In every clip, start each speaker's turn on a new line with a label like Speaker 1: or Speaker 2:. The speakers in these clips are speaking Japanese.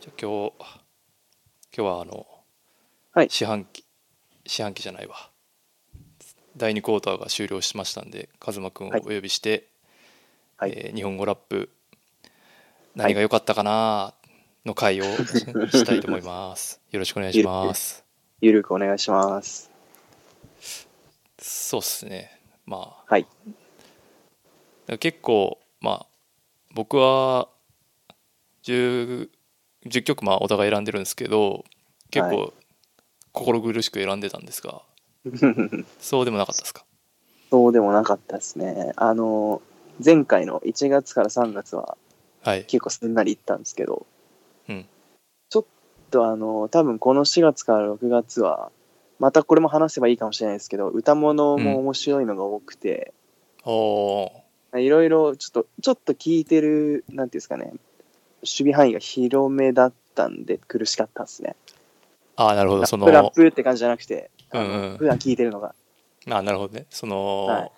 Speaker 1: じゃあ今日今日はあの、
Speaker 2: はい
Speaker 1: 四半期四半期じゃないわ第2クォーターが終了しましたんでカズマくんをお呼びして、
Speaker 2: はい
Speaker 1: えー日本語ラップ何が良かったかなの回 をしたいと思いますよろしくお願いします
Speaker 2: ゆるくお願いします。
Speaker 1: そうっすねまあ
Speaker 2: はい。
Speaker 1: 結構まあ僕は 10, 10曲まあお互い選んでるんですけど結
Speaker 2: は
Speaker 1: 構心苦しく選んでたんですが、 そうでもなかったですか
Speaker 2: そうでもなかったですね。あの、前回の1月から3月は
Speaker 1: はい
Speaker 2: 結構すんなりいったんですけど、
Speaker 1: うん
Speaker 2: ちょっとあの、多分この4月から6月は、またこれも話せばいいかもしれないですけど、歌物も面白いのが多くて、
Speaker 1: おー
Speaker 2: いろいろちょっと、ちょっと聞いてる、なんていうんですかね、守備範囲が広めだったんで苦しかったですね。
Speaker 1: ああなるほ
Speaker 2: ラ
Speaker 1: どそ
Speaker 2: ップラッ
Speaker 1: の
Speaker 2: プって感じじゃなくて、あの
Speaker 1: うんうん
Speaker 2: 普段聞いてるのが。
Speaker 1: あーなるほどねその、
Speaker 2: はい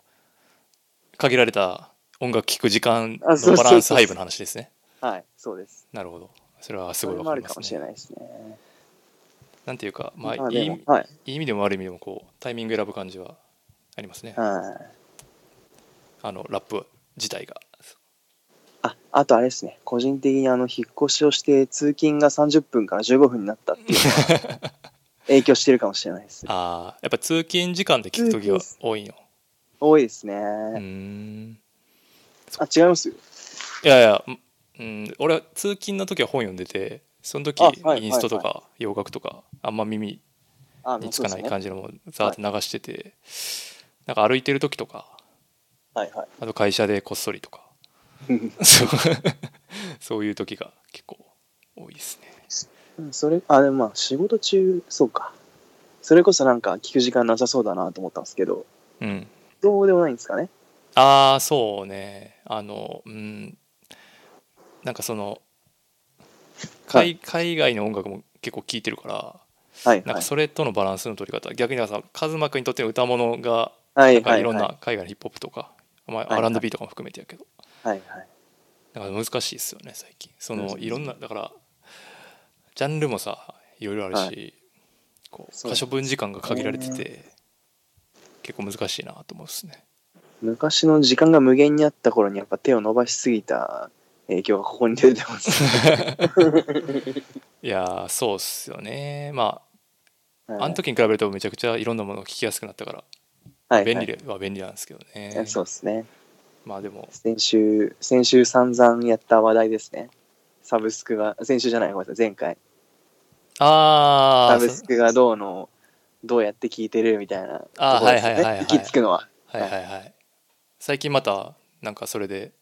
Speaker 1: 限られた音楽聴く時間
Speaker 2: あそ
Speaker 1: のバ
Speaker 2: うそうそう
Speaker 1: ランス配分の話ですね
Speaker 2: はい、そうです。
Speaker 1: なるほどそれはす
Speaker 2: そ
Speaker 1: ごい
Speaker 2: れ
Speaker 1: わ
Speaker 2: も
Speaker 1: か
Speaker 2: あ
Speaker 1: り
Speaker 2: る
Speaker 1: ま
Speaker 2: かも
Speaker 1: す
Speaker 2: しれ
Speaker 1: ね
Speaker 2: ないですね。
Speaker 1: なんていうかま
Speaker 2: ま
Speaker 1: あ
Speaker 2: あ
Speaker 1: いい
Speaker 2: で
Speaker 1: い
Speaker 2: もはい、
Speaker 1: い意味でも悪い意味でもこうタイミング選ぶ感じはありますね
Speaker 2: はい。
Speaker 1: あのラップ自体が
Speaker 2: あ、あとあれですね、個人的にあの、引っ越しをして通勤が30分から15分になったっ ていうのは影響してるかもしれないです。
Speaker 1: ああやっぱ通勤時間で聞くときは
Speaker 2: 通勤
Speaker 1: 多いよ
Speaker 2: 多いですね。
Speaker 1: うーん
Speaker 2: あ、違います
Speaker 1: いやいや、うん、俺は通勤の時は本読んでてその時
Speaker 2: あはい
Speaker 1: インストとか洋楽とかあんま耳
Speaker 2: あ、
Speaker 1: につかない
Speaker 2: そうですね
Speaker 1: 感じのもザーって流しててなんか歩いてる時とか
Speaker 2: はいはい。
Speaker 1: あと会社でこっそりとか そう そういう時が結構多いですね
Speaker 2: うんそれ、あ、でもまあ、仕事中、そうか。それこそなんか聞く時間なさそうだなと思ったんですけど、
Speaker 1: うん
Speaker 2: どうでもないんですかね。
Speaker 1: ああそうねあのうんなんかその
Speaker 2: は
Speaker 1: 海海外の音楽も結構聴いてるから
Speaker 2: はい
Speaker 1: なん
Speaker 2: は
Speaker 1: か
Speaker 2: い。
Speaker 1: それとのバランスの取り方逆になんかさカズマ君にとっての歌物が
Speaker 2: はい
Speaker 1: なんか
Speaker 2: はい
Speaker 1: いろん
Speaker 2: は
Speaker 1: な海外のヒップホップとか、ま
Speaker 2: は
Speaker 1: あ、
Speaker 2: いはい
Speaker 1: R&B とかも含めてやけど
Speaker 2: い。はいはい。
Speaker 1: なんか難しいですよね最近その
Speaker 2: うん
Speaker 1: いろんなだからジャンルもさいろいろある
Speaker 2: は
Speaker 1: しこ
Speaker 2: そうう
Speaker 1: 箇所分時間が限られてて結構難しいなと思うですね
Speaker 2: 昔の時間が無限にあった頃にやっぱ手を伸ばしすぎた影響がここに出てます ね。
Speaker 1: いやーそうっすよねま
Speaker 2: はい
Speaker 1: ああの時に比べるとめちゃくちゃいろんなものを聞きやすくなったから
Speaker 2: はい
Speaker 1: 便利では便利なんですけど
Speaker 2: はい
Speaker 1: ね
Speaker 2: そうですね。
Speaker 1: まあでも
Speaker 2: 先週、先週散々やった話題ですね。サブスクが、先週じゃない、ごめんなさい、前回。
Speaker 1: あ
Speaker 2: サ
Speaker 1: あ
Speaker 2: ブスクがどうの、どうやって聞いてるみたいなと
Speaker 1: あー
Speaker 2: ころですよね。
Speaker 1: はいはいはいはい
Speaker 2: 行き着くのは。
Speaker 1: はいはいはい最近またなんかそれで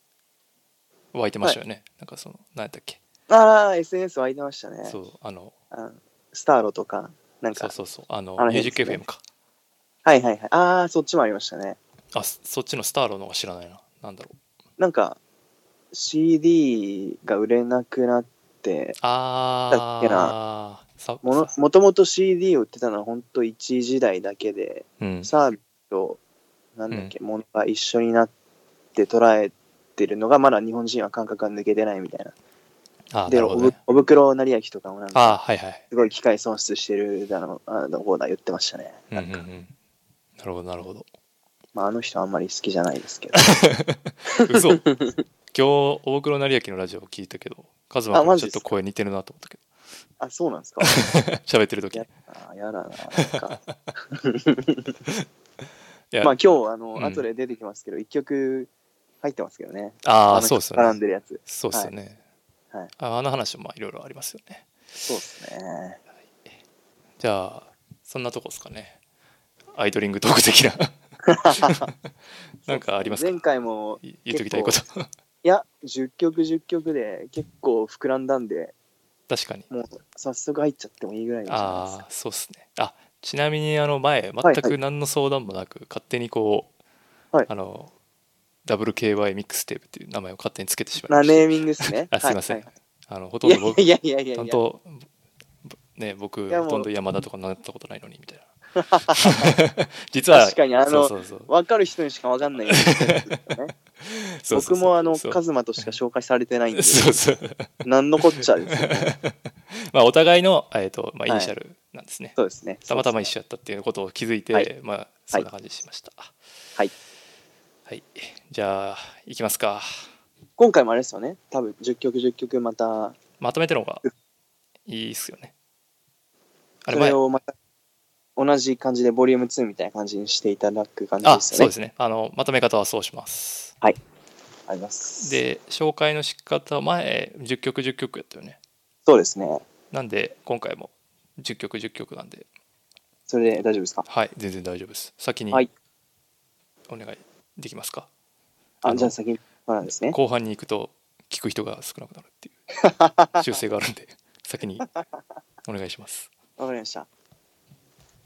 Speaker 1: 湧いてましたよね、なんかその何やったっけ、
Speaker 2: ああ、SNS 湧いてましたね。
Speaker 1: そうあの
Speaker 2: あのスターロとか、なん
Speaker 1: そ
Speaker 2: か
Speaker 1: う。そうそうあの
Speaker 2: あの
Speaker 1: ミュー
Speaker 2: 辺
Speaker 1: ジッ
Speaker 2: で
Speaker 1: ク
Speaker 2: すね
Speaker 1: FM か
Speaker 2: はいはいはい。ああ、そっちもありましたね。
Speaker 1: あそそっちのスターローの方が知らないななんだろう
Speaker 2: なんか、CD が売れなくなって、だっけ
Speaker 1: ああさ
Speaker 2: もの
Speaker 1: さ
Speaker 2: もともと CD を売ってたのは本当一時代だけで、
Speaker 1: うん
Speaker 2: サービスと、なんだっけ、ものが一緒になって捉えてるのが、まだ日本人は感覚が抜けてないみたいな。
Speaker 1: あーな
Speaker 2: で、
Speaker 1: るほ
Speaker 2: お
Speaker 1: ど
Speaker 2: ぶ
Speaker 1: ね
Speaker 2: お袋成明とかもなんか、
Speaker 1: あーはいはい
Speaker 2: すごい機械損失してるだの、あの、こうだ言ってましたね。
Speaker 1: うんうんうんなるほどなるほど
Speaker 2: まあ、あの人はあんまり好きじゃないですけ ど。
Speaker 1: 嘘今日大黒成明のラジオを聞いたけどカズマ
Speaker 2: あ
Speaker 1: 君
Speaker 2: マ
Speaker 1: ち
Speaker 2: ジ
Speaker 1: ょっ
Speaker 2: です
Speaker 1: と
Speaker 2: か
Speaker 1: 声似てるなと思ったけ
Speaker 2: あ、そうな んですか
Speaker 1: ど喋ってる時
Speaker 2: やあやだな。なんか
Speaker 1: いや
Speaker 2: まあ、今日、あの、
Speaker 1: うん
Speaker 2: 後で出てきますけど、一曲入ってますけどね。
Speaker 1: あ
Speaker 2: の
Speaker 1: あ
Speaker 2: 人
Speaker 1: そうです
Speaker 2: 絡
Speaker 1: よ
Speaker 2: ん
Speaker 1: ね
Speaker 2: でるやつ。
Speaker 1: そうですよね、
Speaker 2: はいはい
Speaker 1: ああの話もまあいろいろありますよね
Speaker 2: そうですね。
Speaker 1: じゃあそんなとこですかねアイドリングトーク的 ななんかありますか
Speaker 2: 前回も、
Speaker 1: い言っときたいこと
Speaker 2: いや、10曲10曲で結構膨らんだんで、
Speaker 1: 確かに
Speaker 2: もう早速入っちゃってもいいぐらいにしま
Speaker 1: ああそうっすねあちなみにあの前全く何の相談もなく、勝手にこう、
Speaker 2: はい
Speaker 1: あの WKY ミックステープっていう名前を勝手につけてし
Speaker 2: す。
Speaker 1: まいまし
Speaker 2: な
Speaker 1: た
Speaker 2: ネーミングですね
Speaker 1: 。あすいません、
Speaker 2: は
Speaker 1: あのほ
Speaker 2: い
Speaker 1: とんど
Speaker 2: はい
Speaker 1: 僕
Speaker 2: いやいやいやいやいや。
Speaker 1: 担当ね僕
Speaker 2: いやもう
Speaker 1: ほとんど山田とかなったことないのにみたいな 実は
Speaker 2: 確かにあの
Speaker 1: そうそうそう
Speaker 2: 分かる人にしか分か んないような人ですよね
Speaker 1: そうそうそう
Speaker 2: 僕もあの
Speaker 1: そう
Speaker 2: カズマとしか紹介されてないんで
Speaker 1: そうそう
Speaker 2: 何のこっちゃですよね
Speaker 1: まあお互いの、えーとまあ、イニシャルなんですね、
Speaker 2: そうですね。
Speaker 1: たまたま一緒
Speaker 2: 緒。
Speaker 1: やったっていうことを気づいて、
Speaker 2: はい
Speaker 1: まあそんな感じにしました
Speaker 2: はい。
Speaker 1: はい、じゃあいきますか
Speaker 2: 今回もあれですよね。多分10曲10曲また、
Speaker 1: まとめての方がいいっすよねあ
Speaker 2: そ
Speaker 1: れ前
Speaker 2: れをまた同じ感じでボリューム2みたいな感じにしていただく感じ
Speaker 1: あ
Speaker 2: です
Speaker 1: そうで
Speaker 2: よね。
Speaker 1: すねあのまとめ方はそうします
Speaker 2: あります。
Speaker 1: で紹介の仕方前10曲10曲やったよね
Speaker 2: そうですね。
Speaker 1: なんで今回も10曲10曲なんで
Speaker 2: それで大丈夫ですか
Speaker 1: はい全然大丈夫です先に
Speaker 2: はい
Speaker 1: お願いできますか、あ
Speaker 2: あ、
Speaker 1: の
Speaker 2: じゃあ先に、そうなんですね。
Speaker 1: 後半に行くと聞く人が少なくなるっていう 修正があるんで先にお願いします
Speaker 2: わかりました。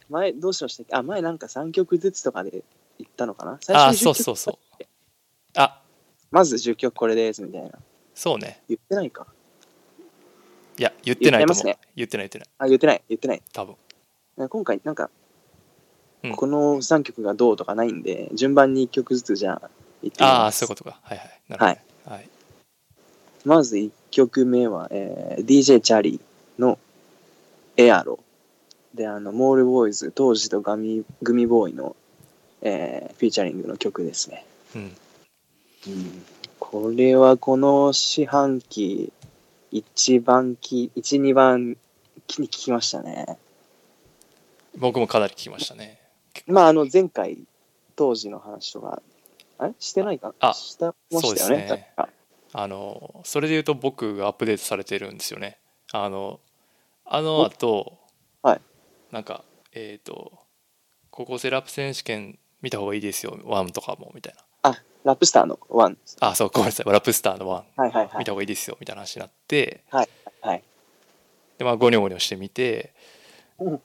Speaker 2: 前、どうしましたっけあ、前なんか3曲ずつとかで言ったのかな最
Speaker 1: あ
Speaker 2: 初に10
Speaker 1: そう
Speaker 2: 曲
Speaker 1: そうそうあ
Speaker 2: まず10曲これですみたいな。
Speaker 1: そうね
Speaker 2: 言ってないか。
Speaker 1: いや言ってないと
Speaker 2: 言っ
Speaker 1: 思う
Speaker 2: て
Speaker 1: 言っ,、
Speaker 2: ま
Speaker 1: てない言ってない
Speaker 2: あ、言ってない、言ってない。
Speaker 1: 多分
Speaker 2: なんか今回、なんか、
Speaker 1: うん
Speaker 2: この3曲がどうとかないんで、順番に1曲ずつじゃあ言ってみ
Speaker 1: ああ
Speaker 2: ま
Speaker 1: ーそ
Speaker 2: す。
Speaker 1: ういうことかはいはいなるほどね、はい
Speaker 2: まず1曲目は、えー DJ チャリーのエアロ。で、あの、モールボーイズ、当時とガミ、グミボーイの、えーフィーチャリングの曲ですね。
Speaker 1: うん
Speaker 2: これはこの四半期、一番き、一、二番きに聞きましたね。
Speaker 1: 僕もかなり聞きましたね
Speaker 2: まあ、あの、前回、当時の話とか、あれしてないか
Speaker 1: あ
Speaker 2: したもしたよ
Speaker 1: そ
Speaker 2: ね。
Speaker 1: うですね
Speaker 2: 確か
Speaker 1: あのそれで言うと僕がアップデートされてるんですよねあのあのあと、
Speaker 2: はい
Speaker 1: なんかえっ、と「高校生ラップ選手権見た方がいいですよワンとかも」みたいな
Speaker 2: あ、ラップスターのワン。
Speaker 1: あそうごめんなさいラップスターのワン
Speaker 2: はいはいは
Speaker 1: 見
Speaker 2: い
Speaker 1: た。方がいいですよみたいな話になって
Speaker 2: はい。
Speaker 1: でまあゴニョゴニョしてみて
Speaker 2: うん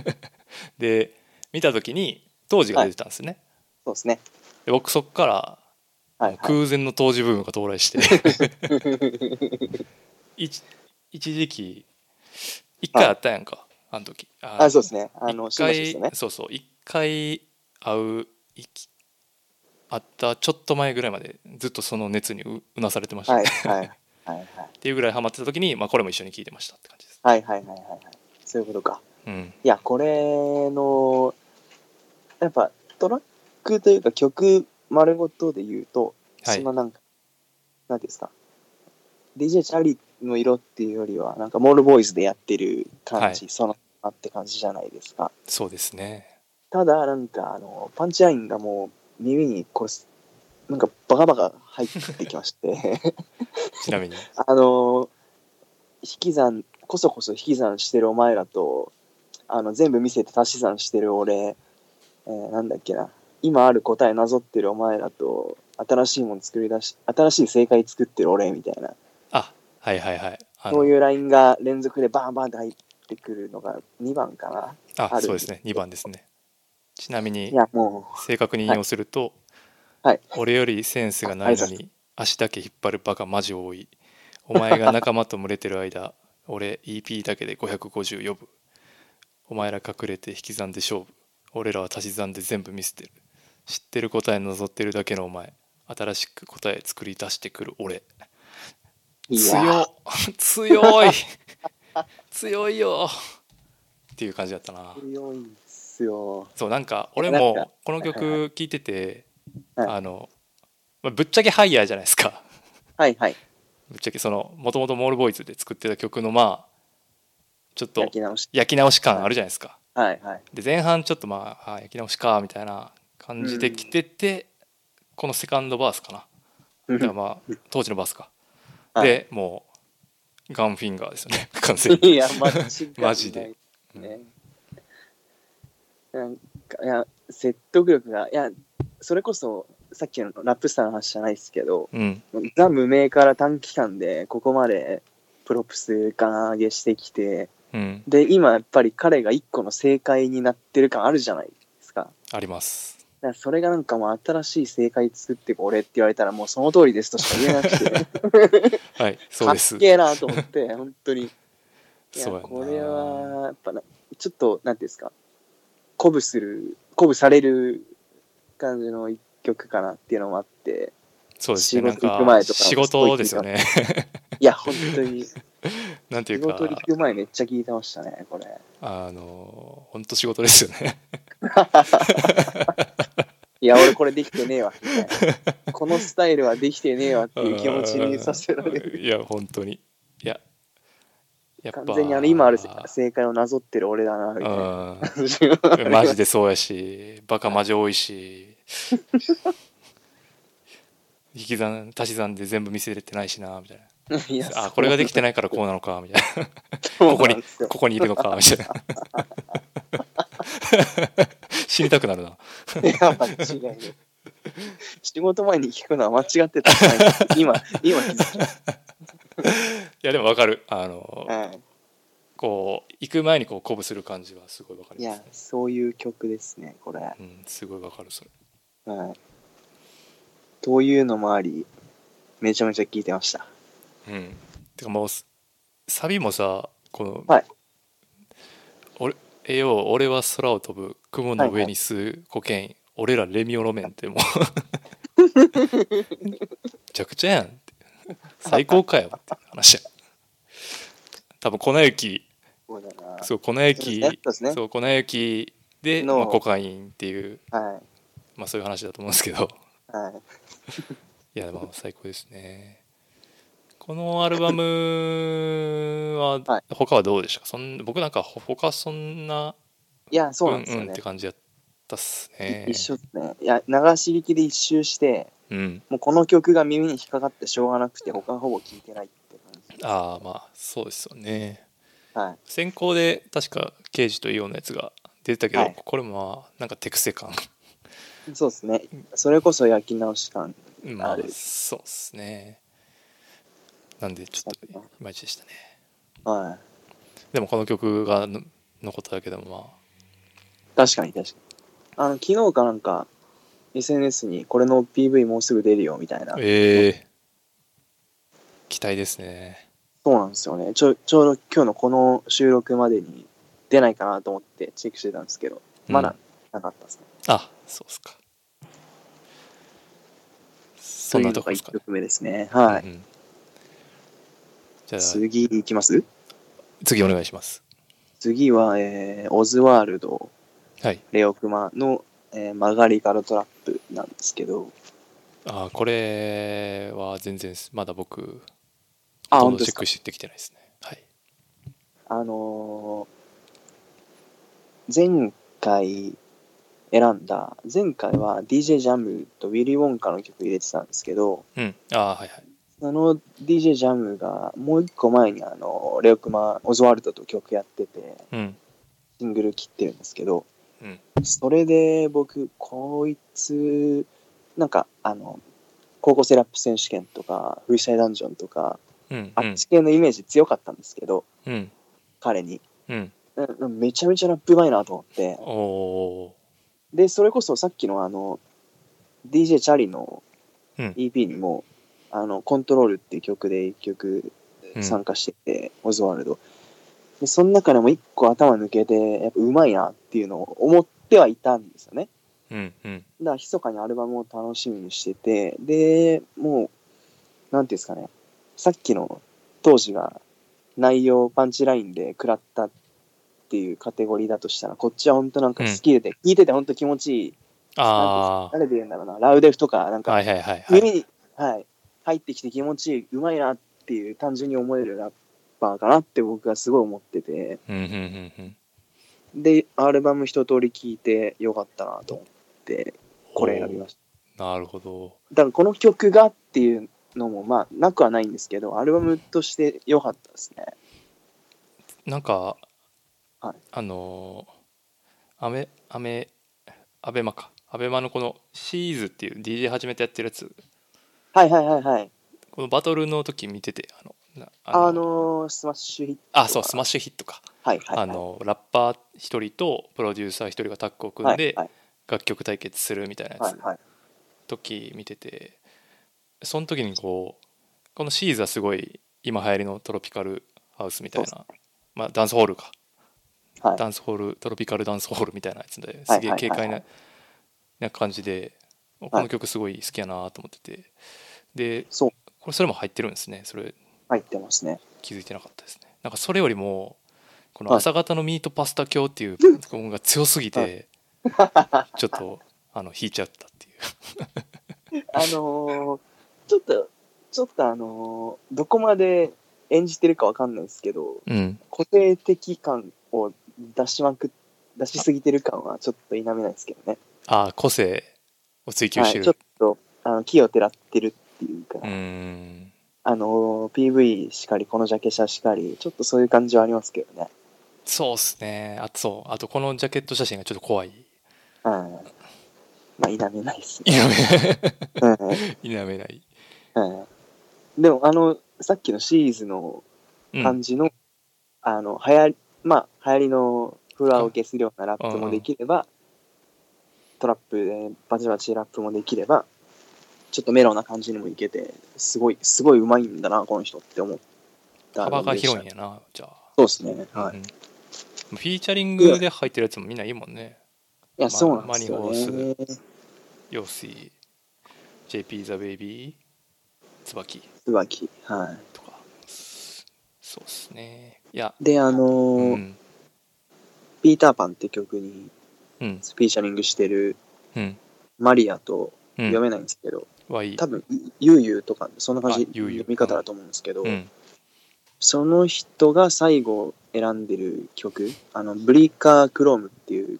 Speaker 1: で見た時に当時が出てたんですね、
Speaker 2: そうですね。
Speaker 1: で僕そっから
Speaker 2: はい、はい。
Speaker 1: 空前の当時ブームが到来して一一時期一回あったやんか、あの時あ
Speaker 2: あ、そうですね。あの、
Speaker 1: 一
Speaker 2: しました
Speaker 1: 回
Speaker 2: ね。
Speaker 1: そうそう一回会ういき会ったちょっと前ぐらいまでずっとその熱にううなされてました、
Speaker 2: はい
Speaker 1: っ
Speaker 2: はい。はいはい。
Speaker 1: ていうぐらいハマってた時に、まあ、これも一緒に聞いてましたって感じです、
Speaker 2: はいはいはいはいはい。そういうことか。
Speaker 1: うん、
Speaker 2: いや、これの、やっぱトラックというか曲丸ごとで言うと、
Speaker 1: はい
Speaker 2: そのなんか、なんていうんですか、DJ チャーリーの色っていうよりは、なんかモールボーイズでやってる感じ、そのあって感じじゃないですか。
Speaker 1: そうですね
Speaker 2: ただ、なんかあの、パンチラインがもう耳にこうす、なんかバカバカ入ってきまして、
Speaker 1: ちなみに
Speaker 2: あの、引き算、こそこそ引き算してるお前らと、あの、全部見せて足し算してる俺、えーなんだっけな、今ある答えなぞってるお前らと、新しいもの作り出し、新しい正解作ってる俺みたいな、
Speaker 1: あはいはいはいあ
Speaker 2: そ
Speaker 1: の
Speaker 2: ういうラインが連続でバンバンって入ってくるのが2番かな。あ
Speaker 1: あ
Speaker 2: る
Speaker 1: そうですね2番ですねちなみに
Speaker 2: いや、も
Speaker 1: 正確に引用すると、
Speaker 2: はい
Speaker 1: 俺よりセンスがないのに足だけ引っ張るバカマジ多いお前が仲間と群れてる間 俺 EP だけで550呼ぶお前ら隠れて引き算で勝負俺らは足し算で全部見せてる知ってる答えなぞってるだけのお前新しく答え作り出してくる俺
Speaker 2: う、いや、
Speaker 1: 強 強い強いよっていう感じだったな
Speaker 2: 強いんすよ。
Speaker 1: そうなんか俺
Speaker 2: なんか
Speaker 1: もこの曲聴いてて、
Speaker 2: はい
Speaker 1: あの、まあ、ぶっちゃけハイヤーじゃないですか
Speaker 2: はいはい。
Speaker 1: ぶっちゃけそのもともとモールボーイズで作ってた曲のまあちょっと
Speaker 2: 焼き直し。
Speaker 1: 焼き直し感あるじゃないですか、
Speaker 2: はいはい。
Speaker 1: で前半ちょっとまああ焼き直しかみたいな感じで来てて、このセカンドバースかなだからまあ当時のバースか、
Speaker 2: はい
Speaker 1: でもうガンフィンガーですよね 完全
Speaker 2: い
Speaker 1: に
Speaker 2: や、マジで。
Speaker 1: マジで。
Speaker 2: ね。なんか、いや、説得力が、いや、それこそ、さっきのラップスターの話じゃないですけど、
Speaker 1: うん
Speaker 2: ザ・無名から短期間で、ここまで、プロプスが上げしてきて、
Speaker 1: うん
Speaker 2: で、今やっぱり彼が一個の正解になってる感あるじゃないですか。
Speaker 1: あります
Speaker 2: だからそれがなんかもう新しい正解作ってこれって言われたらもうその通りですとしか言えなくて、
Speaker 1: はい そうです
Speaker 2: かっけえなと思って、本当に。いや
Speaker 1: そうやんな
Speaker 2: これはやっぱなちょっとなんていうんですか鼓舞する鼓舞される感じの一曲かなっていうのもあって
Speaker 1: そうですね
Speaker 2: 仕事行
Speaker 1: な
Speaker 2: く
Speaker 1: ん
Speaker 2: 前
Speaker 1: か
Speaker 2: とか
Speaker 1: 仕事ですよね
Speaker 2: いや本当に
Speaker 1: なんてい
Speaker 2: 仕
Speaker 1: うか
Speaker 2: 事行く前めっちゃ聞いてましたね、これ。
Speaker 1: あの本当仕事ですよね
Speaker 2: いや、俺これできてねえわ、みたいな。このスタイルはできてねえわ っていう気持ちにさせられる。
Speaker 1: いや本当にいややっぱ
Speaker 2: 完全にあの、今ある正解をなぞってる俺だな、みたいな。
Speaker 1: うんマ
Speaker 2: マ
Speaker 1: ジでそうやしバカマジ多いし引き算足し算で全部見せれてないしなみたいなあこれができてないからこうなのかみたいなここにここにいるのかみたい な死にたくなるない
Speaker 2: や、間違いない。仕事前に聞くのは間違ってた。今、今気づい
Speaker 1: いやでもわかるあの、
Speaker 2: た。はい
Speaker 1: こう行く前にこう鼓舞する感じはすごいわか
Speaker 2: い
Speaker 1: ります
Speaker 2: や
Speaker 1: ね、
Speaker 2: そういう曲ですね、これ。は
Speaker 1: うん、すごいわかるそれ
Speaker 2: い。というのもあり、めちゃめちゃ聞いてました。
Speaker 1: うんてかもうすサビもさこの、
Speaker 2: はい
Speaker 1: 俺えよう俺は空を飛ぶ雲の上に吸うコケイン、俺らレミオロメンってもうめちゃくちゃやんって最高かよって話やん多分粉雪
Speaker 2: そうだな。
Speaker 1: そう粉雪
Speaker 2: そうですね
Speaker 1: そう粉雪で、
Speaker 2: の
Speaker 1: まあ、コカインっていう、
Speaker 2: は
Speaker 1: まあ、そういう話だと思うんですけど
Speaker 2: い。はい。
Speaker 1: いやまあ最高ですねこのアルバムは
Speaker 2: はい
Speaker 1: 他はどうでしたかそん僕なんかほ他そんない
Speaker 2: や、そうなんです
Speaker 1: ん
Speaker 2: よ
Speaker 1: うんっ
Speaker 2: ね
Speaker 1: て。感じやったっすね
Speaker 2: い一緒ですね。いや、流し聞きで一周して、
Speaker 1: うん
Speaker 2: もうこの曲が耳に引っかかってしょうがなくて、他ほぼ聞いてないって感じ。
Speaker 1: ああまあそうですよね
Speaker 2: はい。
Speaker 1: 先行で確か刑事とイオンのやつが出てたけど、
Speaker 2: はい
Speaker 1: これもまあなんか手癖 感
Speaker 2: そうですね。それこそ焼き直し感。
Speaker 1: ま
Speaker 2: あ
Speaker 1: あ
Speaker 2: る
Speaker 1: そうっすねなんでちょっといまいちでしたね
Speaker 2: は
Speaker 1: でもこの曲がの残っただけでも
Speaker 2: い。確かに確かに。あの、昨日かなんか、SNS にこれの PV もうすぐ出るよみたいな
Speaker 1: まあ。ええ期待ですね
Speaker 2: そうなんですよね。ちょ、ちょうど今日のこの収録までに出ないかなと思ってチェックしてたんですけど、ま
Speaker 1: う
Speaker 2: だ
Speaker 1: ん
Speaker 2: なかったですね。
Speaker 1: あそうっすかそんなとこ
Speaker 2: で
Speaker 1: ですす
Speaker 2: か
Speaker 1: か
Speaker 2: ?1 曲目ですね。は
Speaker 1: う
Speaker 2: い。
Speaker 1: んじゃあ
Speaker 2: 次いきます
Speaker 1: 次お願いします
Speaker 2: 次は、えー、オズワールド、
Speaker 1: はい
Speaker 2: レオクマの、えー、曲がり角トラップなんですけど、
Speaker 1: あーこれは全然すまだ僕
Speaker 2: あ、
Speaker 1: どん
Speaker 2: 本
Speaker 1: どん
Speaker 2: 当で
Speaker 1: チェ
Speaker 2: す
Speaker 1: ッ
Speaker 2: か
Speaker 1: ク。してきてないですねはい
Speaker 2: あのー前回選んだ、前回は DJ ジャムとウィリー・ウォンカの曲入れてたんですけど、
Speaker 1: うんあーはいはい
Speaker 2: あの DJ ジャムがもう一個前にあの、レオクマ、オズワルドと曲やってて、
Speaker 1: うん
Speaker 2: シングル切ってるんですけど、
Speaker 1: うん
Speaker 2: それで僕、こいつ、なんかあの、高校生ラップ選手権とか、フリースタイルダンジョンとか、
Speaker 1: うんう
Speaker 2: あっ
Speaker 1: ん
Speaker 2: ち系のイメージ強かったんですけど、
Speaker 1: うん
Speaker 2: 彼に。
Speaker 1: うん
Speaker 2: うんめちゃめちゃラップうまいなと思って、
Speaker 1: おお
Speaker 2: で、それこそさっきのあの、DJ チャリの
Speaker 1: うん
Speaker 2: EP にも、あの、コントロールっていう曲で一曲
Speaker 1: うん
Speaker 2: 参加してて、オズワルド。で、その中でも一個頭抜けて、やっぱうまいなっていうのを思ってはいたんですよね。
Speaker 1: うんうん
Speaker 2: だから、密かにアルバムを楽しみにしてて、で、もう、なんていうんですかね、さっきの当時が内容パンチラインで食らったっていうカテゴリーだとしたら、こっちは本当なんかスキルで、聴いてて本当気持ちいい
Speaker 1: あ
Speaker 2: 誰で言うんだろうな、ラウデフとか、なん
Speaker 1: あは
Speaker 2: か、
Speaker 1: いはいはいはい
Speaker 2: 耳に、はい、入ってきて気持ちいい、うまいなっていう、単純に思えるラッパーかなって僕はすごい思ってて、
Speaker 1: うんうんうんうん
Speaker 2: で、アルバム一通り聴いてよかったなと思って、これ選びました。
Speaker 1: おーなるほど
Speaker 2: だからこの曲がっていうのも、まあ、なくはないんですけど、アルバムとして良かったですね。
Speaker 1: なんか、
Speaker 2: はい
Speaker 1: あのーアメアメアベマかアベマのこのシーズっていう DJ 始めてやってるやつ
Speaker 2: はいはいはいはい。
Speaker 1: このバトルの時見ててあのな
Speaker 2: あの
Speaker 1: あの
Speaker 2: ースマッシュヒット。
Speaker 1: あそうスマッシュヒットか、
Speaker 2: はいはい、はい。
Speaker 1: あのラッパー一人とプロデューサー一人がタッグを組んで
Speaker 2: はい
Speaker 1: 楽曲対決するみたいなやつ、
Speaker 2: はいはいはい。
Speaker 1: 時見ててその時にこうこのシーズはすごい今流行りのトロピカルハウスみたい
Speaker 2: そ
Speaker 1: な、まあ、ダンスホールか
Speaker 2: はい
Speaker 1: ダンスホールトロピカルダンスホールみたいなやつで
Speaker 2: はい
Speaker 1: すげえ軽
Speaker 2: は
Speaker 1: 快
Speaker 2: いはいは
Speaker 1: なな感じでこの曲すごい好きやなと思っててで
Speaker 2: そう、
Speaker 1: これそれも入ってるんですねそれ
Speaker 2: 入ってますね。
Speaker 1: 気づいてなかったですねなんかそれよりもこの
Speaker 2: はい
Speaker 1: 朝方のミートパスタ教っていう音が強すぎてちょっとあの引いちゃったっていう
Speaker 2: あのーちょっと、ちょっとあのーどこまで演じてるかわかんないですけど、
Speaker 1: うん
Speaker 2: 固定的感を出しまく、出しすぎてる感はちょっと否めないですけどね。
Speaker 1: ああ個性を追求
Speaker 2: は
Speaker 1: して
Speaker 2: い、ちょ
Speaker 1: る
Speaker 2: っと、あの、木をてらってるっていうか、
Speaker 1: うーん
Speaker 2: あのー PV しかり、このジャケ写しかり、ちょっとそういう感じはありますけどね。
Speaker 1: そうっすねあとそうあとこのジャケット写真がちょっと怖い
Speaker 2: うん。まあ、否めないです
Speaker 1: 否
Speaker 2: ね。
Speaker 1: め
Speaker 2: うん。
Speaker 1: 否めない、
Speaker 2: うん。でも、あの、さっきのシリーズの
Speaker 1: うん、
Speaker 2: 感じの、あの、流行り、まあ、流行りのフロアを消すようなラップもできれば、トラップでバチバチラップもできれば、ちょっとメロな感じにもいけて、すごい、すごい上手いんだな、この人って思ったので
Speaker 1: 幅が広いんやなじゃあ
Speaker 2: そうですね。はい。
Speaker 1: うんフィーチャリングで入ってるやつもみんないいもんね。
Speaker 2: いや、そうなんですよ
Speaker 1: マ
Speaker 2: ね
Speaker 1: ニ。ヨーシー、JP ザ・ベイビー、椿
Speaker 2: 椿。は
Speaker 1: とか。そうっすね。いや、
Speaker 2: い。で、あの
Speaker 1: う
Speaker 2: ー
Speaker 1: ん。
Speaker 2: ピーターパンって曲に
Speaker 1: うん。
Speaker 2: スピーシャリングしてる
Speaker 1: うん。
Speaker 2: マリアと
Speaker 1: う
Speaker 2: 読
Speaker 1: ん。
Speaker 2: めないんですけど、
Speaker 1: はいい。
Speaker 2: 多分、ゆうゆうとか、そんな感じ
Speaker 1: あ、ゆうゆう
Speaker 2: 読み方だと思うんですけど、
Speaker 1: うん。
Speaker 2: その人が最後選んでる曲、あの、ブリーカークロームっていう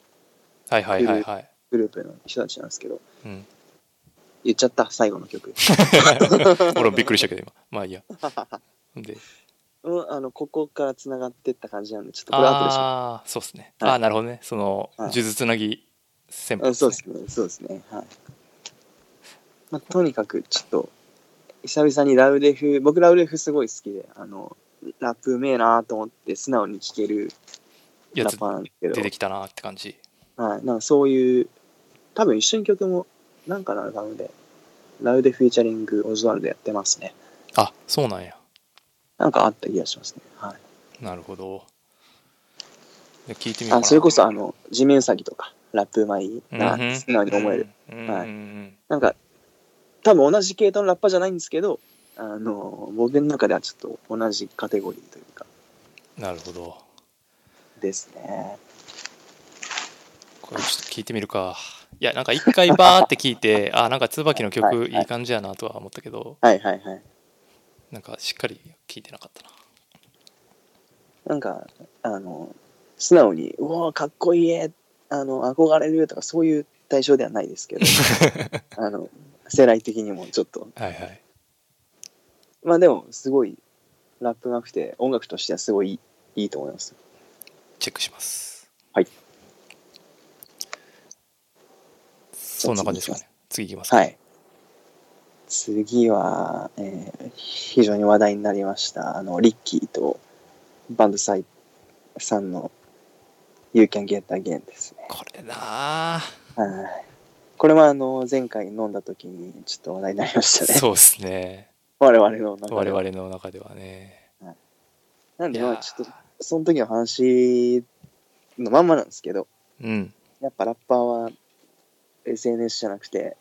Speaker 1: はいはいはいはい。
Speaker 2: グループの人たちなんですけど、
Speaker 1: うん、
Speaker 2: 言っちゃった、最後 の曲。
Speaker 1: 俺もびっくりしたけど今。まあいいや。で、
Speaker 2: うんあの、ここから繋がってった感じなんで、ちょっとこれ後でしょ。
Speaker 1: ああー、そうっすね。
Speaker 2: はい
Speaker 1: ああ、なるほどね。その、
Speaker 2: はい
Speaker 1: 呪術つなぎ戦
Speaker 2: う
Speaker 1: 法
Speaker 2: んそうですね、そうですね。はい。まあ、とにかく、ちょっと、久々にラウレフ、僕ラウレフすごい好きで、あの、ラップうめえなと思って素直に聴ける
Speaker 1: や
Speaker 2: ラ
Speaker 1: つ
Speaker 2: ッパーなんですけど
Speaker 1: 出、てきたなって感じ。
Speaker 2: はい、なんかそういう、多分一緒に曲も、なんかのアルバムで、ラウでフューチャリングオズワルドやってますね。
Speaker 1: あそうなんや。
Speaker 2: なんかあった気がしますね。はい。
Speaker 1: なるほど。で聞いてみようか
Speaker 2: あ
Speaker 1: な。
Speaker 2: それこそ、あの、地面うさぎとか、ラップうまいな、
Speaker 1: うんうん
Speaker 2: 素直に思える。
Speaker 1: うん。
Speaker 2: はい
Speaker 1: うん
Speaker 2: なんか、多分同じ系統のラッパーじゃないんですけど、あの、僕の中ではちょっと同じカテゴリーというか、
Speaker 1: なるほど。
Speaker 2: ですね。
Speaker 1: これちょっと聞いてみるか。いや、なんか一回バーって聞いて、あ、なんか椿の
Speaker 2: はいは
Speaker 1: 曲
Speaker 2: いはい
Speaker 1: いい感じやなとは思ったけど、
Speaker 2: はいはいはい。
Speaker 1: なんかしっかり聞いてなかったな。
Speaker 2: なんか、あの、素直に、うわーかっこいいえ、あの、憧れるとか、そういう対象ではないですけど、あの、世代的にもちょっと。
Speaker 1: はいはい。
Speaker 2: まあでも、すごい、ラップがくて、音楽としてはすごいいいいいと思います。
Speaker 1: チェックします。
Speaker 2: はい。
Speaker 1: そんな感じですかね。次いきますか。
Speaker 2: はい。次は、えー非常に話題になりました、あの、リッキーとバンドサイさんの You Can Get Again ですね。
Speaker 1: これな あ
Speaker 2: はい。これはあの、前回飲んだ時にちょっと話題になりましたね。
Speaker 1: そうですね。
Speaker 2: 我々の中で
Speaker 1: 我々の中ではね。
Speaker 2: なん
Speaker 1: い
Speaker 2: で
Speaker 1: や
Speaker 2: まあ
Speaker 1: ー
Speaker 2: ちょっとその時の話のまんまなんですけど
Speaker 1: うん。
Speaker 2: やっぱラッパーは SNS じゃなくて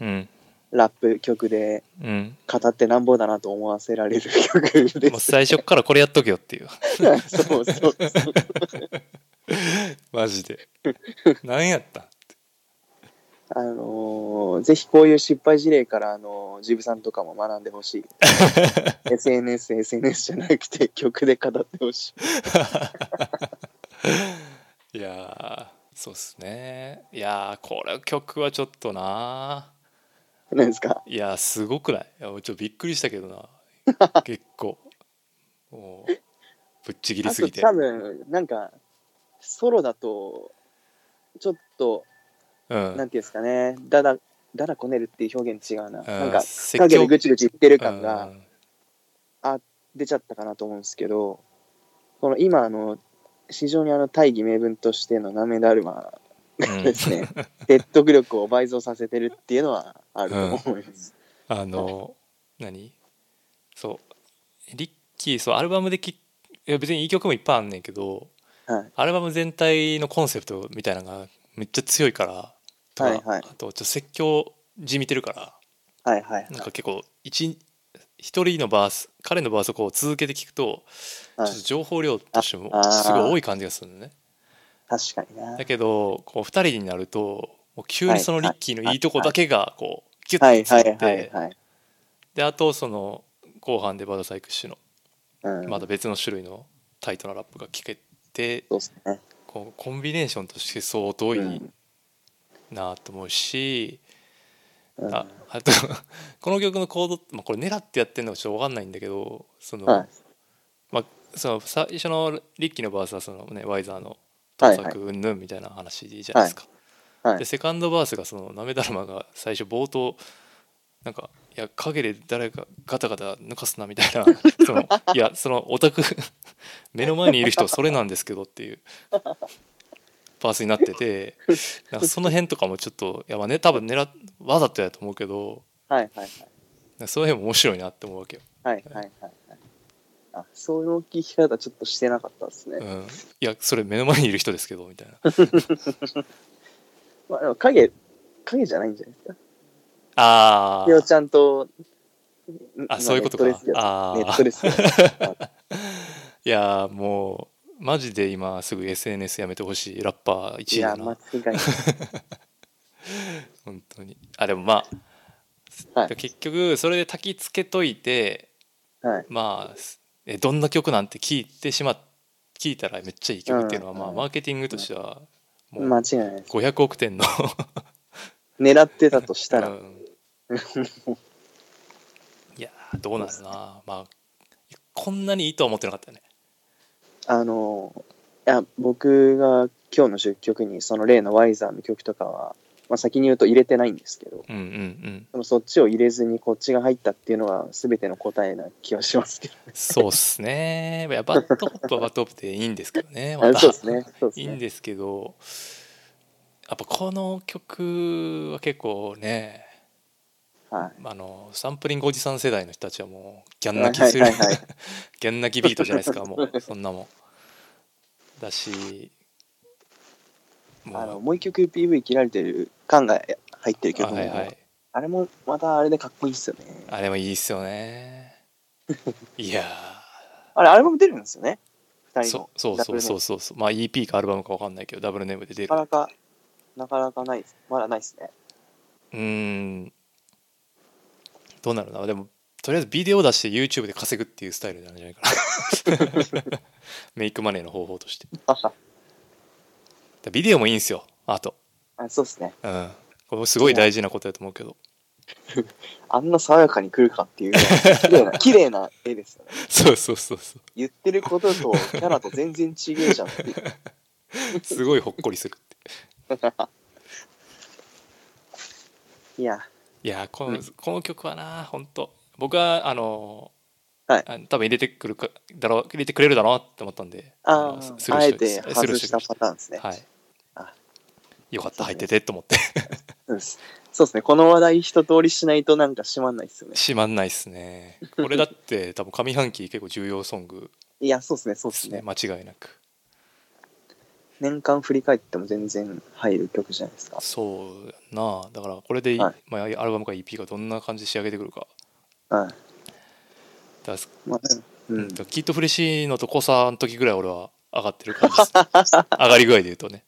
Speaker 1: うん。
Speaker 2: ラップ曲で
Speaker 1: うん。
Speaker 2: 語ってなんぼだなと思わせられる曲で
Speaker 1: もう
Speaker 2: す。
Speaker 1: 最初からこれやっとけよって いう。
Speaker 2: そうそうそう。
Speaker 1: マジで。何やった
Speaker 2: あのーぜひこういう失敗事例から、あのージブさんとかも学んでほし い。SNS、SNS じゃなくて曲で語ってほしい。
Speaker 1: いやーそうっすねいやーこれ曲はちょっとな
Speaker 2: 何ですか
Speaker 1: いやーすごくないいやちょっとびっくりしたけどな結構もうぶっちぎり
Speaker 2: あ
Speaker 1: す
Speaker 2: と
Speaker 1: ぎて
Speaker 2: 多分、なんか、ソロだと、ちょっと、
Speaker 1: う
Speaker 2: なん
Speaker 1: ん、
Speaker 2: ていうんですかね、だだ、だだこねるっていう表現違うな。なんか、
Speaker 1: 説
Speaker 2: 影でぐちぐち言ってる
Speaker 1: う
Speaker 2: 感が
Speaker 1: ん
Speaker 2: 出ちゃったかなと思うんですけど、この今、あの、非常にあの、大義名分としてのナメダルマ
Speaker 1: うん
Speaker 2: ですね、説得力を倍増させてるっていうのはあると思います。
Speaker 1: あの何そうリッキーそうアルバムできいや別にいい曲もいっぱいあんねんけど
Speaker 2: はい。
Speaker 1: アルバム全体のコンセプトみたいなのがめっちゃ強いからとか
Speaker 2: はいはい
Speaker 1: あとちょっと説教じみてるから
Speaker 2: はいはいはい。
Speaker 1: なんか結構一一人のバース彼のバースをこう続けて聞くとちょ
Speaker 2: はい
Speaker 1: っと情報量としても
Speaker 2: ああー
Speaker 1: すごい多い感じがするのね
Speaker 2: 確かにな
Speaker 1: だけどこう2人になるともう急にそのリッキーのいいとこだけがこうギュ
Speaker 2: は
Speaker 1: ッ
Speaker 2: い
Speaker 1: とつ
Speaker 2: はいいはい
Speaker 1: て
Speaker 2: はい、
Speaker 1: であとその後半でバドサイクッシュの
Speaker 2: うん、
Speaker 1: また別の種類のタイトなラップが聞けて
Speaker 2: そうですね
Speaker 1: こうコンビネーションとして相当いいなと思うし、
Speaker 2: うん
Speaker 1: ああと この曲のコード、まあ、これ狙ってやってるのかちょっと分かんないんだけどその、
Speaker 2: はい
Speaker 1: まあ、その最初のリッキーのバースはその、ね、ワイザーの
Speaker 2: はい
Speaker 1: 盗
Speaker 2: はい
Speaker 1: 作うんぬんみたいな話じゃないですか。
Speaker 2: はい
Speaker 1: でセカンドバースがそのなめだるまが最初冒頭なんかいや陰で誰かガタガタ抜かすなみたいな そのいやそのオタク 目の前にいる人はそれなんですけどっていうバースになっててなんかその辺とかもちょっといやまあね多分狙っわざとやと思うけど
Speaker 2: はいはい
Speaker 1: なんかその辺も面白いなって思うわけよ。
Speaker 2: はいはいはいはいはいあそういう聞き方ちょっとしてなかったですね、
Speaker 1: うん、いやそれ目の前にいる人ですけどみたい な。
Speaker 2: まあでも影影じゃないんじゃないですか
Speaker 1: あ
Speaker 2: ひよちゃんと
Speaker 1: あそういうことか
Speaker 2: ネットですよ
Speaker 1: あー
Speaker 2: ネッ トですよ
Speaker 1: いやーもうマジで今すぐ SNS やめてほしいラッパー1
Speaker 2: い
Speaker 1: 位
Speaker 2: や
Speaker 1: だ
Speaker 2: 間違
Speaker 1: ない
Speaker 2: ない
Speaker 1: 本当にあでもまあ、
Speaker 2: はい
Speaker 1: 結局それで焚きつけといて
Speaker 2: はい
Speaker 1: まあえどんな曲なんて聞いてしま聞いたらめっちゃいい曲っていうのは、
Speaker 2: うん
Speaker 1: まあ、
Speaker 2: うん
Speaker 1: マーケティングとしてはも
Speaker 2: 間
Speaker 1: う
Speaker 2: 違いないです
Speaker 1: 500億点の
Speaker 2: 狙ってたとしたら、
Speaker 1: うんいやーどうなるなまあこんなにいいとは思ってなかったね
Speaker 2: あのいや僕が今日の出曲にその例のワイザーの曲とかは、まあ、先に言うと入れてないんですけど
Speaker 1: うんうんうん
Speaker 2: でもそっちを入れずにこっちが入ったっていうのが全ての答えな気はしますけど、
Speaker 1: そうっすね。いやバッドホップはバッドホップでいいんですけどね。
Speaker 2: あ
Speaker 1: また
Speaker 2: そうですねそう
Speaker 1: い
Speaker 2: で
Speaker 1: い
Speaker 2: す
Speaker 1: ん
Speaker 2: ね
Speaker 1: ですけど、やっぱこの曲は結構ね、
Speaker 2: はい
Speaker 1: あのサンプリングおじさん世代の人たちはもうギャン
Speaker 2: は
Speaker 1: 泣
Speaker 2: い
Speaker 1: きする、
Speaker 2: はいはい
Speaker 1: ギャン泣きビートじゃないですか。もうそんなもん。だし、
Speaker 2: あの
Speaker 1: もう
Speaker 2: もう一曲 PV 切られてる感が入ってる曲
Speaker 1: あ
Speaker 2: もあ,、
Speaker 1: はいはい。
Speaker 2: れもまたあれでかっこいいっすよね
Speaker 1: あれもいいっすよ ね。いや
Speaker 2: あれアルバム出るんですよね2
Speaker 1: ー、
Speaker 2: 人の
Speaker 1: そそうそうそううそうそう。まあ EP かアルバムかわかんないけど、ダブルネームで出る
Speaker 2: なか。なかなかなかないですまだないですね
Speaker 1: うーんどうなるなでもとりあえずビデオ出して YouTube で稼ぐっていうスタイルなんじゃないかな メイクマネーの方法として
Speaker 2: あは
Speaker 1: でビデオもいいんすよあと
Speaker 2: あそうですね
Speaker 1: うんこれすごい大事なことだと思うけど
Speaker 2: あんな爽やかに来るかっていうぐらい綺麗な 綺麗な絵ですよね
Speaker 1: そうそうそうそ
Speaker 2: 言ってることとキャラと全然違えじゃんっていう
Speaker 1: うすごいほっこりするって
Speaker 2: いや
Speaker 1: いやーこの,、
Speaker 2: うん
Speaker 1: この曲はな本当僕はあのー
Speaker 2: はい
Speaker 1: あ多分入れてくるかだろう入れてくれるだろうって思ったんで
Speaker 2: あ
Speaker 1: の
Speaker 2: ーあえて
Speaker 1: スルー
Speaker 2: 外
Speaker 1: し
Speaker 2: し
Speaker 1: と
Speaker 2: た
Speaker 1: きま
Speaker 2: パターンですね、
Speaker 1: はい
Speaker 2: あ
Speaker 1: よかった入っててと思って
Speaker 2: うんそうですねこの話題一通りしないとなんか閉まんないですよね
Speaker 1: しまんないっすね。これだって多分上半期結構重要ソング
Speaker 2: いやそうですねそう
Speaker 1: で
Speaker 2: ですす
Speaker 1: ね
Speaker 2: ね
Speaker 1: 間違いなく
Speaker 2: 年間振り返っても全然入る曲じゃないですか
Speaker 1: そうやんなだからこれでい、
Speaker 2: はい
Speaker 1: まあ、アルバムか EP がどんな感じで仕上げてくるか
Speaker 2: はい
Speaker 1: だから
Speaker 2: まあうん、うん、
Speaker 1: きっとフレッシーのとコサの時ぐらい俺は上がってる感じです 上がり具合で言うとね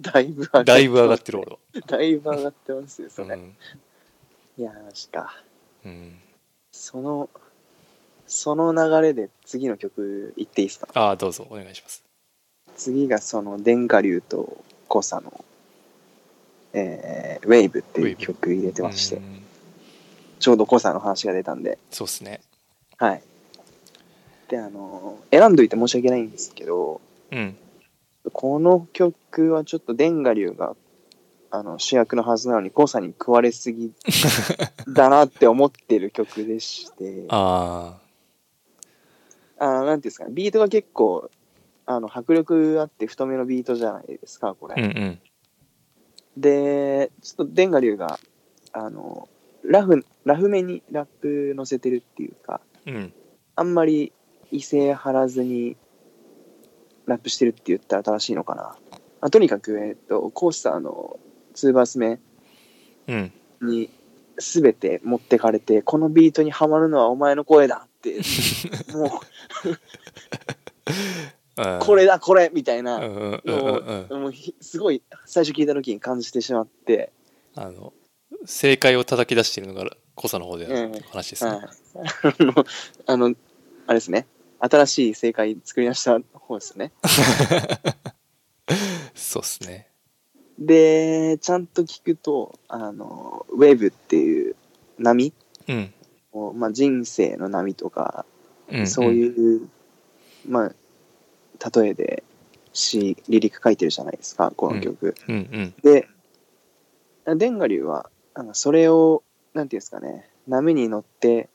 Speaker 2: だいぶ上がって
Speaker 1: だいぶ上がってる俺は、
Speaker 2: だいぶ上がってますよ
Speaker 1: う
Speaker 2: それ、
Speaker 1: ん
Speaker 2: いやマジか
Speaker 1: うん、
Speaker 2: そのその流れで次の曲いっていいですか
Speaker 1: ああどうぞお願いします
Speaker 2: 次がその電下流とコサの、えーウェイブっていう曲入れてまして、
Speaker 1: うん
Speaker 2: ちょうどコサの話が出たんで、
Speaker 1: そうっすね
Speaker 2: はい。で、あのー選んどいて申し訳ないんですけど、
Speaker 1: うん
Speaker 2: この曲はちょっと電下流が、あの、主役のはずなのに、コサに食われすぎだなって思ってる曲 でして、あ
Speaker 1: あ
Speaker 2: あーなんていうんですかね、ビートが結構、あの、迫力あって太めのビートじゃないですか、これ。
Speaker 1: あうんうん
Speaker 2: で、ちょっとデンガリュウが、あの、ラフ、ラフめにラップ乗せてるっていうか、
Speaker 1: うん
Speaker 2: あんまり異性張らずにラップしてるって言ったら正しいのかな。あとにかく、えっと、コースターの2バース目
Speaker 1: うん
Speaker 2: に、全て持ってかれて、このビートにはまるのはお前の声 だって、もう、これだ、これみたい
Speaker 1: うんう
Speaker 2: な、
Speaker 1: んうんうんうん
Speaker 2: もう、もうひすごい、最初聞いた時に感じてしまって、
Speaker 1: あの正解を叩き出しているのが濃さの方であるっていう話です
Speaker 2: はい
Speaker 1: ね。
Speaker 2: あの、あの、あれですね、新しい正解作り出した方ですね。
Speaker 1: そうですね。
Speaker 2: で、ちゃんと聞くと、あの、ウェーブっていう波
Speaker 1: うん。
Speaker 2: を、まあ、人生の波とか、
Speaker 1: うんうん、
Speaker 2: そう
Speaker 1: う。
Speaker 2: いう、まあ、例えで詩、リリック書いてるじゃないですか、この曲。
Speaker 1: うんうん。
Speaker 2: で、デンガリューは、なんかそれを、なんていうんですかね、波に乗って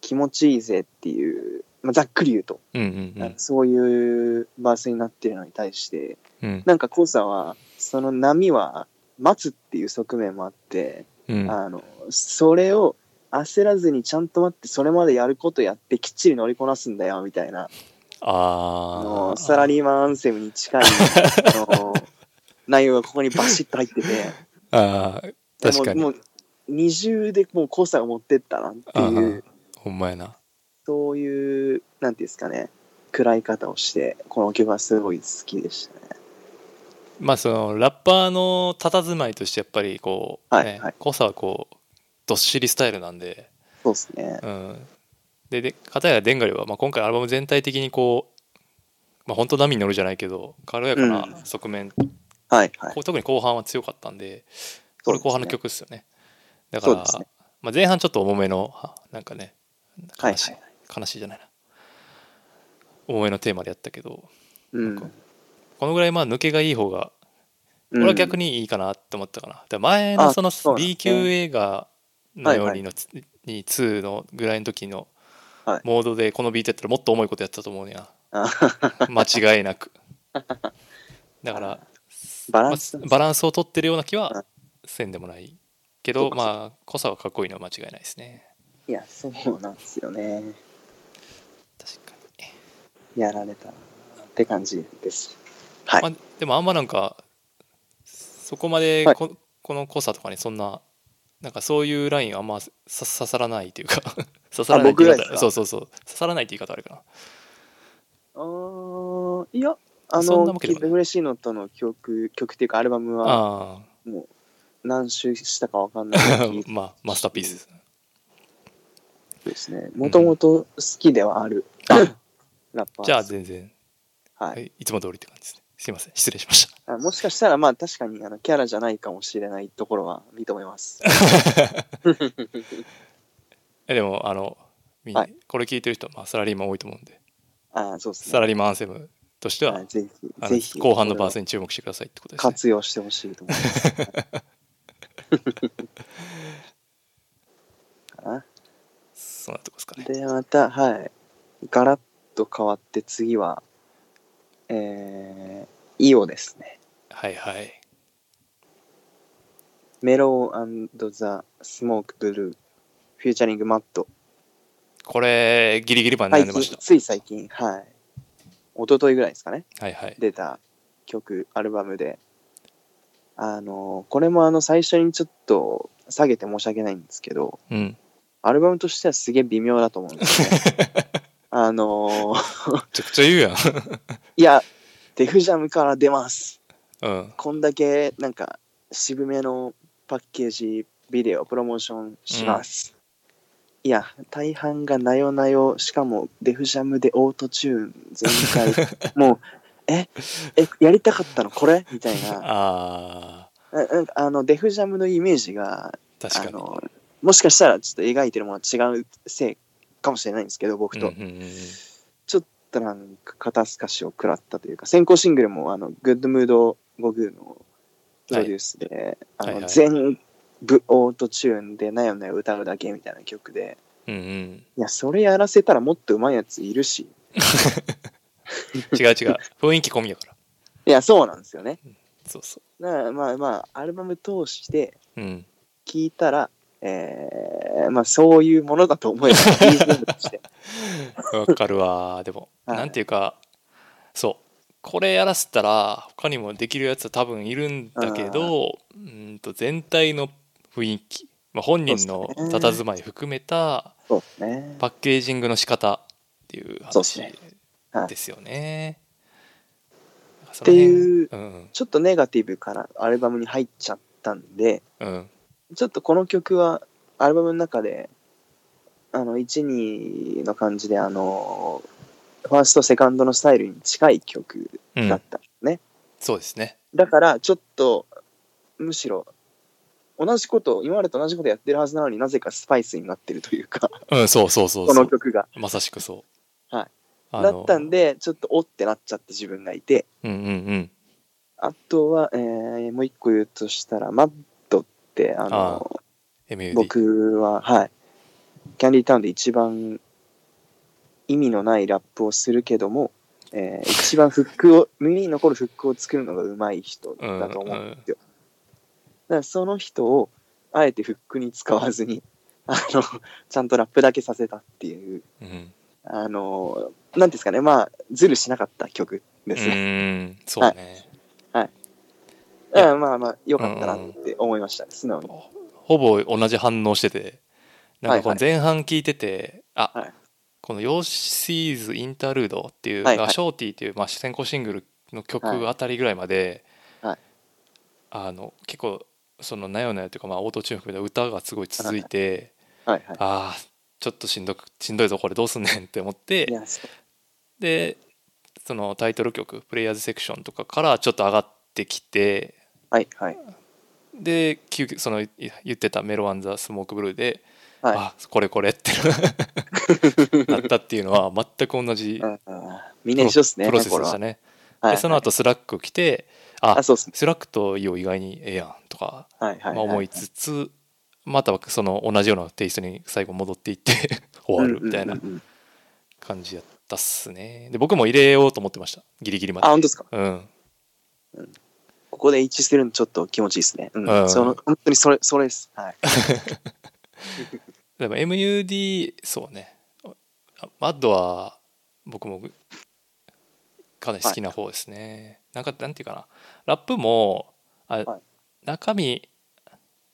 Speaker 2: 気持ちいいぜっていう、まあ、ざっくり言うと、
Speaker 1: うんうんうん。
Speaker 2: そういうバースになってるのに対して、
Speaker 1: うん
Speaker 2: なんかコウさんは、その波は待つっていう側面もあって、
Speaker 1: うん
Speaker 2: あの、それを焦らずにちゃんと待って、それまでやることやってきっちり乗りこなすんだよ、みたいな。あ
Speaker 1: あ
Speaker 2: の
Speaker 1: あ。
Speaker 2: サラリーマンアンセムに近い あの内容がここにバシッと入ってて
Speaker 1: ああ、
Speaker 2: で
Speaker 1: 確かに
Speaker 2: もうもう二重でもうコーサが持ってったなってい
Speaker 1: あ
Speaker 2: う
Speaker 1: ほんまやな。
Speaker 2: そういうなんていうんですかね暗い方をしてこの曲はすごい好きでしたね
Speaker 1: まあそのラッパーの佇まいとしてやっぱりこう、
Speaker 2: はい
Speaker 1: ね
Speaker 2: はい
Speaker 1: 濃さはこうどっしりスタイルなんで、
Speaker 2: そうですね
Speaker 1: うん、でで片やデンガリは、まあ、今回アルバム全体的にこう、まあ、本当波に乗るじゃないけど軽やかな側面、
Speaker 2: はいはい
Speaker 1: こう特に後半は強かったんでこれ後半の曲ですよねだか
Speaker 2: そう
Speaker 1: ら、
Speaker 2: ですね
Speaker 1: まあ、前半ちょっと重めのはなんかね
Speaker 2: はい
Speaker 1: 悲
Speaker 2: は
Speaker 1: しい、
Speaker 2: い、
Speaker 1: 悲しいじゃないな重めのテーマでやったけど
Speaker 2: うん、
Speaker 1: なんかこのぐらいまあ抜けがいい方が
Speaker 2: こ
Speaker 1: これは逆にいいかなって思ったかな、で前の
Speaker 2: あ
Speaker 1: その
Speaker 2: そうなんです
Speaker 1: B
Speaker 2: ね
Speaker 1: 級映画のよう
Speaker 2: はいは
Speaker 1: に
Speaker 2: い
Speaker 1: のつに2のぐらいの時の
Speaker 2: はい
Speaker 1: モードでこのビートやったらもっと重いことやってたと思うねん な
Speaker 2: あ
Speaker 1: 間違いなくだ から
Speaker 2: バランス
Speaker 1: まあバランスを取ってるような気は
Speaker 2: あ
Speaker 1: せんでもないけ
Speaker 2: そ
Speaker 1: ど
Speaker 2: うか
Speaker 1: まあ濃さはかっこいいのは間違いないですね
Speaker 2: いやそうなんですよね
Speaker 1: 確かに、
Speaker 2: やられたなって感じですはい、
Speaker 1: まあ、でもあんまなんかそこまで
Speaker 2: はい
Speaker 1: こ,、この濃さとかにそんななんかそういうラインはあんまさ刺さらないというか刺さらないって
Speaker 2: 僕
Speaker 1: 言
Speaker 2: が
Speaker 1: い
Speaker 2: です
Speaker 1: 方
Speaker 2: か
Speaker 1: そうそうそう刺さらないって言い方あるか
Speaker 2: あーいや、あ
Speaker 1: そんな
Speaker 2: の、
Speaker 1: わけ
Speaker 2: キ
Speaker 1: でも
Speaker 2: ッ
Speaker 1: ない
Speaker 2: ドフレシーノとの曲、曲っていうかアルバム
Speaker 1: な
Speaker 2: は、
Speaker 1: あ
Speaker 2: もう、何周したかわかんない
Speaker 1: あ
Speaker 2: 聞いて
Speaker 1: まあマスターピース
Speaker 2: ですね。もともと好きではある、ラッパーで す。
Speaker 1: じゃあ全然、
Speaker 2: は。
Speaker 1: はいい、いつも通りって感じですねすいません失礼しました
Speaker 2: あもしかしたら、まあ確かに、あの、キャラじゃないかもしれないところは認 めます。
Speaker 1: えでもあのみんな、
Speaker 2: はい
Speaker 1: これ聞いてる人、まあ、サラリーマン多いと思うんで
Speaker 2: あそうですね。
Speaker 1: サラリーマンアンセムとしては、
Speaker 2: はいぜ
Speaker 1: あ
Speaker 2: ひ、
Speaker 1: の
Speaker 2: ぜひ。
Speaker 1: 後半のバー
Speaker 2: これ
Speaker 1: スに注目してくださいってこと
Speaker 2: を
Speaker 1: ですね
Speaker 2: 活用してほしいと思います。かな
Speaker 1: そんなとこですかね
Speaker 2: で、また、はい。ガラッと変わって、次は、えー、イオですね。
Speaker 1: はいはい
Speaker 2: メローザ・スモーク・ブルー、フューチャリング・マット。
Speaker 1: これギリギリまで
Speaker 2: 最
Speaker 1: 悩んでまし
Speaker 2: 近
Speaker 1: た、
Speaker 2: つい最近、はい。一昨日ぐらいですかね。
Speaker 1: はいはい
Speaker 2: 出た曲、アルバムで。あの、これもあの、最初にちょっと下げて申し訳ないんですけど、
Speaker 1: うん
Speaker 2: アルバムとしてはすげえ微妙だと思うんですよね。 あの、
Speaker 1: めちゃくちゃ言うやん
Speaker 2: いや、デフジャムから出ます。
Speaker 1: うん
Speaker 2: こんだけなんか渋めのパッケージビデオプロモーションします、いや大半がなよなよしかもデフジャムでオートチューン全開 もうええやりたかったのこれみた いな
Speaker 1: あ
Speaker 2: ななんかあのデフジャムのイメージが
Speaker 1: ー
Speaker 2: あ
Speaker 1: 確かに
Speaker 2: のもしかしたらちょっと描いてるものは違うせいかもしれないんですけど僕と、
Speaker 1: うんうんうんうん
Speaker 2: ちょっとなんか肩透かしを食らったというか先行シングルもあのグッドムードゴグーのプロデュースで、
Speaker 1: はいは
Speaker 2: あ
Speaker 1: いは
Speaker 2: の
Speaker 1: い
Speaker 2: 全部オートチューンでなよなよ歌うだけみたいな曲で
Speaker 1: うんうん
Speaker 2: いやそれやらせたらもっと上手いやついるし
Speaker 1: 違う違う 雰囲気込みやから
Speaker 2: いやそうなんですよね
Speaker 1: そうそ
Speaker 2: だからまあまあアルバム通して
Speaker 1: ううん
Speaker 2: 聴いたらえーまあそういうものだと思えば BGM として
Speaker 1: わかるわでも、
Speaker 2: はい
Speaker 1: なんていうかそうこれやらせたら他にもできるやつは多分いるんだけどうんと全体の雰囲気まあ、本人の
Speaker 2: そうっすね
Speaker 1: 佇まい含めた
Speaker 2: そうですね。
Speaker 1: パッケージングの仕方っていう
Speaker 2: そうっ
Speaker 1: 話
Speaker 2: すねはい
Speaker 1: ですよね。って
Speaker 2: いう
Speaker 1: うん
Speaker 2: ちょっとネガティブからアルバムに入っちゃったんで、
Speaker 1: うん
Speaker 2: ちょっとこの曲はアルバムの中で、あの、1、2の感じで、あの、ファースト、セカンドのスタイルに近い曲
Speaker 1: う
Speaker 2: だ
Speaker 1: ん
Speaker 2: っ、たんですね。
Speaker 1: そうですね。
Speaker 2: だから、ちょっと、むしろ、同じこと、今までと同じことやってるはずなのになぜかスパイスになってるというか、
Speaker 1: うん、 そうそうそう
Speaker 2: こ
Speaker 1: そ
Speaker 2: の
Speaker 1: う。
Speaker 2: 曲が。
Speaker 1: まさしくそう。
Speaker 2: はい。
Speaker 1: あ
Speaker 2: だ
Speaker 1: の
Speaker 2: ったんで、ちょっとおってなっちゃった自分がいて、
Speaker 1: うんうんうん。
Speaker 2: あとは、えーもう一個言うとしたら、マッドって、あの、
Speaker 1: MUD。
Speaker 2: 僕は、はい。キャンディータウンで一番意味のないラップをするけども、えー一番フックを、耳に残るフックを作るのが上手い人だと思うんですよ。だからその人を、あえてフックに使わずに、 あの、ちゃんとラップだけさせたっていう、
Speaker 1: うん。
Speaker 2: あの、なんていうんですかね、まあ、ズルしなかった曲
Speaker 1: う
Speaker 2: ですね。
Speaker 1: ーん、そうね。いや
Speaker 2: うん、まあまあ、良かったなって思いましたね、素直に。
Speaker 1: ほぼ同じ反応してて、なんかこ
Speaker 2: は
Speaker 1: の
Speaker 2: い
Speaker 1: 前半聞いてて、あ、
Speaker 2: はい
Speaker 1: この「ヨーシーズ・インタールード」っていう、
Speaker 2: はい
Speaker 1: ま
Speaker 2: はい
Speaker 1: あショーティーっていう、まあ、先行シングルの曲あたりぐらいまで、
Speaker 2: はい
Speaker 1: あの結構そのなよなよというか、まあ、オートチューン含めた歌がすごい続いて、
Speaker 2: はいは
Speaker 1: あーちょっとしんどくしんどいぞこれどうすんねんって思っ
Speaker 2: い。い
Speaker 1: て
Speaker 2: や、そう
Speaker 1: でそのタイトル曲「プレイヤーズ・セクション」とかからちょっと上がってきて
Speaker 2: はいはい。
Speaker 1: で急遽そのい言ってた「メロアン・ザ・スモーク・ブルーで」
Speaker 2: はい
Speaker 1: あこれこれってな ったっていうのは全く同じ
Speaker 2: うんうんみんな一緒っすね、
Speaker 1: プロセス
Speaker 2: こ
Speaker 1: で
Speaker 2: れ
Speaker 1: し
Speaker 2: は
Speaker 1: たね。
Speaker 2: はい
Speaker 1: でその後スラック来てあ
Speaker 2: あ、そうっすね。
Speaker 1: スラックとイオ意外にええやんとか、
Speaker 2: はいはい、
Speaker 1: まあ、思いつつ、またその同じようなテイストに最後戻っていって 終わるみたいな
Speaker 2: うんうんうんうん
Speaker 1: 感じやったっすねで僕も入れようと思ってましたギリギリまで
Speaker 2: あ、本当ですか。
Speaker 1: うん
Speaker 2: ここで一致するのちょっと気持ちいいですね。うん。
Speaker 1: うん
Speaker 2: その本当にそれ、それです。 はい。
Speaker 1: でも MUD そうねあマッドは僕もかなり好きな方ですね、なんかなんていうかなラップもあ、
Speaker 2: はい
Speaker 1: 中身、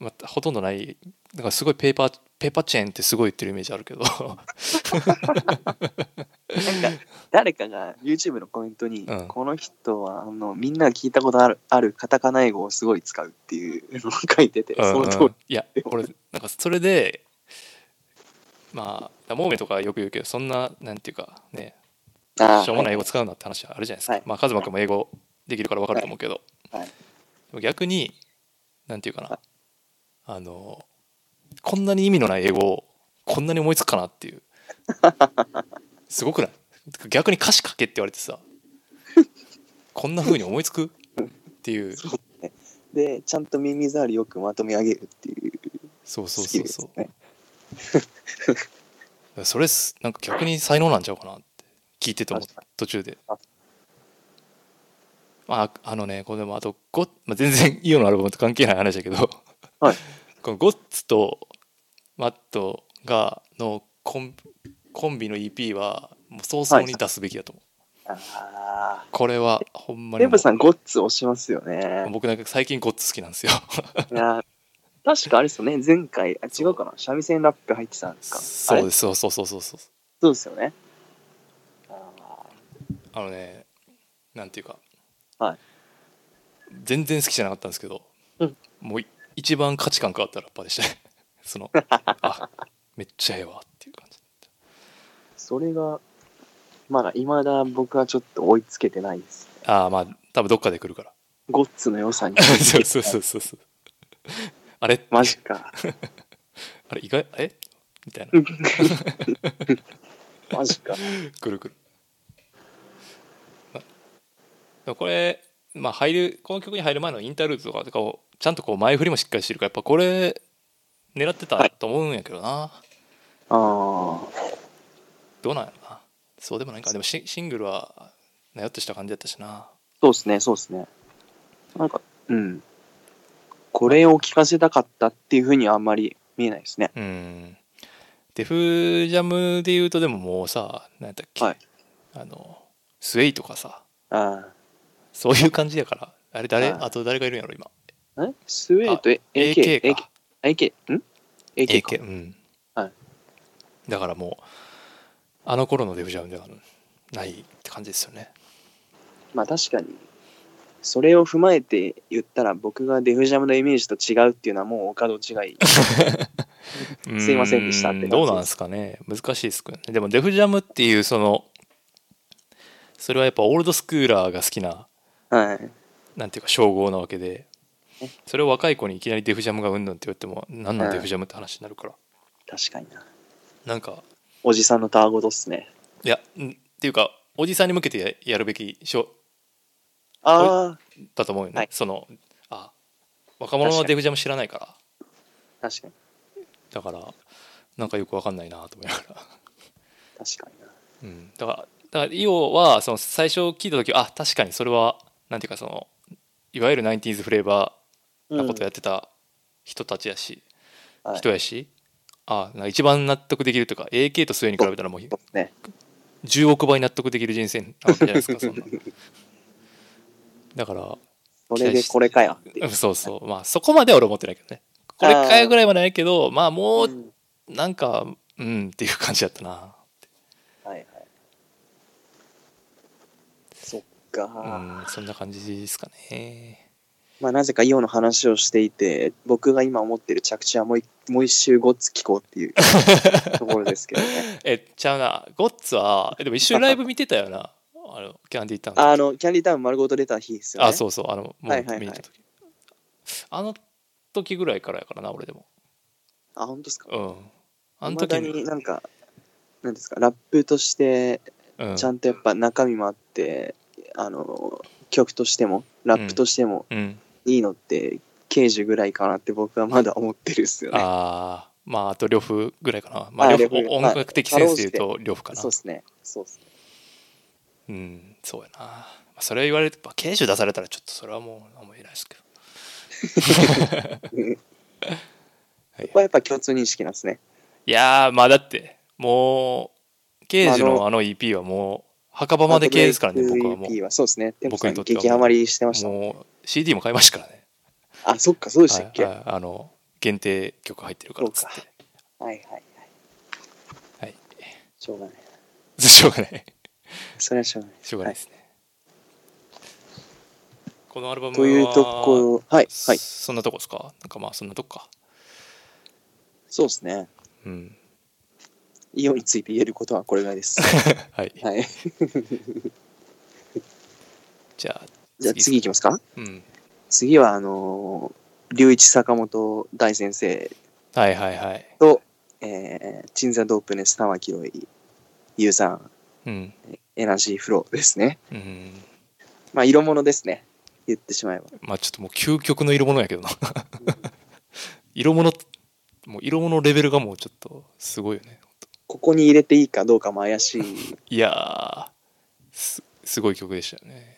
Speaker 1: まあ、ほとんどないだからすごいペーパーペーパーチェーンってすごい言ってるイメージあるけ ど
Speaker 2: 誰かが YouTube のコメントに、
Speaker 1: うん
Speaker 2: この人は、あの、みんなが聞いたことある、あるカタカナ英語をすごい使うっていうのを書いてて、その通り。
Speaker 1: うんうんいや俺なんかそれでまあモーメとかよく言うけどそんななんていうかね
Speaker 2: あー
Speaker 1: しょうもない英語使うなって話あるじゃないですか、
Speaker 2: はい
Speaker 1: まあカズマ君も英語できるから分かると思うけど、
Speaker 2: はいはい
Speaker 1: でも逆になんていうかな、
Speaker 2: はい
Speaker 1: あのこんなに意味のない英語をこんなに思いつくかなっていう すごくない逆に歌詞書けって言われてさこんな風に思いつくっていう
Speaker 2: そうで、ちゃんと耳障りよくまとめ上げるっていう
Speaker 1: そうそう
Speaker 2: スキ
Speaker 1: そ
Speaker 2: ル
Speaker 1: う
Speaker 2: です
Speaker 1: そ
Speaker 2: ね
Speaker 1: う。それすなんか逆に才能なんちゃうかなって聞いてても
Speaker 2: 確か
Speaker 1: 途中で
Speaker 2: あ
Speaker 1: まああのねこれでもあとゴッ、まあ、全然 イオのアルバムと関係ない話だけど、
Speaker 2: はい
Speaker 1: このゴッツとマットがのコンコンビの EP はもう早々に出すべきだと思う、
Speaker 2: あ
Speaker 1: これはほんま
Speaker 2: あ。
Speaker 1: に
Speaker 2: レ
Speaker 1: もう
Speaker 2: ブさん、ゴッツ押しますよね。
Speaker 1: 僕なんか最近ゴッツ好きなんですよ
Speaker 2: いや、確かあれですよね、前回、あ違うかな、三味線ラップ入ってたんですか。あ
Speaker 1: そ
Speaker 2: れ
Speaker 1: うですそうそうそうそうそう
Speaker 2: そうですよね。あ
Speaker 1: あのねなんていうか、
Speaker 2: はい
Speaker 1: 全然好きじゃなかったんですけど、
Speaker 2: うん
Speaker 1: もうい一番価値観変わったラッパーでしたね そ のあめっちゃええわっていう感じ
Speaker 2: ーそれが、まだ、いまだ僕はちょっと追いつけてないです。
Speaker 1: ああまあ多分どっかで来るから
Speaker 2: ゴッツの良さに。
Speaker 1: そうそうそうそうそうあれ
Speaker 2: マジか。
Speaker 1: あれ意外えみたいな
Speaker 2: うんマジか。
Speaker 1: くるくる、までもこれ、まあ、入るこの曲に入る前のインタールートとかとかをちゃんとこう前振りもしっかりしてるからやっぱこれ狙ってたと思うんやけどな、
Speaker 2: ああ。
Speaker 1: どうなんやろなそうでもないかでもシシングルはなよっとした感じだったしな
Speaker 2: そうですね、そうですね。なんか、うん。これを聞かせたかったっていうふうにはあんまり見えないですね。
Speaker 1: うんデフジャムで言うとでももうさ何やったっけ、
Speaker 2: はい
Speaker 1: あのスウェイとかさ
Speaker 2: あ
Speaker 1: そういう感じやからあれ誰
Speaker 2: はい
Speaker 1: あと誰がいるんやろ今
Speaker 2: あ。えスウェーデンと AK、
Speaker 1: AK
Speaker 2: AK
Speaker 1: か、
Speaker 2: AK、ん AK か
Speaker 1: AK うん、
Speaker 2: はい
Speaker 1: だからもうあの頃のデフジャムではないって感じですよね
Speaker 2: まあ確かにそれを踏まえて言ったら僕がデフジャムのイメージと違うっていうのはもうお門違いすいませんでしたって
Speaker 1: う
Speaker 2: 感じです
Speaker 1: どうなんですかね難しいですけどねでもデフジャムっていうそのそれはやっぱオールドスクーラーが好きな
Speaker 2: はい
Speaker 1: なんていうか称号なわけで
Speaker 2: え
Speaker 1: それを若い子にいきなりデフジャムがうんぬんって言っても何なんデフジャムって話になるから
Speaker 2: 確かにな
Speaker 1: なんか
Speaker 2: おじさんのタワごとっすね
Speaker 1: いやんっていうかおじさんに向けてややるべきしょ
Speaker 2: ああ
Speaker 1: だと思うよね、
Speaker 2: はい
Speaker 1: そのあ若者はデフジャム知らないから
Speaker 2: 確かに
Speaker 1: だからなんかよくわかんないなと思いながら、
Speaker 2: 確かにな
Speaker 1: うん、だからだからイオはその最初聞いた時あ確かにそれはなんていうかそのいわゆる 90s フレーバーなことやってた人たちやし、
Speaker 2: うんはい
Speaker 1: 人やしあなんか一番納得できるというか AK と末に比べたらもう
Speaker 2: そうっすね
Speaker 1: 10億倍納得できる人生なわけじゃないです かそんなだから
Speaker 2: それでこれかよっていう
Speaker 1: うんそうそうまあそこまでは俺思ってないけどねこれかよぐらいはないけどまあも
Speaker 2: う
Speaker 1: うんなんかうんっていう感じだったな
Speaker 2: はいはいそっか、
Speaker 1: うんそんな感じですかね
Speaker 2: まあなぜかイオの話をしていて僕が今思ってる着地はもういもう一周ごっつ聞こうっ ていうところですけどね
Speaker 1: えちゃうなゴッツはえでも一 緒にライブ見てたよな あのキャンディータウン
Speaker 2: あのキャンディータウン丸ごと出た日ですよね
Speaker 1: あそうそうあのもう
Speaker 2: は
Speaker 1: 見
Speaker 2: いはいはい
Speaker 1: に行った時あの時ぐらいからやからな俺でも
Speaker 2: あ本当ですか
Speaker 1: うんあの
Speaker 2: 未
Speaker 1: 時
Speaker 2: だになんかなんですかラップとして
Speaker 1: うん
Speaker 2: ちゃんとやっぱ中身もあって、あの曲としてもラップとしても
Speaker 1: うん
Speaker 2: いいのって刑事ぐらいかなって僕はまだ思ってるっすよね
Speaker 1: ああまああと呂布ぐらいかなまあ
Speaker 2: あ
Speaker 1: 呂布
Speaker 2: 呂布
Speaker 1: 音楽的センスで言うと呂布かな
Speaker 2: そうっすねそうっすね
Speaker 1: うん、そうやな。まあそれ言われて、まあ、刑事出されたら、ちょっとそれはもう、何も言えないですけど。
Speaker 2: ここはやっぱ共通認識なんですね
Speaker 1: いやー、まあだって、もう、刑事
Speaker 2: まあ
Speaker 1: のあの EP はもう、墓場まで系ですからね、僕はも
Speaker 2: MVP
Speaker 1: う。
Speaker 2: はそうですねテンポさ
Speaker 1: 僕
Speaker 2: ん
Speaker 1: にとってはもう
Speaker 2: 激ハマりしてましたもんね
Speaker 1: もう、CD も買いましたからね。
Speaker 2: あそっかそうでしたっけ
Speaker 1: は
Speaker 2: はい
Speaker 1: い、はいあの、限定曲入ってるからっつっ
Speaker 2: そう
Speaker 1: て。
Speaker 2: はいはい
Speaker 1: はい。
Speaker 2: しょうがない
Speaker 1: しょうがない。
Speaker 2: それはしょうがない
Speaker 1: しょうがないですね。このアルバムは、
Speaker 2: というところはいはい
Speaker 1: そんなとこですかなんかまあ、そんなとこか。
Speaker 2: そうですね
Speaker 1: うん。
Speaker 2: イオンについて言えることはこれぐら いです。
Speaker 1: はい。
Speaker 2: はい。
Speaker 1: じゃあ、
Speaker 2: じゃあ次いきますか。
Speaker 1: うん。
Speaker 2: 次は、あのー、龍一坂本大先生
Speaker 1: はいはいはい。
Speaker 2: と、えー、鎮座ドープネス玉城ロイ、ユーザー、
Speaker 1: うん。
Speaker 2: エナジーフローですね。
Speaker 1: うん。
Speaker 2: まあ、色物ですね。言ってしまえば。
Speaker 1: まあちょっともう究極の色物やけどな。 色物、もう色物レベルがもうちょっとすごいよね。
Speaker 2: ここに入れていいかどうかも怪しい。
Speaker 1: いやー、すすごい曲でしたよね。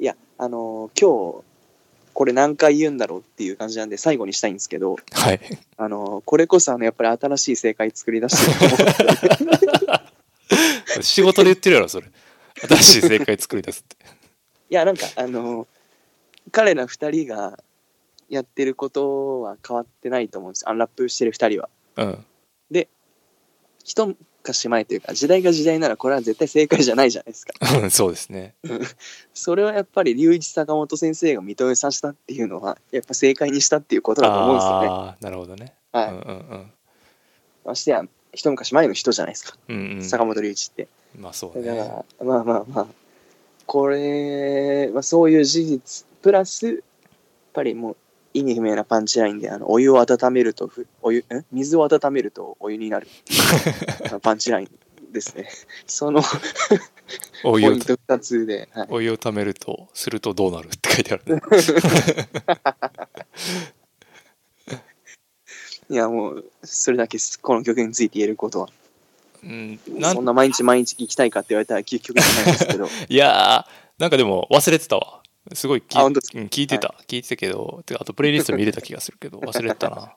Speaker 2: いや、あのー今日、これ何回言うんだろうっていう感じなんで最後にしたいんですけど、
Speaker 1: はい。
Speaker 2: あのーこれこそあのやっぱり新しい正解作り出してると思って
Speaker 1: 仕事で言ってるやろ、それ。新しい正解作り出すって。
Speaker 2: いやなんかあの彼ら二人がやってることは変わってないと思うんですよあのラップしてる二人は
Speaker 1: うん。
Speaker 2: 一昔前というか時代が時代ならこれは絶対正解じゃないじゃないですか
Speaker 1: うんそうですね。
Speaker 2: それはやっぱり龍一坂本先生が認めさせたっていうのはやっぱ正解にしたっていうことだと思うんですよね
Speaker 1: あー、なるほどね。
Speaker 2: は
Speaker 1: うん
Speaker 2: い
Speaker 1: うんうん。
Speaker 2: ましてや一昔前の人じゃないですか、
Speaker 1: うんうん、
Speaker 2: 坂本龍一って
Speaker 1: まあそう
Speaker 2: だか
Speaker 1: ね。
Speaker 2: ら、まあまあまあこれはそういう事実プラスやっぱりもう意味不明なパンチラインであのお湯を温めるとふお湯ん水を温めるとお湯になるあのパンチラインですねその
Speaker 1: お
Speaker 2: ポ
Speaker 1: 湯を
Speaker 2: イント2つで、はい、
Speaker 1: お湯をためるとするとどうなるって書いてある ね。
Speaker 2: いやもうそれだけですこの曲について言えることは
Speaker 1: うん、なん
Speaker 2: そんな毎日毎日行きたいかって言われたら究極じゃないですけど
Speaker 1: いやーなんかでも忘れてたわすごい聞
Speaker 2: あ
Speaker 1: い
Speaker 2: 本当です
Speaker 1: うん聞いてた、聞いてたけどてかあとプレイリスト見れた気がするけど忘れてた な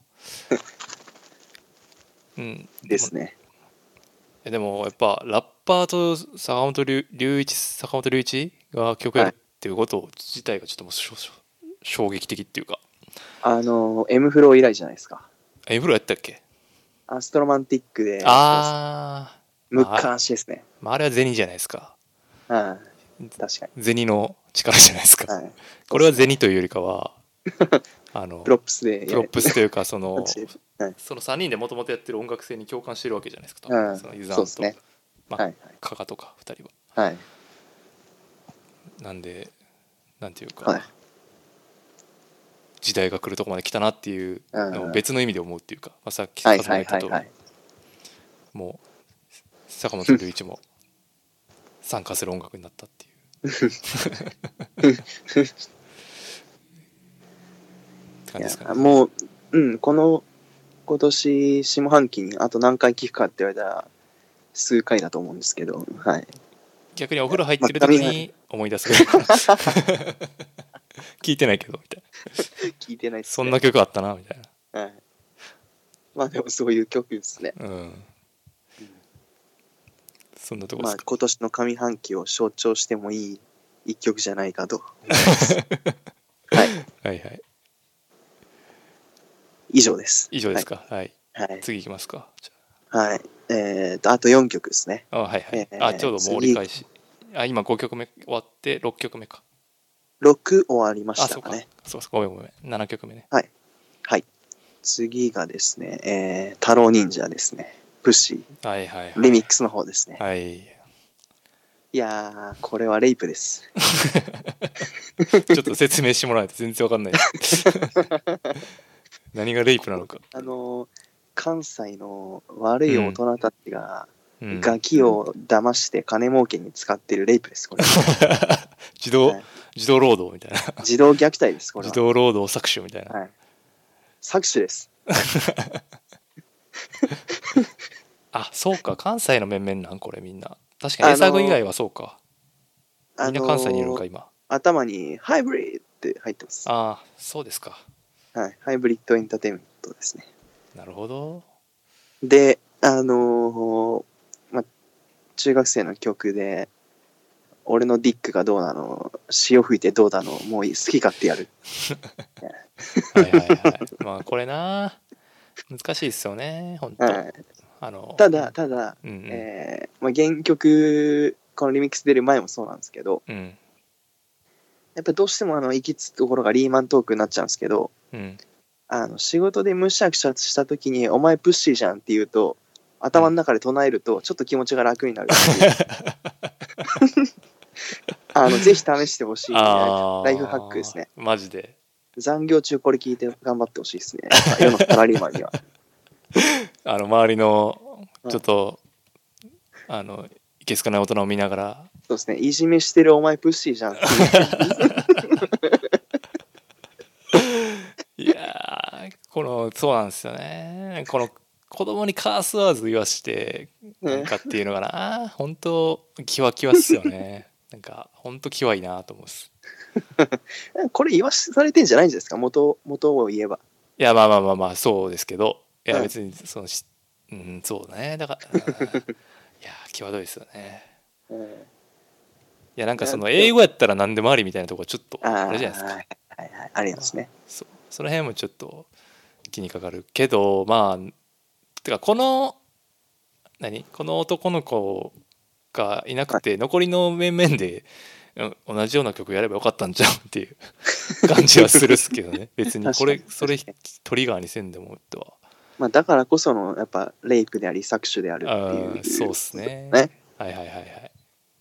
Speaker 1: うん
Speaker 2: ですね
Speaker 1: でもでもやっぱラッパーと坂本龍龍一坂本龍一が曲やるっていうこと自体がちょっともうしょしょ衝撃的っていうか
Speaker 2: あの M フロー以来じゃないですか
Speaker 1: エブロやったっけ
Speaker 2: アストロマンティックで、
Speaker 1: あ
Speaker 2: 昔ですね
Speaker 1: ー。、まあ、あれは銭じゃないですか。
Speaker 2: はい。確か
Speaker 1: 銭の力じゃないです
Speaker 2: に。
Speaker 1: か。
Speaker 2: はい。
Speaker 1: これは銭というよりか は、あの、
Speaker 2: プロップスでやる。
Speaker 1: プロップスというか、そ の、
Speaker 2: ス。はい。
Speaker 1: その3人でもともとやってる音楽性に共感してるわけじゃないですか、多
Speaker 2: う
Speaker 1: 分
Speaker 2: ん
Speaker 1: そのユザ
Speaker 2: そうで
Speaker 1: ン
Speaker 2: す
Speaker 1: と、
Speaker 2: ね。
Speaker 1: まあ
Speaker 2: はい。
Speaker 1: カカとか2人は
Speaker 2: はい。
Speaker 1: なんでなんていうか、
Speaker 2: はい。
Speaker 1: 時代が来るとこまで来たなっていうの
Speaker 2: う
Speaker 1: を
Speaker 2: ん
Speaker 1: 別の意味で思うっていうか、まあ、さっき
Speaker 2: はい。
Speaker 1: 佐藤も
Speaker 2: は
Speaker 1: 言
Speaker 2: い。
Speaker 1: った
Speaker 2: は
Speaker 1: と、
Speaker 2: い。はい。
Speaker 1: もう坂本龍一も参加する音楽になったっていう って感
Speaker 2: い
Speaker 1: じですか
Speaker 2: や
Speaker 1: ね
Speaker 2: もう、うん、この、今年下半期にあと何回聞くかって言われたら、数回だと思うんですけど、はい。
Speaker 1: 逆にお風呂入ってる時
Speaker 2: まあ
Speaker 1: に思い出すぐらい かな聞いてないけどみたいな
Speaker 2: 聞いてないっすね
Speaker 1: そんな曲あったなみたい
Speaker 2: はい。まあでもそういう曲ですね。
Speaker 1: なうんそんなとこで
Speaker 2: ますあ
Speaker 1: か、
Speaker 2: 今年の上半期を象徴してもいい一曲じゃない かと。
Speaker 1: はいはい
Speaker 2: 以上です。
Speaker 1: 以上ですかはい、
Speaker 2: はい。
Speaker 1: 次いきますかじ
Speaker 2: はい。えーと、あと4曲ですね。
Speaker 1: ゃああはいはい、
Speaker 2: えー
Speaker 1: あちょうどもう折り返しあ今5曲目終わって6曲目か
Speaker 2: 6終わりま
Speaker 1: あ
Speaker 2: し
Speaker 1: そ
Speaker 2: た
Speaker 1: うか
Speaker 2: かね。
Speaker 1: そうそうごめんごめん7曲目ね
Speaker 2: はい。次がですね、えー、太郎忍者ですね。プッシ
Speaker 1: はいはい
Speaker 2: ー。
Speaker 1: は
Speaker 2: リ
Speaker 1: い、
Speaker 2: ミックスの方ですね。
Speaker 1: はい、
Speaker 2: いやー、これはレイプです。
Speaker 1: ちょっと説明してもらないと全然わかんない 何がレイプなのか、
Speaker 2: あのー関西の悪い大人たちが
Speaker 1: うん、
Speaker 2: ガキを騙して金儲けに使ってるレイプです、これ。
Speaker 1: 自動、
Speaker 2: はい
Speaker 1: 自動労働みたいな
Speaker 2: 児童虐待です、これ
Speaker 1: 自
Speaker 2: は。
Speaker 1: 動労働搾取みたいな、
Speaker 2: はい。搾取です。
Speaker 1: あそうか関西の面々なんこれみんな確かにエサグ以外はそうか、
Speaker 2: あ
Speaker 1: みん
Speaker 2: の
Speaker 1: な関西にいるのか
Speaker 2: ー、
Speaker 1: 今
Speaker 2: 頭にハイブリッドって入ってます。
Speaker 1: ああそうですか
Speaker 2: はい。ハイブリッドエンターテインメントですね。
Speaker 1: なるほど
Speaker 2: で、あのーま、中学生の曲で、俺のディックがどうなの、潮吹いてどうだの、もう好き勝手やる。
Speaker 1: はいはい はい。まあこれな、難しいですよね、本当。
Speaker 2: はい。
Speaker 1: あの
Speaker 2: ただ、、ただ、
Speaker 1: うんうん、
Speaker 2: えーま、原曲、このリミックス出る前もそうなんですけど、
Speaker 1: うん
Speaker 2: やっぱどうしてもあの、行きつくところがリーマントークになっちゃうんですけど、
Speaker 1: うん。
Speaker 2: あの、仕事でむしゃくしゃした時に、お前プッシーじゃんって言うと、頭の中で唱えると、ちょっと気持ちが楽になるって いう。あの、ぜひ試してほしい、ね。
Speaker 1: あー
Speaker 2: ライフハックですね。
Speaker 1: マジで。
Speaker 2: 残業中これ聞いて頑張ってほしいですね。世のサラリーマンには。
Speaker 1: あの周りのちょっと、あのいけすかない大人を見ながら、
Speaker 2: そうですね。いじめしてるお前プッシーじゃんってい
Speaker 1: い
Speaker 2: う。
Speaker 1: やーこのそうなんですよね。この子供にカースワーズ言わしてなんかっていうのがな、本当キワキワっすよ ね。なんか本当キワいなと思うっす。
Speaker 2: これ言わされてんじゃないんじゃないですか。元、元を言えば。
Speaker 1: いやまあまあまあまあそうですけどいや
Speaker 2: うん
Speaker 1: 別にそのし、うん、そうねだから いや際どいですよね
Speaker 2: うん
Speaker 1: いやなんかその
Speaker 2: いやでも
Speaker 1: 英語やったら何でもありみたいなとこちょっと
Speaker 2: あ
Speaker 1: あ
Speaker 2: あ、
Speaker 1: れじゃないです
Speaker 2: は
Speaker 1: か
Speaker 2: いはいはい。ありますね。
Speaker 1: そうその辺もちょっと気にかかるけどまあてかこの何この男の子がいなくて残りの面々でうん同じような曲やればよかったんじゃんっていう 感じはするっすけど ね別にこれ
Speaker 2: 確かに
Speaker 1: それ
Speaker 2: 確かに
Speaker 1: トリガーにせんでもとは
Speaker 2: まあ、だからこその、やっぱ、レイプであり、搾取である
Speaker 1: あ
Speaker 2: ってい
Speaker 1: ー
Speaker 2: う。
Speaker 1: そうっすね。
Speaker 2: ね
Speaker 1: はいはいはいはい。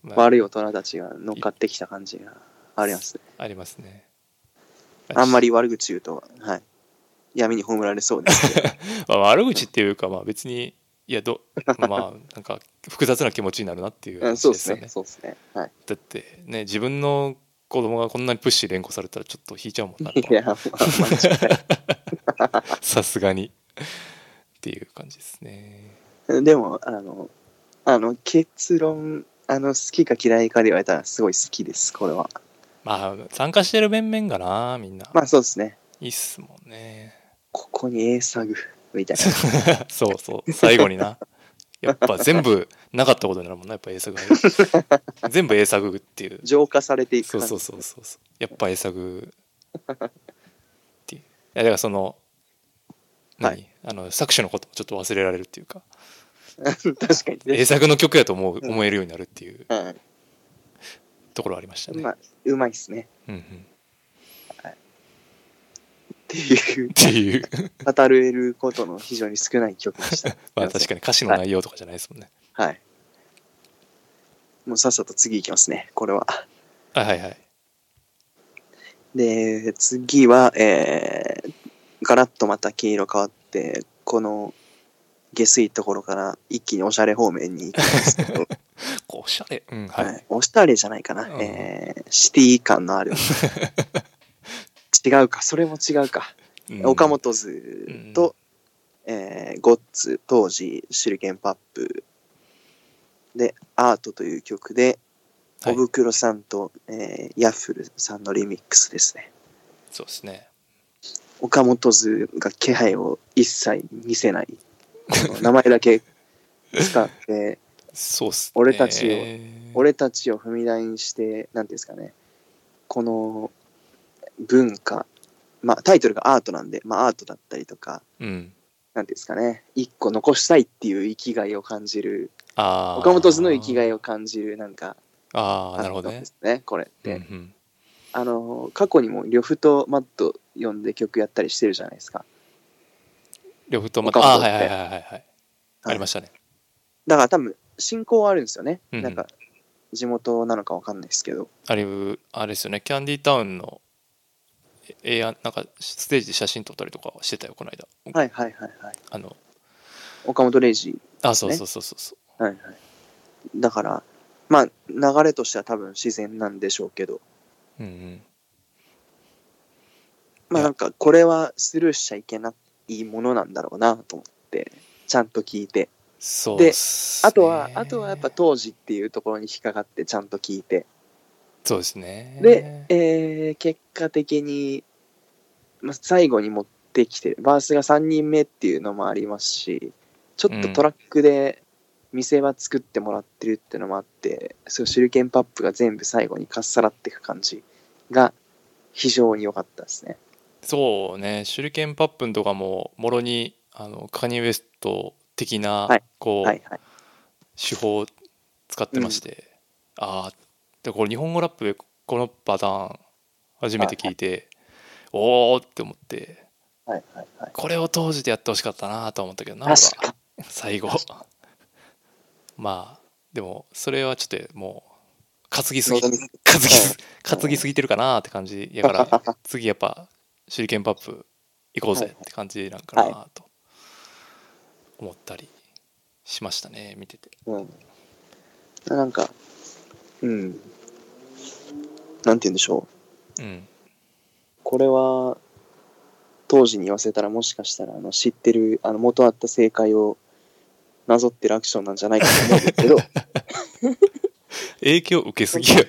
Speaker 1: まあ、
Speaker 2: 悪い大人たちが乗っかってきた感じがありますね。
Speaker 1: ありますね。
Speaker 2: あんま
Speaker 1: り、
Speaker 2: り悪口言うと、はい。闇に葬られそう ですけど。
Speaker 1: まあ、悪口っていうかまあ別にいやどまあなんか複雑な気持ちになるなっていう
Speaker 2: うん、
Speaker 1: 話
Speaker 2: そう
Speaker 1: で
Speaker 2: ですす
Speaker 1: よね。
Speaker 2: ね。そうですね。はい。
Speaker 1: だってね自分の子供がこんなにプッシュ連呼されたらちょっと引いちゃうもんな。
Speaker 2: いや、まあ、間違いない
Speaker 1: さすがにっていう感じですね。
Speaker 2: でも、あの、あの、結論、あの、好きか嫌いかで言われたらすごい好きです、これは。
Speaker 1: まあ参加してる面々がなみんな、
Speaker 2: まあそうですね。
Speaker 1: いいっすもんね。
Speaker 2: ここに A サグ、みたい
Speaker 1: そうそう最後になやっぱ全部なかったことになるもんなやっぱ A 作が全部 A 作っていう
Speaker 2: な。浄化されていく
Speaker 1: そ
Speaker 2: 感
Speaker 1: う
Speaker 2: じ。
Speaker 1: そうそうそうそうやっぱ A 作っていういやだからその何、
Speaker 2: はい
Speaker 1: あの作詞のこともちょっと忘れられるっていうか
Speaker 2: 確かに
Speaker 1: 英
Speaker 2: ね。
Speaker 1: 作の曲やと思う、
Speaker 2: うん
Speaker 1: 思えるようになるっていう
Speaker 2: うん
Speaker 1: ところありましたね、
Speaker 2: まあ、うまいっすね。
Speaker 1: うんうん、
Speaker 2: っていう
Speaker 1: っ、て いう
Speaker 2: 語れることの非常に少ない曲でした。
Speaker 1: まあ確かに歌詞の内容とかじゃないですもんね、
Speaker 2: はい。もうさっさと次いきますね、これは。
Speaker 1: あはいはい
Speaker 2: で、次は、えー、ガラッとまた黄色変わって、この、下水ところから一気におしゃれ方面に行くんですけど、
Speaker 1: こうおしゃれ、うんは
Speaker 2: はいい、おしゃれじゃないかな、
Speaker 1: うん
Speaker 2: えーシティ感のある。違うか、それも違うか。
Speaker 1: うん
Speaker 2: 岡本図と、えーゴッツ当時シルケンパップで「アート」という曲で
Speaker 1: は
Speaker 2: お
Speaker 1: い
Speaker 2: ぶくろさんと、えーヤッフルさんのリミックスですね
Speaker 1: そうですね
Speaker 2: 岡本図が気配を一切見せないこの名前だけ使って
Speaker 1: そうっすね
Speaker 2: 俺たちを
Speaker 1: えー
Speaker 2: 俺たちを踏み台にして何ていうんですかねこの文化まあタイトルがアートなんで、まあ、アートだったりとか
Speaker 1: うん
Speaker 2: なんていうんですかね一個残したいっていう生きがいを感じる
Speaker 1: あー
Speaker 2: 岡本図の生きがいを感じるなんか
Speaker 1: ああなるほ
Speaker 2: った
Speaker 1: ど
Speaker 2: ん
Speaker 1: ね
Speaker 2: ですねこれって、
Speaker 1: うんうん
Speaker 2: あの過去にも呂布とマット呼んで曲やったりしてるじゃないですか
Speaker 1: 両方ともまた
Speaker 2: 岡
Speaker 1: あ
Speaker 2: 本
Speaker 1: ー
Speaker 2: って
Speaker 1: はいはいはいはいはいありましたね
Speaker 2: だから多分信仰はあるんですよね、
Speaker 1: うんうん
Speaker 2: なんか地元なのかわかんないですけど
Speaker 1: あれあれですよねキャンディータウンのええやんなんかステージで写真撮ったりとかしてたよこの間
Speaker 2: はいはいはいはい
Speaker 1: あの
Speaker 2: 岡本零士
Speaker 1: あそうそうそうそうそう
Speaker 2: はいはいだからまあ流れとしては多分自然なんでしょうけど
Speaker 1: うんうん
Speaker 2: まあなんかこれはスルーしちゃいけないものなんだろうなと思ってちゃんと聞いて
Speaker 1: そう
Speaker 2: で
Speaker 1: っすね
Speaker 2: あとは、あとはやっぱ当時っていうところに引っかかってちゃんと聞いて。
Speaker 1: そうですね
Speaker 2: で、えー結果的に、まあ、最後に持ってきてる、バースが3人目っていうのもありますし、ちょっとトラックで見せ場作ってもらってるっていうのもあって、そう手裏剣パップが全部最後にかっさらっていく感じが非常に良かったですね。
Speaker 1: そうね手裏剣パップンとかももろにあのカニウエスト的な、
Speaker 2: はい
Speaker 1: こう、
Speaker 2: はいはい。
Speaker 1: 手法を使ってまして、ああでこれ日本語ラップでこのパターン初めて聞いて、おおって思って
Speaker 2: はいはいはい。
Speaker 1: これを当時でやってほしかったなと思ったけどな
Speaker 2: 確
Speaker 1: 俺は
Speaker 2: か
Speaker 1: 最後
Speaker 2: 確
Speaker 1: まあでもそれはちょっともう担ぎすぎ
Speaker 2: 望
Speaker 1: 担
Speaker 2: み
Speaker 1: ぎす担ぎすぎてるかなって感じや から次やっぱ手裏剣パップ行こうぜって感じなんかなと思ったりしましたね見てて
Speaker 2: うん。なんか、うん。なんて言うんでしょう。
Speaker 1: うん
Speaker 2: これは当時に言わせたらもしかしたらあの知ってるあの元あった正解をなぞってるアクションなんじゃないかと思うんです けど
Speaker 1: 影響受けすぎよ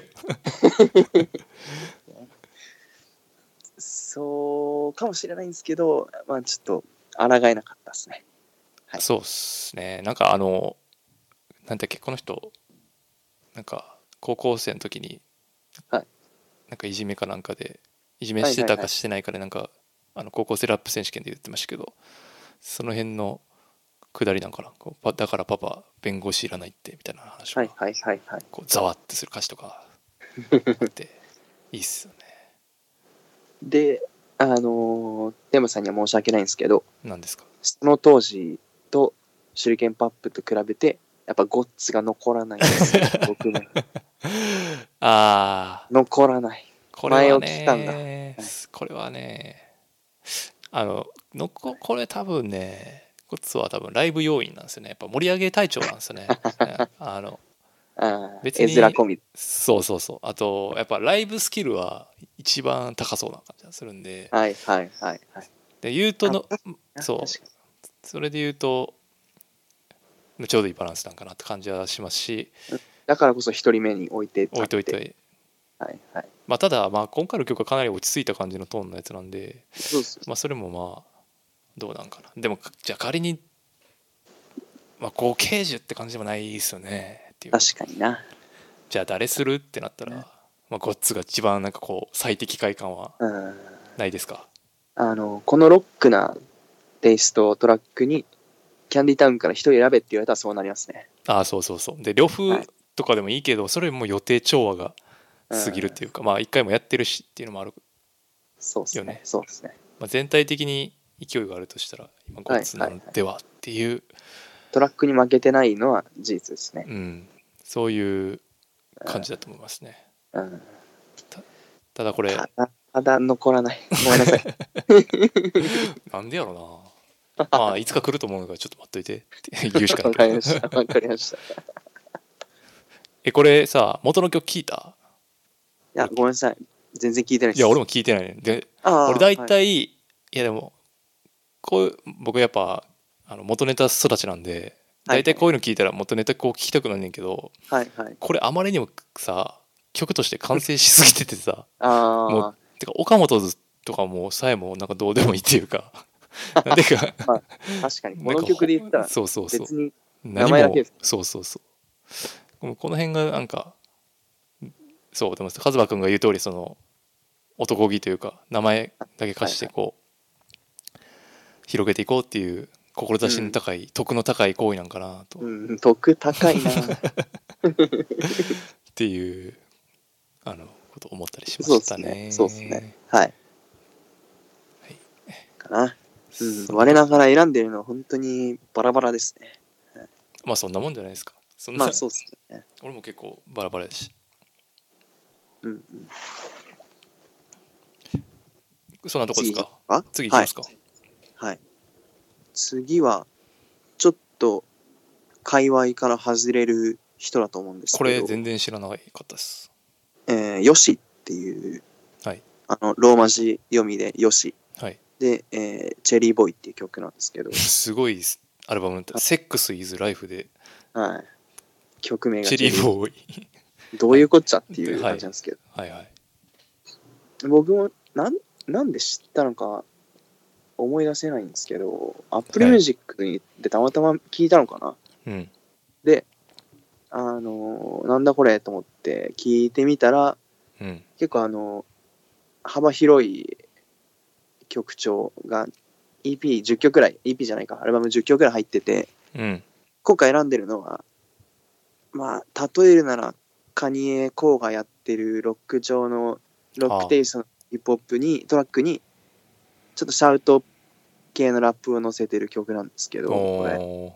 Speaker 2: そうかもしれないんですけどまあちょっと抗えなかったですねはい
Speaker 1: そうっすねなんかあのなんだっけこの人なんか高校生の時に、
Speaker 2: はい
Speaker 1: なんかいじめかなんかでいじめして
Speaker 2: はいは
Speaker 1: た
Speaker 2: いは
Speaker 1: か
Speaker 2: い
Speaker 1: してないかでなんか、あの高校生ラップ選手権で言ってましたけどその辺の下りなんかなこうパだからパパ弁護士いらないってみたいな話
Speaker 2: はい
Speaker 1: が
Speaker 2: はいはいはい
Speaker 1: こうざわってする歌詞とかあ っていいっすよね
Speaker 2: であのーデムさんには申し訳ないんですけど
Speaker 1: なんですか
Speaker 2: その当時と手裏剣パップと比べてやっぱゴッツが残らないんですよ僕も
Speaker 1: ああ
Speaker 2: 残らない
Speaker 1: これは
Speaker 2: 前を切った
Speaker 1: ね、これはね、あの、のここれ多分ね、コッツは多分ライブ要員なんですよね。やっぱ盛り上げ隊長なんですよ ね。うんあの、
Speaker 2: あー
Speaker 1: 別
Speaker 2: 絵
Speaker 1: に
Speaker 2: 面込み
Speaker 1: そうそうそう。あと、やっぱライブスキルは一番高そうな感じがするんで、
Speaker 2: はいはいはいはい
Speaker 1: で言うとの、
Speaker 2: あ
Speaker 1: そう
Speaker 2: 確かに
Speaker 1: それで言うと、ちょうどいいバランスなんかなって感じはしますし、
Speaker 2: だからこそ一人目に置いて
Speaker 1: 置いとい。
Speaker 2: 立ってはいはい
Speaker 1: まあ、ただ、まあ、今回の曲はかなり落ち着いた感じのトーンのやつなんで、
Speaker 2: そうそう
Speaker 1: まあそれもまあどうなんかなでもかじゃあ仮にまあこう刑事って感じでもないですよねっていう
Speaker 2: 確かにな
Speaker 1: じゃあ誰するってなったら、まあ、ゴッツが一番なんかこう最適解感は
Speaker 2: うん
Speaker 1: ないですか
Speaker 2: あのこのロックなテイストトラックに、キャンディタウンから一人選べって言われたらそうなりますね。
Speaker 1: ああそうそうそうで呂布
Speaker 2: はい
Speaker 1: とかでもいいけど、それも予定調和が過ぎるっていうか、まあ一回もやってるしっていうのもある、
Speaker 2: そうですね。
Speaker 1: よね
Speaker 2: そうですね。
Speaker 1: まあ、全体的に勢いがあるとしたら今ゴッツなんではっていう、
Speaker 2: トラックに負けてないのは事実ですね。
Speaker 1: うん、そういう感じだと思いますね、
Speaker 2: うん。
Speaker 1: ただこれ
Speaker 2: ただ、ただ残らない。ごめんな さい。
Speaker 1: なんでやろうな まあいつか来ると思うからちょっと待っといて って言うしか
Speaker 2: わ
Speaker 1: な
Speaker 2: かりま
Speaker 1: い
Speaker 2: した。わかりました。い
Speaker 1: えこれさ元の曲聞いた
Speaker 2: や、ごめんなさい。全然聞いてない
Speaker 1: いや俺
Speaker 2: も、
Speaker 1: も聞いてないねんで
Speaker 2: あー
Speaker 1: 俺大体、
Speaker 2: はい
Speaker 1: い、やでもこういう僕やっぱあの元ネタ育ちなんで
Speaker 2: はい
Speaker 1: 大体こういうの聞いたら元ネタこう聞きたくなんねんけど、
Speaker 2: はいはい。
Speaker 1: これあまりにもさ曲として完成しすぎててさ も
Speaker 2: あ
Speaker 1: うてか岡本とかもさえもなんかどうでもいいっていう かなんでか
Speaker 2: あ、確 か
Speaker 1: な
Speaker 2: に。こ
Speaker 1: んか
Speaker 2: の曲で言ったら、
Speaker 1: そうそうそう
Speaker 2: 別に、
Speaker 1: 何
Speaker 2: 名前だ
Speaker 1: も
Speaker 2: けです
Speaker 1: そうそうそうもうこの辺がなんかそうでも和馬君が言う通りその男気というか名前だけ貸してこう広げていこうっていう志の高い、徳の高い行為なんかなと、っ
Speaker 2: うん、得高 いな。
Speaker 1: ていうあのこと思ったりしま
Speaker 2: そうで
Speaker 1: した
Speaker 2: す
Speaker 1: ね
Speaker 2: ね。そうですね。はい。かな。うん、
Speaker 1: そ
Speaker 2: 我ながら選んでるのは本当にバラバラですね。
Speaker 1: まあそんなもんじゃないですかそんな、
Speaker 2: まあそうですね。
Speaker 1: 俺も結構バラバラだし
Speaker 2: うんうん。
Speaker 1: そんなとこですか
Speaker 2: あ
Speaker 1: 次行きますか、
Speaker 2: はい。はい、次は、ちょっと、界隈から外れる人だと思うんです
Speaker 1: こ
Speaker 2: けど。
Speaker 1: れ全然知らなかったです
Speaker 2: えー、ヨシっていう、
Speaker 1: はい
Speaker 2: あの、ローマ字読みでヨシ。
Speaker 1: はい
Speaker 2: で、えーチェリーボーイっていう曲なんですけど、
Speaker 1: すごいアルバムだった「セックス・イズ・ライフ」で
Speaker 2: はい。曲
Speaker 1: 「
Speaker 2: 名が
Speaker 1: チェリーボーイ
Speaker 2: どういうこっちゃっていう感じなんですけど、」
Speaker 1: はいはい
Speaker 2: 僕もなんなんで知ったのか思い出せないんですけど Apple Music でたまたま聞いたのかな、
Speaker 1: うん
Speaker 2: あのーなんだこれと思って聞いてみたら
Speaker 1: うん
Speaker 2: 結構あの幅広い曲調が EP10 曲くらい EP じゃないかアルバム10曲くらい入ってて
Speaker 1: うん
Speaker 2: 今回選んでるのはまあ例えるならカニエ・コーがやってるロック調のロックテイストのヒップホップにトラックにちょっとシャウト系のラップを載せてる曲なんですけど
Speaker 1: お
Speaker 2: これ
Speaker 1: ー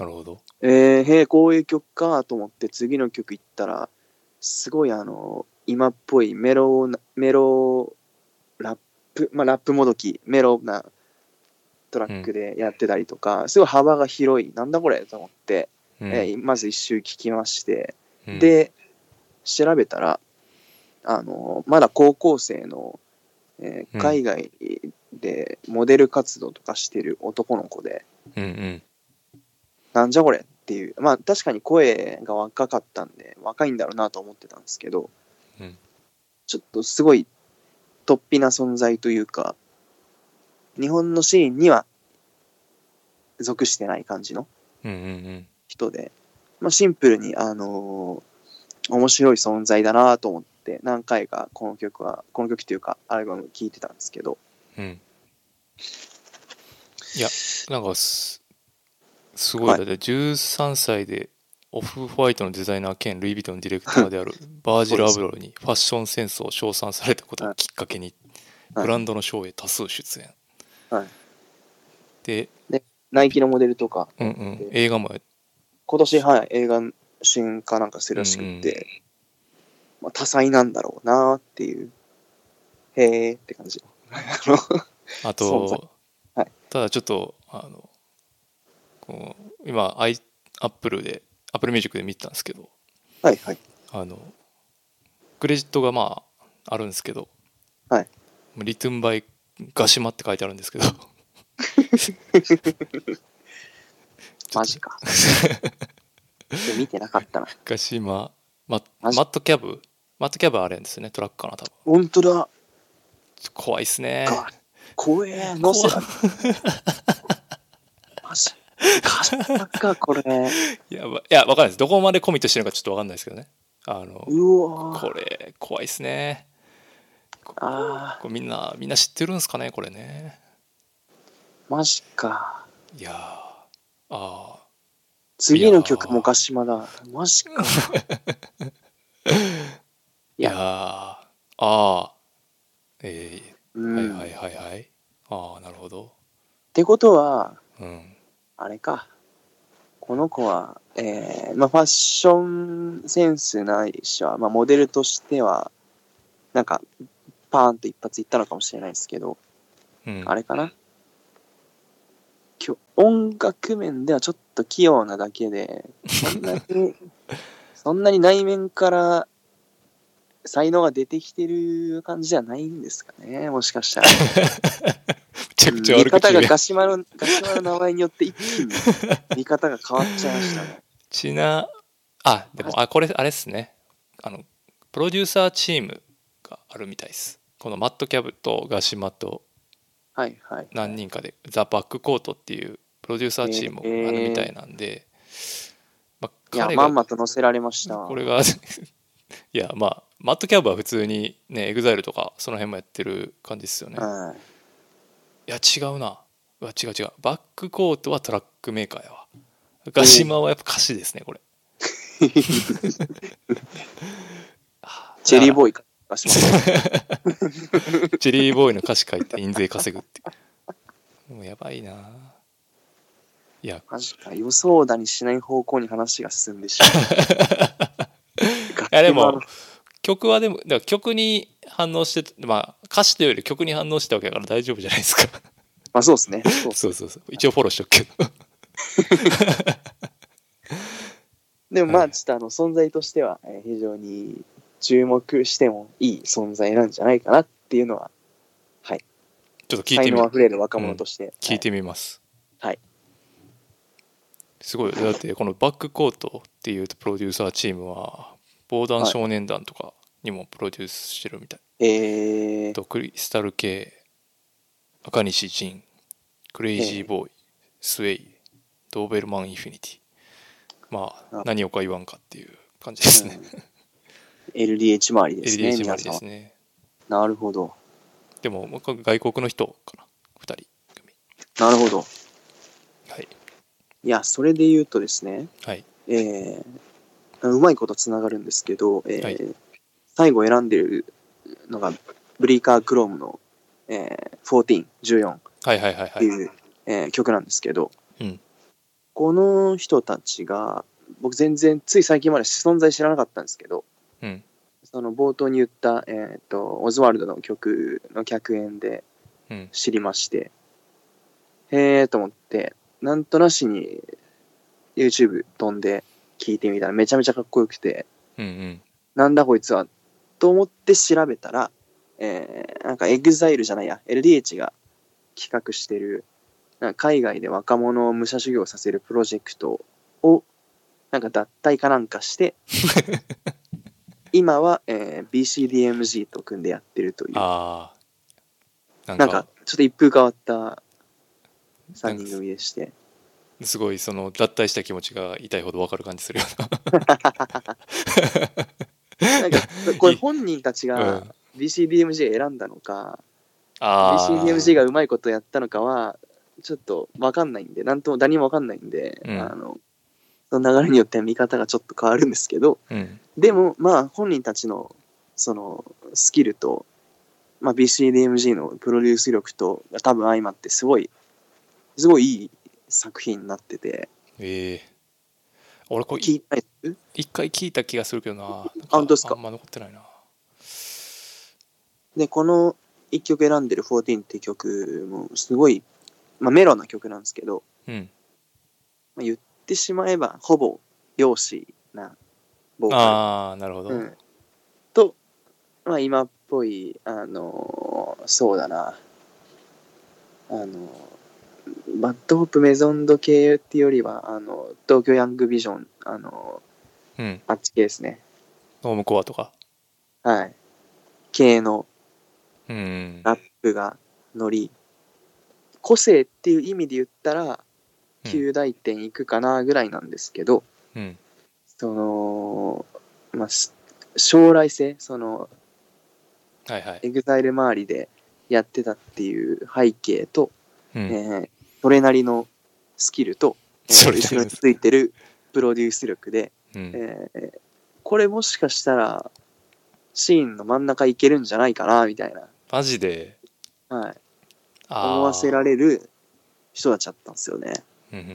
Speaker 1: なるほど
Speaker 2: えー、へえこういう曲かと思って次の曲行ったらすごいあの今っぽいメロなメロラップまあラップもどきメロなトラックでやってたりとか、すごい幅が広いなんだこれと思って
Speaker 1: うん
Speaker 2: えーまず一周聞きまして、
Speaker 1: うん
Speaker 2: で調べたらあのまだ高校生の、えー
Speaker 1: うん
Speaker 2: 海外でモデル活動とかしてる男の子で、
Speaker 1: うんうん
Speaker 2: なんじゃこれっていうまあ確かに声が若かったんで若いんだろうなと思ってたんですけど、
Speaker 1: うん
Speaker 2: ちょっとすごい突飛な存在というか日本のシーンには属してない感じの
Speaker 1: うんうん
Speaker 2: 人で、まあ、シンプルに、あのー面白い存在だなと思って何回かこの曲はこの曲というかアルバム聴いてたんですけど
Speaker 1: うんうんいやなんかすすごいだって13歳でオフホワイトのデザイナー兼ルイ・ヴィトンのディレクターであるバージル・アブロルにファッションセンスを称賛されたことをきっかけに
Speaker 2: はい
Speaker 1: ブランドのショーへ多数出演、
Speaker 2: はい
Speaker 1: で、
Speaker 2: ナイキのモデルとか
Speaker 1: うんうん、映画もや
Speaker 2: 今年、はい、映画主演かなんかするらしくって、まあ、多彩なんだろうなっていうへえって感 じあの
Speaker 1: あ
Speaker 2: そうそ
Speaker 1: と、
Speaker 2: はい
Speaker 1: ただちょっとあのこう今アイアップルでアップルミュージックで見てたんですけど
Speaker 2: はいはい
Speaker 1: あのクレジットがまああるんですけど、
Speaker 2: はい
Speaker 1: リトゥンバイガシマって書いてあるんですけど
Speaker 2: マジ かいや見てなかったな
Speaker 1: ガシマママ
Speaker 2: マジ
Speaker 1: ットキャブマットキャブはあれですねトラックかな多分
Speaker 2: 本当だ
Speaker 1: ちょ怖いっすね
Speaker 2: か怖えのせたマジかかこれ
Speaker 1: やばいいやわかんないですどこまでコミットしてるのかちょっとわかんないですけどねあの
Speaker 2: うわ
Speaker 1: これ怖いっすね
Speaker 2: あ
Speaker 1: これみんなみんな知ってるんですかねこれね
Speaker 2: マジか。
Speaker 1: いやーああ
Speaker 2: 次の曲もガシマだ。マジか。
Speaker 1: い
Speaker 2: い
Speaker 1: や
Speaker 2: や
Speaker 1: ーああえ
Speaker 2: う
Speaker 1: え
Speaker 2: ん。
Speaker 1: はいはいはいはいああなるほど
Speaker 2: ってことは、
Speaker 1: うん
Speaker 2: あれか。この子は、えーまあ、ファッションセンスないしは、まあ、モデルとしては、なんか、パーンと一発いったのかもしれないですけど、
Speaker 1: うん
Speaker 2: あれかな。今日、音楽面ではちょっと器用なだけで、そんな に、そんなに内面から才能が出てきてる感じじゃないんですかね、もしかしたら。
Speaker 1: めちゃくちゃ
Speaker 2: 見
Speaker 1: 悪 口
Speaker 2: 方が
Speaker 1: 言う
Speaker 2: ガシマの、ガシマの名前によって一気 に見方が変わっちゃいましたね。
Speaker 1: ちなあでもあこれあれっすねあのプロデューサーチームがあるみたいですこのマットキャブとガシマと
Speaker 2: はいはい。
Speaker 1: 何人かでザ・バックコートっていうプロデューサーチームがあるみたいなんで、まあ、
Speaker 2: いや、
Speaker 1: 彼
Speaker 2: ま
Speaker 1: が
Speaker 2: んまと乗せられました。
Speaker 1: これが いやまあマットキャブは普通にねエグザイルとかその辺もやってる感じですよね、
Speaker 2: はい。
Speaker 1: いや違うなうわ違う違うバックコートはトラックメーカーやわガシマはやっぱ歌詞ですねこれ
Speaker 2: チェリー
Speaker 1: ー
Speaker 2: ボーイがしました。
Speaker 1: イ チェリーボーイの歌詞書いて印税稼ぐっていうもうやばいないや
Speaker 2: マジか、予想だにしない方向に話が進んでしまう。
Speaker 1: いやでも曲はでもだから曲に反応してまあ歌詞というより曲に反応したわけだから大丈夫じゃないですか
Speaker 2: まあそうですね。そ う
Speaker 1: そうそうそう一応フォローしとくけど
Speaker 2: でもま
Speaker 1: は
Speaker 2: あ、
Speaker 1: い
Speaker 2: ちょっとあの存在としては、えー非常に注目してもいい存在なんじゃないかなっていうのは、
Speaker 1: ちょっと聞い
Speaker 2: 才
Speaker 1: てみ
Speaker 2: 能あ
Speaker 1: る
Speaker 2: ふれる若者として。
Speaker 1: 聞いてみます
Speaker 2: はい
Speaker 1: すごいだってこのバックコートっていうプロデューサーチームは防弾少年団とかにもプロデュースしてるみたい、
Speaker 2: はいえー
Speaker 1: とクリスタル系赤西仁クレイジーボーイ、スウェイドーベルマンインフィニティまあ
Speaker 2: あ
Speaker 1: 何をか言わんかっていう感じですね、
Speaker 2: LDH 周りですね。
Speaker 1: LDH までで
Speaker 2: 皆さ
Speaker 1: す
Speaker 2: ん
Speaker 1: ね
Speaker 2: なるほど。
Speaker 1: でももう一回外国の人かな2人組
Speaker 2: なるほど。
Speaker 1: はい
Speaker 2: いや、それで言うとですね、
Speaker 1: はい
Speaker 2: えーうまいことつながるんですけど、えー
Speaker 1: はい
Speaker 2: 最後選んでるのが、ブリーカークロームの、えー、14、14っ
Speaker 1: はいはいはいは
Speaker 2: て
Speaker 1: い
Speaker 2: いう、えー曲なんですけど、
Speaker 1: うん
Speaker 2: この人たちが、僕全然、つい最近まで存在知らなかったんですけど、
Speaker 1: うん
Speaker 2: その冒頭に言った、えー、とオズワルドの曲の客演で
Speaker 1: うん
Speaker 2: 知りまして、へえと思ってなんとなしに YouTube 飛んで聞いてみたらめちゃめちゃかっこよくて
Speaker 1: うんうん
Speaker 2: なんだこいつはと思って調べたら、えーなんか EXILE じゃないや LDH が企画してるなんか海外で若者を武者修行させるプロジェクトをなんか脱退かなんかして今は、えー BCDMG と組んでやってるというな
Speaker 1: ああ
Speaker 2: んかちょっと一風変わった3人組でして
Speaker 1: すごいその脱退した気持ちが痛いほどわかる感じするよ
Speaker 2: な んかこれ本人たち
Speaker 1: な。う
Speaker 2: が
Speaker 1: ん、
Speaker 2: BCDMG 選んだのか、
Speaker 1: あー
Speaker 2: BCDMG がうまいことやったのかは、ちょっと分かんないんで、なんとも、何も分かんないんで、
Speaker 1: うん
Speaker 2: あの、その流れによって見方がちょっと変わるんですけど、
Speaker 1: うん
Speaker 2: でも、まあ、本人たちの、その、スキルと、まあ、BCDMG のプロデュース力と、多分相まって、すごい、すごいいい作品になってて、
Speaker 1: ええ俺これ
Speaker 2: 聞いたいです
Speaker 1: 一回聞いた気がするけどな。なん
Speaker 2: あ本当ですか
Speaker 1: あんま残ってないな。
Speaker 2: で、この一曲選んでる14っていう曲も、すごい、まあ、メロな曲なんですけど、
Speaker 1: うん。
Speaker 2: まあ、言ってしまえばほぼ容姿なボーカ
Speaker 1: ああ、なるほど。
Speaker 2: ル、うん、と、まあ、今っぽいあのーそうだなあのーバッドホップメゾンド系っていうよりはあの東京ヤングビジョンあの
Speaker 1: うん。
Speaker 2: ーあっち系ですね
Speaker 1: ノームコアとか。
Speaker 2: はい系の
Speaker 1: うん。
Speaker 2: ラップが乗り個性っていう意味で言ったら
Speaker 1: うん
Speaker 2: 旧大点いくかなぐらいなんですけど、
Speaker 1: うん。
Speaker 2: その、まあ、し将来性その
Speaker 1: はいはい。
Speaker 2: エグザイル周りでやってたっていう背景と、
Speaker 1: うん。
Speaker 2: えーそれなりのスキルと、えー
Speaker 1: それなりのスキル
Speaker 2: 後ろについてるプロデュース力で、
Speaker 1: うん
Speaker 2: えーこれもしかしたらシーンの真ん中いけるんじゃないかなみたいな、
Speaker 1: マジで
Speaker 2: はい、
Speaker 1: あー
Speaker 2: 思わせられる人たちだったんですよね。
Speaker 1: うんうん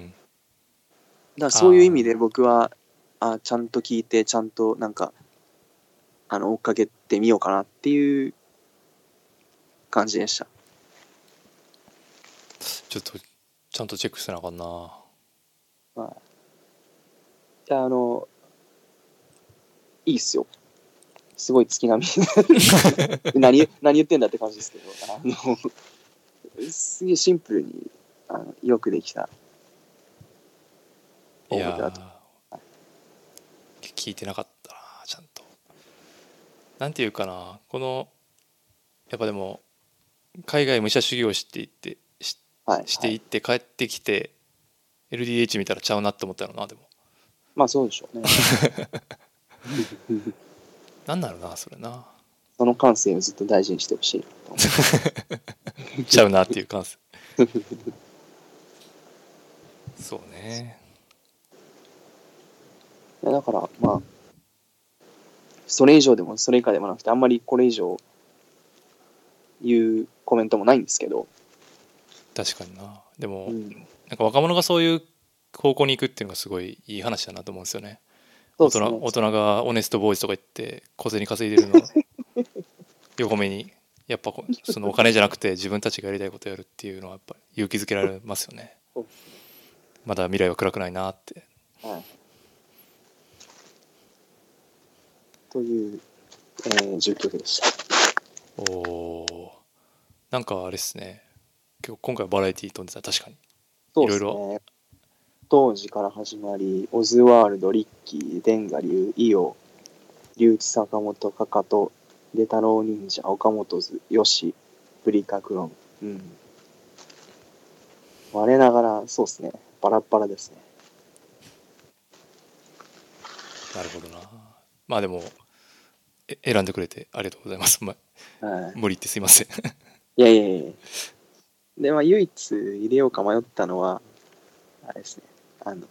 Speaker 2: だからそういう意味で僕はあちゃんと聞いてちゃんとなんかあの追っかけてみようかなっていう感じでした
Speaker 1: ちょっとちゃんとチェックしてなあかんな
Speaker 2: であのいいっすよすごい月並 み何何言ってんだって感じですけどあのすげえシンプルにあのよくできた
Speaker 1: いや
Speaker 2: だ
Speaker 1: ー
Speaker 2: と
Speaker 1: 聞いてなかったなちゃんとなんていうかなこのやっぱでも海外武者修行していってし
Speaker 2: はい
Speaker 1: して
Speaker 2: はいい、
Speaker 1: って帰ってきて LDH 見たらちゃうなって思ったのなでも
Speaker 2: まあそうでしょうね
Speaker 1: なんなのなそれ な
Speaker 2: その感性をずっと大事にしてほしいなと思う
Speaker 1: ちゃうなっていう 感性そうね
Speaker 2: いやだからまあそれ以上でもそれ以下でもなくてあんまりこれ以上言うコメントもないんですけど、
Speaker 1: 確かになでも、
Speaker 2: うん、
Speaker 1: なんか若者がそういう方向に行くっていうのがすごいいい話だなと思うんですよね
Speaker 2: そ
Speaker 1: 大
Speaker 2: うです
Speaker 1: 人
Speaker 2: ね
Speaker 1: 大人がオネストボーイズとか言って小銭稼いでる の横目にやっぱこうそのお金じゃなくて自分たちがやりたいことやるっていうのはやっぱ勇気づけられますよね
Speaker 2: そうで
Speaker 1: まだ未来は暗くないなって
Speaker 2: はい、という、えー、19でした
Speaker 1: おおなんかあれですね今日今回バラエティー飛んでた確かに
Speaker 2: そうです
Speaker 1: いろ
Speaker 2: ね当時から始まりオズワールドリッキーデンガ流イオ龍一坂本かかとで太郎忍者岡本図よしプリカクロンうん我ながらそうですねバラッバラですね
Speaker 1: なるほどなまあでもえ選んでくれてありがとうございます、ま、
Speaker 2: はい
Speaker 1: 無理言ってすいません
Speaker 2: いやいやいやいやでまあ唯一入れようか迷ったのはあれですねあの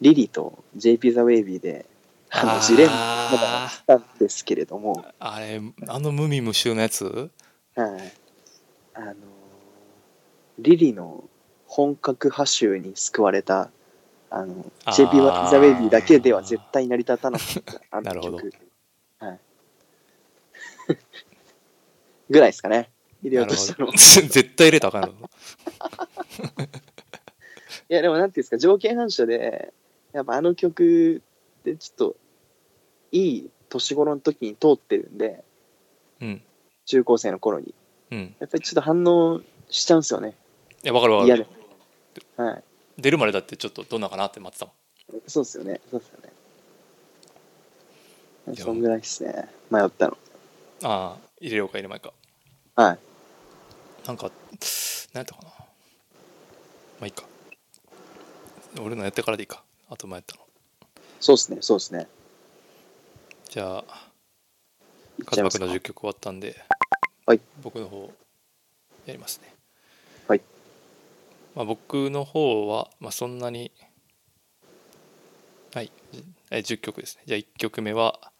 Speaker 2: リリと JP ザ・ウェイビーであのジレンマが
Speaker 1: あ
Speaker 2: 来たんですけれども
Speaker 1: ー あれあの無味無臭のやつ
Speaker 2: はい。あのー、リリの本格派集に救われた、あの、
Speaker 1: あー
Speaker 2: JP はザ・ウェイビーだけでは絶対成り立たなか った、あ
Speaker 1: なる
Speaker 2: の
Speaker 1: ほど
Speaker 2: 曲。はい。 ぐらいですかね。入れようとしたの。い
Speaker 1: 絶対入れたらあかんの
Speaker 2: や、でもなんていうんですか、条件反射で、やっぱあの曲ってちょっと、いい年頃の時に通ってるんで、
Speaker 1: うん
Speaker 2: 中高生の頃に。
Speaker 1: うん
Speaker 2: やっぱりちょっと反応しちゃうんですよね。
Speaker 1: いやわかるわか
Speaker 2: 嫌
Speaker 1: る
Speaker 2: で。はい。
Speaker 1: 出るまでだってちょっとどんなかなって待ってたもん
Speaker 2: そうっすよね。そうっすよね。
Speaker 1: いや
Speaker 2: そんぐらいっすね。迷ったの。
Speaker 1: ああ入れようか入れまいか
Speaker 2: はい。
Speaker 1: なんか何やったかなまあいいか俺のやってからでいいかあと前やったの
Speaker 2: そうっすね。そうっすね。
Speaker 1: じゃあ
Speaker 2: いっ
Speaker 1: カ
Speaker 2: ち
Speaker 1: ズ
Speaker 2: ゃい
Speaker 1: マ
Speaker 2: ます
Speaker 1: 君
Speaker 2: か。
Speaker 1: の10曲終わったんで、
Speaker 2: はい
Speaker 1: 僕の方やりますね
Speaker 2: はい、
Speaker 1: まあ、僕の方は、まあ、そんなにはいじえ10曲ですねじゃあ1曲目は、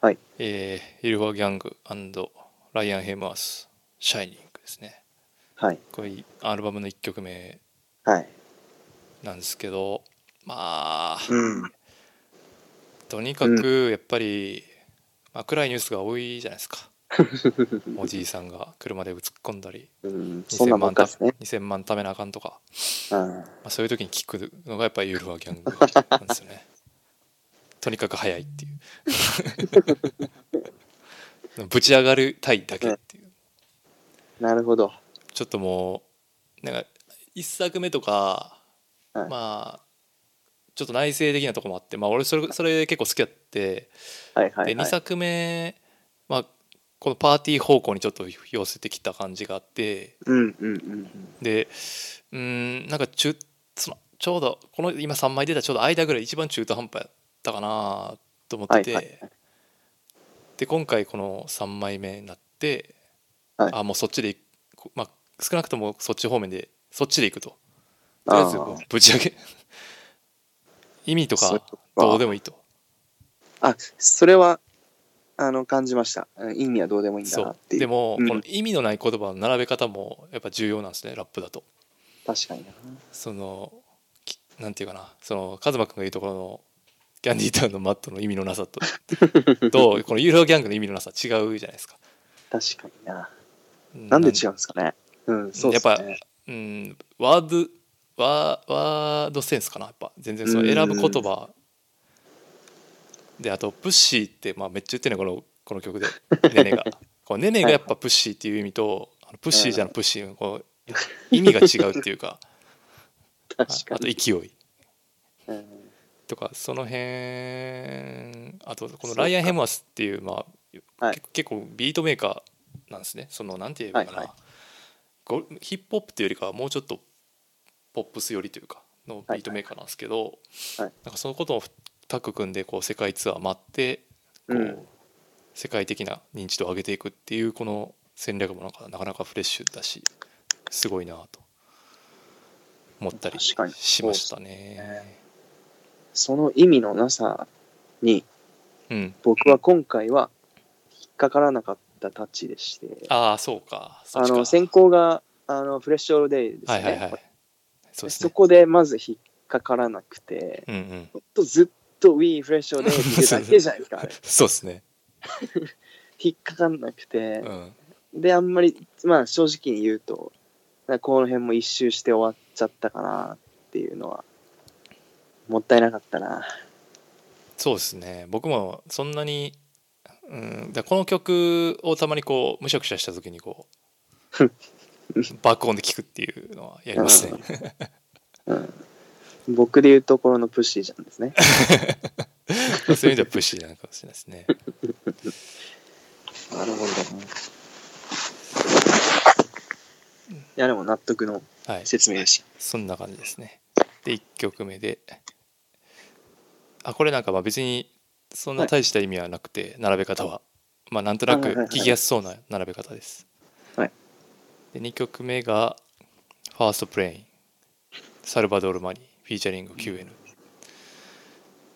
Speaker 2: はい
Speaker 1: えーイルファギャングライアン・ヘイマース「シャイニング」ですね
Speaker 2: はい。
Speaker 1: これアルバムの1曲目
Speaker 2: はい。
Speaker 1: なんですけどまあ
Speaker 2: うん。
Speaker 1: とにかくやっぱり、まあ、暗いニュースが多いじゃないですかおじいさんが車で突っ込んだり
Speaker 2: うん、そんな
Speaker 1: 2000
Speaker 2: んばっ
Speaker 1: 万
Speaker 2: か
Speaker 1: た
Speaker 2: っすね。
Speaker 1: 2000万貯めなあかんとか、
Speaker 2: うん。
Speaker 1: まあ、そういう時に聞くのがやっぱりユーロはギャン グなんですよねとにかく早いっていう ぶち上がりたいだけっていう
Speaker 2: なるほど。
Speaker 1: ちょっともうなんか一作目とか、
Speaker 2: は
Speaker 1: ま
Speaker 2: い
Speaker 1: あちょっと内省的なとこもあってまあ俺それそれ結構好きやって
Speaker 2: はいはい、は
Speaker 1: で
Speaker 2: い。
Speaker 1: 2作目、まあ、このパーティー方向にちょっと寄せてきた感じがあって
Speaker 2: うんうんうん
Speaker 1: でうーんなんか中そのちょうどこの今3枚出たちょうど間ぐらい一番中途半端やったかなと思ってて、
Speaker 2: はいはい
Speaker 1: で今回この3枚目になって、
Speaker 2: はい
Speaker 1: あもうそっちでいこまあ、少なくともそっち方面でそっちで行くととりあえず
Speaker 2: あー
Speaker 1: ぶち上げ 意味と
Speaker 2: そっ
Speaker 1: か
Speaker 2: か
Speaker 1: どうでもいいと
Speaker 2: あ、それは、あの、感じました。うん意味はどうでもいいんだ
Speaker 1: そ
Speaker 2: なっ
Speaker 1: う
Speaker 2: ていう。
Speaker 1: でも、
Speaker 2: うん
Speaker 1: この意味のない言葉の並べ方もやっぱ重要なんですねラップだと
Speaker 2: 確かにな。
Speaker 1: そのきなんていうかなそのカズマ君が言うところのキャンディータウンのマットの意味のなさ ととこのユーロギャングの意味のなさ違うじゃないですか
Speaker 2: 確かにな。なんで違うんですかね。うん、そうです
Speaker 1: やっ
Speaker 2: ね。
Speaker 1: うんワードワーワードセンスかなやっぱ全然その選ぶ言葉であとプッシーって、まあ、めっちゃ言ってんねこのこの曲 でネネがこうネネがやっぱプッシーっていう意味とあのプッシーじゃんプッシーこう意味が違うっていうかあ
Speaker 2: 確か
Speaker 1: あと
Speaker 2: に。
Speaker 1: 勢い
Speaker 2: うん
Speaker 1: とかその辺あとこ
Speaker 2: そ
Speaker 1: の
Speaker 2: うか
Speaker 1: ライアン・ヘムワスっていうまあ、
Speaker 2: はい
Speaker 1: け結構ビートメーカーなんですねそのなんて言えばいいかな、
Speaker 2: はいは
Speaker 1: ゴヒップホップっていうよりかはもうちょっとポップス寄りというかのビートメーカーなんですけど、
Speaker 2: はい
Speaker 1: なんかそのことをタッグ組んでこう世界ツアー回ってこう、
Speaker 2: うん
Speaker 1: 世界的な認知度を上げていくっていうこの戦略もなんかなかなかフレッシュだしすごいなと思ったり
Speaker 2: 確かに
Speaker 1: しました
Speaker 2: そうです
Speaker 1: ね
Speaker 2: ね。その意味のなさに、
Speaker 1: うん
Speaker 2: 僕は今回は引っかからなかったタッチでして、
Speaker 1: ああそうかそ
Speaker 2: あ
Speaker 1: っちか
Speaker 2: の、先行が、あの、フレッシュオールデイです
Speaker 1: はいはいは
Speaker 2: ね
Speaker 1: い。そうです
Speaker 2: そ
Speaker 1: ね
Speaker 2: こでまず引っかからなくて、
Speaker 1: うんうん
Speaker 2: ほんとずっと We フレッシュオールデイって言ってただけじゃな いですか、あれ
Speaker 1: そうですね
Speaker 2: 引っかかんなくて
Speaker 1: う、ん
Speaker 2: で、あんまり、まあ正直に言うと、なんかこの辺も一周して終わっちゃったかなっていうのは、もったいなかったな。
Speaker 1: そうですね僕もそんなにうんだこの曲をたまにこうむしゃくしゃした時にこう 爆音で聴くっていうのはやりますね
Speaker 2: 僕で言うところのプッシーじゃんですね。
Speaker 1: そういう意味ではプッシーなのかもしれないですね
Speaker 2: なるほどね。いや、でも納得の
Speaker 1: はい
Speaker 2: 説明でし
Speaker 1: そんな感じですねで1曲目であこれなんかまあ別にそんな大した意味はなくて、並べ方はまあなんとなく
Speaker 2: はいはいはい
Speaker 1: 聞きやすそうな並べ方です、
Speaker 2: はい
Speaker 1: で2曲目が「ファーストプレイン」サルバドール・マリーフィーチャリング QN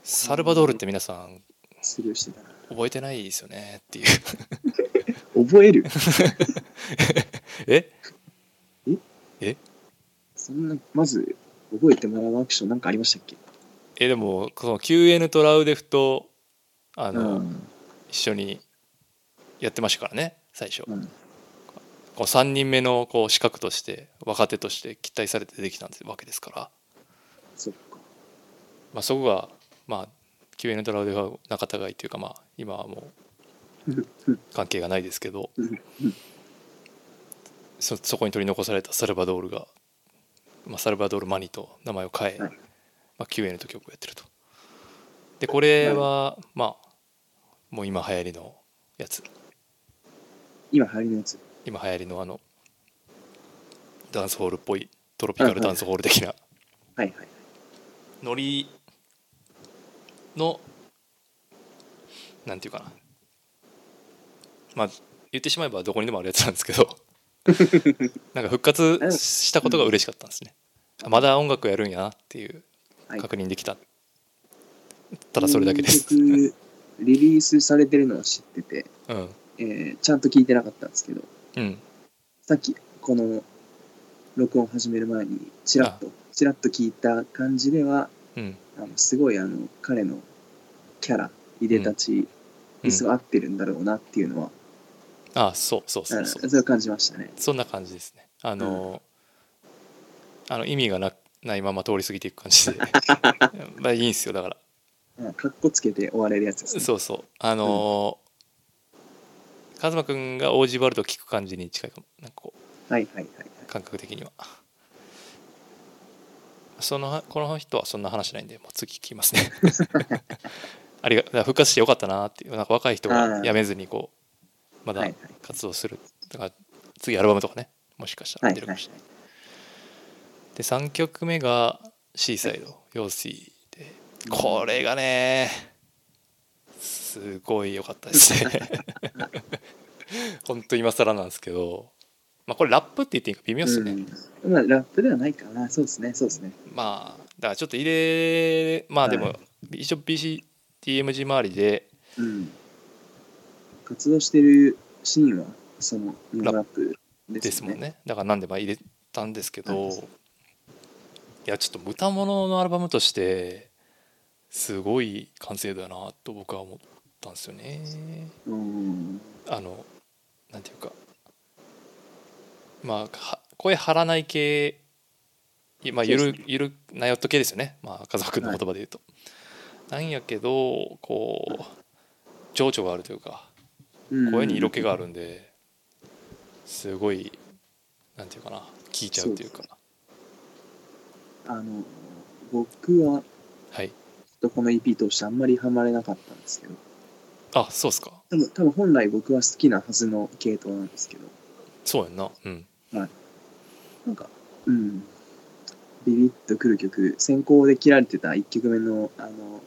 Speaker 1: サルバドールって皆さん
Speaker 2: た。スルーしてたな。
Speaker 1: 覚えてないですよねっていう
Speaker 2: 覚える
Speaker 1: え
Speaker 2: そんな、まず、覚えてもらうアクションなんかありましたっけ
Speaker 1: えでもこの QN とラウデフとあの、一緒にやってましたからね最初、
Speaker 2: うん
Speaker 1: こう3人目のこう資格として若手として期待されてできたんですわけですから、
Speaker 2: そっか。
Speaker 1: まあ、そこがまあ QN ドラウでは仲違いというかまあ今はもう関係がないですけど
Speaker 2: うん
Speaker 1: そそこに取り残されたサルバドールが、まあ、サルバドール・マニと名前を変え、
Speaker 2: はい
Speaker 1: まあ、QN と曲をやってるとでこれはまあもう今流行りのやつ
Speaker 2: 今流行りのやつ。
Speaker 1: 今流行りのあのダンスホールっぽいトロピカルダンスホール的な
Speaker 2: はいはい。
Speaker 1: ノリのなんていうかなまあ言ってしまえばどこにでもあるやつなんですけ どなんか復活したことが嬉しかったんですねあまだ音楽やるんやなっていう
Speaker 2: はい
Speaker 1: 確認できた、ただそれだけです
Speaker 2: こ、の曲リリースされてるのは知ってて、
Speaker 1: うん
Speaker 2: えーちゃんと聞いてなかったんですけど、
Speaker 1: うん
Speaker 2: さっき、この、録音始める前に、ちらっと、ちらっと聞いた感じでは、
Speaker 1: うん
Speaker 2: あのすごいあの彼のキャラいでたち
Speaker 1: うん
Speaker 2: にすごい合ってるんだろうなっていうのは、
Speaker 1: あそうそうそううんそう
Speaker 2: それを感じましたね。
Speaker 1: そんな感じですね。あの、あの意味がなないまま通り過ぎていく感 じで、まあいいんですよだから。
Speaker 2: うんかっこつけて終われるやつですね。
Speaker 1: そうそう。あのー、カズマくんがオージーバルド聞く感じに近いかも。なんかこう
Speaker 2: はいはいはいはい。
Speaker 1: 感覚的には。そのこの人はそんな話ないんで、もう次聞きます ね。ありがだから復活してよかったなっていうなんか若い人が辞めずにこうま
Speaker 2: は
Speaker 1: だ
Speaker 2: いはい
Speaker 1: 活動するだから次アルバムとかねもしかした
Speaker 2: は
Speaker 1: ら
Speaker 2: い
Speaker 1: 出るか
Speaker 2: は
Speaker 1: も
Speaker 2: い
Speaker 1: しれない。で3曲目が「シーサイド」「陽水」でこれがね すごい良かったですねほんと今更なんですけどまあこれラップって言っていいか微妙っすよね、
Speaker 2: うん、まあラップではないかなそうですねそうですね
Speaker 1: まあだからちょっと入れまあでも、
Speaker 2: は
Speaker 1: 一応 BCTMG 周りで
Speaker 2: うん活動してるシーンはその
Speaker 1: ラ
Speaker 2: ラ
Speaker 1: ッ
Speaker 2: ップです,、
Speaker 1: ですもんねだからなんでまあ入れたんですけど、
Speaker 2: はい
Speaker 1: いやちょっと歌物のアルバムとしてすごい完成度やなと僕は思ったんですよね
Speaker 2: うん
Speaker 1: あのなんていうかまあは声張らない系いまあゆ
Speaker 2: そう
Speaker 1: る、
Speaker 2: です
Speaker 1: ゆるなよっと系ですよねまあ家族の言葉で言うと、なんやけどこう情緒があるというか
Speaker 2: うん
Speaker 1: 声に色気があるんですごいなんていうかな聞いちゃうというか
Speaker 2: あの僕は
Speaker 1: はい
Speaker 2: ちょっとこの EP 通してあんまりハマれなかったんですけど
Speaker 1: あそうっすか
Speaker 2: 多分多分本来僕は好きなはずの系統なんですけど
Speaker 1: そうやんなうん
Speaker 2: なんかうんビビッとくる曲先行で切られてた1曲目のあの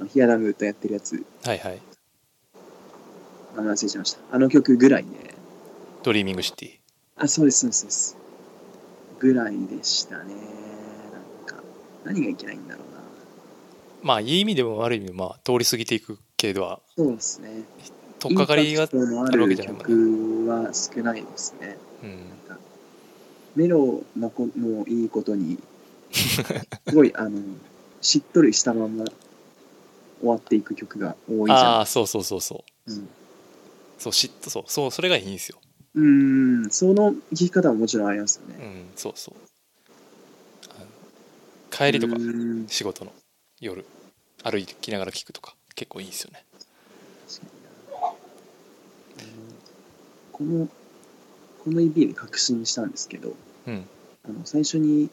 Speaker 2: あのヒアダムとやってるやつ
Speaker 1: はいはい
Speaker 2: 名前忘れちゃいましたあの曲ぐらいで
Speaker 1: 「ドリーミングシティ
Speaker 2: あそうですそうですそうですぐらいでしたねなんか何がいけないんだろうな」
Speaker 1: まあいい意味でも悪い意味でもまあ通り過ぎていく系では
Speaker 2: そうですね
Speaker 1: とっかかり
Speaker 2: イン
Speaker 1: が
Speaker 2: パクトのあ
Speaker 1: あるわけ
Speaker 2: る
Speaker 1: じゃないもんね
Speaker 2: 曲は少ないですね
Speaker 1: うん
Speaker 2: なんかメロのこのいいことにすごいあのしっとりしたまま終わっていく曲が多いじ
Speaker 1: あ
Speaker 2: ゃ
Speaker 1: あそうそうそうそうん
Speaker 2: うん
Speaker 1: そう嫉妬そうそうそれがいいんですよ
Speaker 2: うーんその聞き方ももちろんありますよ
Speaker 1: う
Speaker 2: ね、
Speaker 1: んそうそうあの帰りとか
Speaker 2: うーん確
Speaker 1: 仕事の夜歩きながら聞くとか結構いいんですよね
Speaker 2: かになあのこのこの EP で確信したんですけど
Speaker 1: うん
Speaker 2: あの最初に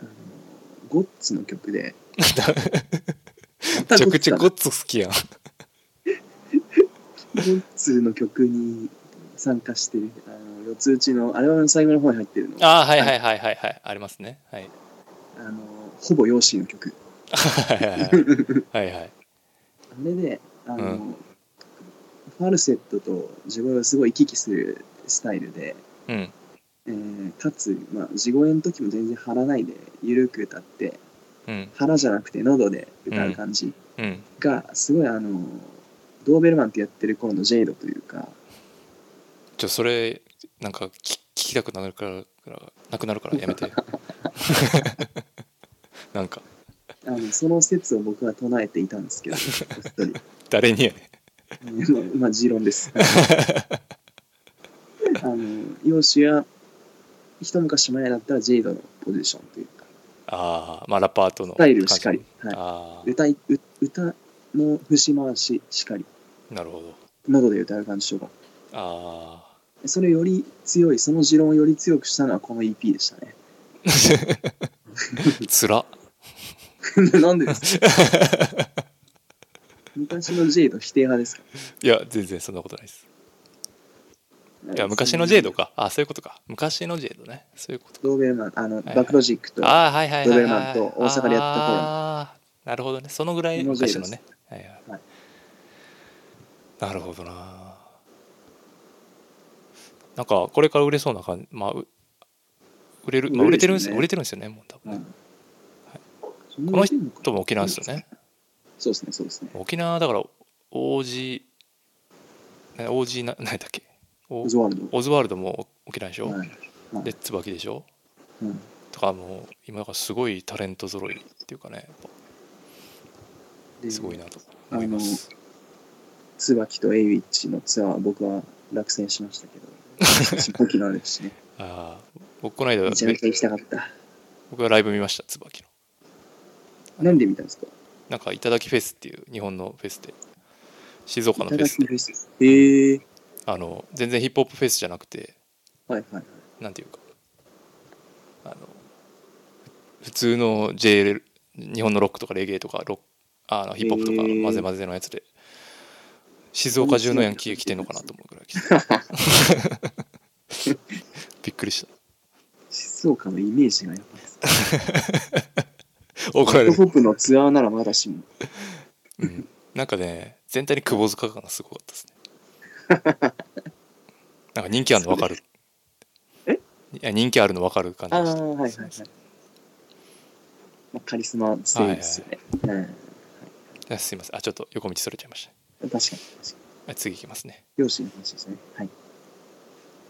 Speaker 2: あのゴッツの曲で
Speaker 1: めちゃくちゃ
Speaker 2: ゴ
Speaker 1: ゴ
Speaker 2: ッ
Speaker 1: ッツ好きやん
Speaker 2: ツの曲に参加してるあの四つ打ちのアルバムの最後の方に入ってるの
Speaker 1: ああはいはいはいはいはいありますね はい
Speaker 2: あのほぼ養子の曲
Speaker 1: はいはいはいはいはい
Speaker 2: あれであの、
Speaker 1: うん
Speaker 2: ファルセットと地声がすごい行き来するスタイルで、
Speaker 1: うん
Speaker 2: えーかつ、まあ、地声の時も全然張らないで緩く歌って
Speaker 1: うん
Speaker 2: 腹じゃなくて喉で歌う感じ
Speaker 1: うん
Speaker 2: がすごいあのドーベルマンってやってる頃のジェイドというか
Speaker 1: ちょそれなんか聞き聞きたくなるからなくなるからやめ てなんか
Speaker 2: あのその説を僕は唱えていたんで すけどお一人
Speaker 1: 誰にやねん
Speaker 2: うん まあ持論です あの容姿は一昔前だったらジェイドのポジションというか
Speaker 1: ああまあラパートの
Speaker 2: スタイルしかり、は
Speaker 1: あ
Speaker 2: い、歌いう歌の節回ししかり
Speaker 1: あなるほど
Speaker 2: 喉で歌う感じとか
Speaker 1: ああ
Speaker 2: それより強いその持論をより強くしたのはこの EP でしたね
Speaker 1: つら
Speaker 2: なんでで すか昔のジェイド否定派ですか
Speaker 1: いや全然そんなことないですいや昔のジェイドかあそういうことか昔のジェイドねそういうこと
Speaker 2: ドーベルマンあの、
Speaker 1: はい
Speaker 2: バックロジックと
Speaker 1: ああはいはいはいはいはい
Speaker 2: ドーベルマンと大阪でやった頃
Speaker 1: あーなるほどねそのぐらい
Speaker 2: のジェイ
Speaker 1: 昔
Speaker 2: ド
Speaker 1: の
Speaker 2: です
Speaker 1: ね、はいはい
Speaker 2: はい
Speaker 1: なるほどななんかこれから売れそうな感じまあう売れる、まあ、売
Speaker 2: 売
Speaker 1: れ
Speaker 2: れ
Speaker 1: て
Speaker 2: る
Speaker 1: るんです
Speaker 2: で
Speaker 1: す
Speaker 2: ね
Speaker 1: よ売れてるんですよねもう多分
Speaker 2: うん
Speaker 1: この人も沖縄ですよね
Speaker 2: そうですね、そうですね。
Speaker 1: 沖縄だから OG ね OG な何だっけオ
Speaker 2: オズワル
Speaker 1: オズワルドも沖縄でし
Speaker 2: ド。
Speaker 1: ょ、
Speaker 2: はい。はい
Speaker 1: で椿でしょ
Speaker 2: うん
Speaker 1: とかもう今だからすごいタレント揃いっていうかねやっぱ
Speaker 2: です
Speaker 1: ごいなと思います
Speaker 2: 椿とエイウィッチのツアーは僕は落選しましたけど、沖縄ですしね。
Speaker 1: ああ僕この間
Speaker 2: めちゃめちゃ行きたかった。
Speaker 1: 僕はライブ見ました椿の
Speaker 2: なんで見たんですか
Speaker 1: なんか「いただきフェス」っていう日本のフェスで静岡
Speaker 2: い
Speaker 1: の
Speaker 2: た
Speaker 1: フ
Speaker 2: だ
Speaker 1: ェ
Speaker 2: き
Speaker 1: スで
Speaker 2: フェス。へえ。
Speaker 1: あの全然ヒップホップフェスじゃなくて
Speaker 2: はいはいはい。
Speaker 1: なんていうかあのふ普通の JL 日本のロックとかレゲエとかロックあのヒップホップと
Speaker 2: へ
Speaker 1: か
Speaker 2: ー
Speaker 1: 混ぜ混ぜのやつで静岡中のヤンキーが来てんのかなと思うぐらい来てた びっくりした
Speaker 2: 静岡のイメージがやっぱり。
Speaker 1: 怒られ
Speaker 2: ヒップホ
Speaker 1: る、
Speaker 2: ップのツアーならまだしも。
Speaker 1: うん、なんかね全体に窪 塚感がすごかったですねなんか人気あるの分かるいや人気あるの分かる感じ
Speaker 2: ああ、
Speaker 1: でした
Speaker 2: はいはいはい。まあ、カリスマ性ですよね。
Speaker 1: あすいませんあちょっと横道それちゃいまし
Speaker 2: うん、確かに確かに。
Speaker 1: たあ次いきますね
Speaker 2: 両親の話ですね。はい。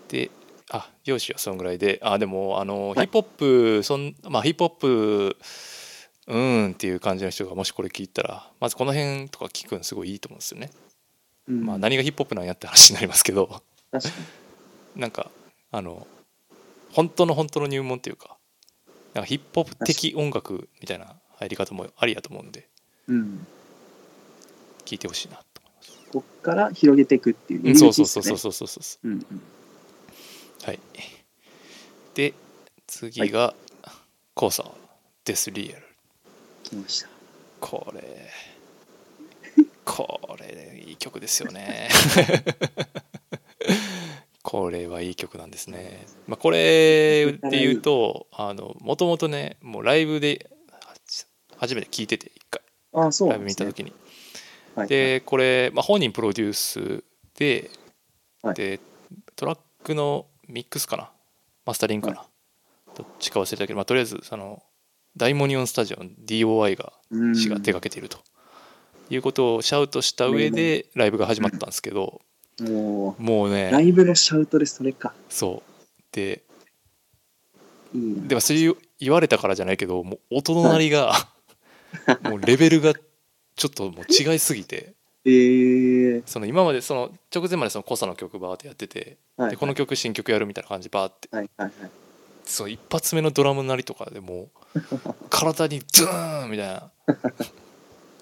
Speaker 1: であ容姿はそんぐらいであでもあの、
Speaker 2: はい
Speaker 1: ヒップホップそん、まあ、ヒップホップうーんっていう感じの人がもしこれ聞いたらまずこの辺とか聞くのすごいいいと思うんですよね、
Speaker 2: うん、
Speaker 1: まあ、何がヒップホップなんやって話になりますけど
Speaker 2: 確かに。
Speaker 1: なんかあの本当の本当の入門っていうかなんかヒップホップ的音楽みたいな入り方もありやと思うんで
Speaker 2: うん。
Speaker 1: 聞いてほしいなと思います、
Speaker 2: こっから広げていくっていう
Speaker 1: う
Speaker 2: 入
Speaker 1: ん、
Speaker 2: り
Speaker 1: そう
Speaker 2: 口
Speaker 1: そ
Speaker 2: で
Speaker 1: う
Speaker 2: す
Speaker 1: そうそ
Speaker 2: よね。
Speaker 1: うそうそうそう
Speaker 2: うんうん。
Speaker 1: はい。で、次が、コーサー、デスリエル。
Speaker 2: 来ました。
Speaker 1: これ、これ、いい曲ですよね。 これはいい曲なんですね。まあ、これっていうと、あの、もともとね、もうライブで、は初めて聴いてて、一回、
Speaker 2: ああ、そう
Speaker 1: ラ
Speaker 2: な
Speaker 1: イ
Speaker 2: ん
Speaker 1: ブ見
Speaker 2: です
Speaker 1: た
Speaker 2: ね。
Speaker 1: 時に。
Speaker 2: はい、
Speaker 1: でこれ、まあ、本人プロデュースで,、
Speaker 2: はい
Speaker 1: でトラックのミックスかなマスタリングかな、どっちか忘れたけど、まあ、とりあえずそのダイモニオンスタジオの DOI が
Speaker 2: うん
Speaker 1: 氏が手がけていると、いうことをシャウトした上でライブが始まったんですけど、
Speaker 2: もう、
Speaker 1: もう
Speaker 2: ラ
Speaker 1: ね
Speaker 2: イブのシャウトでそれか。
Speaker 1: そうで
Speaker 2: いいな。
Speaker 1: でもそういう言われたからじゃないけどもう音の鳴りが、 もうレベルがちょっともう違いすぎて
Speaker 2: えー、
Speaker 1: その今までその直前までそのコサの曲バーってやってて
Speaker 2: はい。
Speaker 1: でこの曲新曲やるみたいな感じバーって
Speaker 2: はいはいはい。
Speaker 1: その一発目のドラム鳴りとかで もう体にズーンみたいな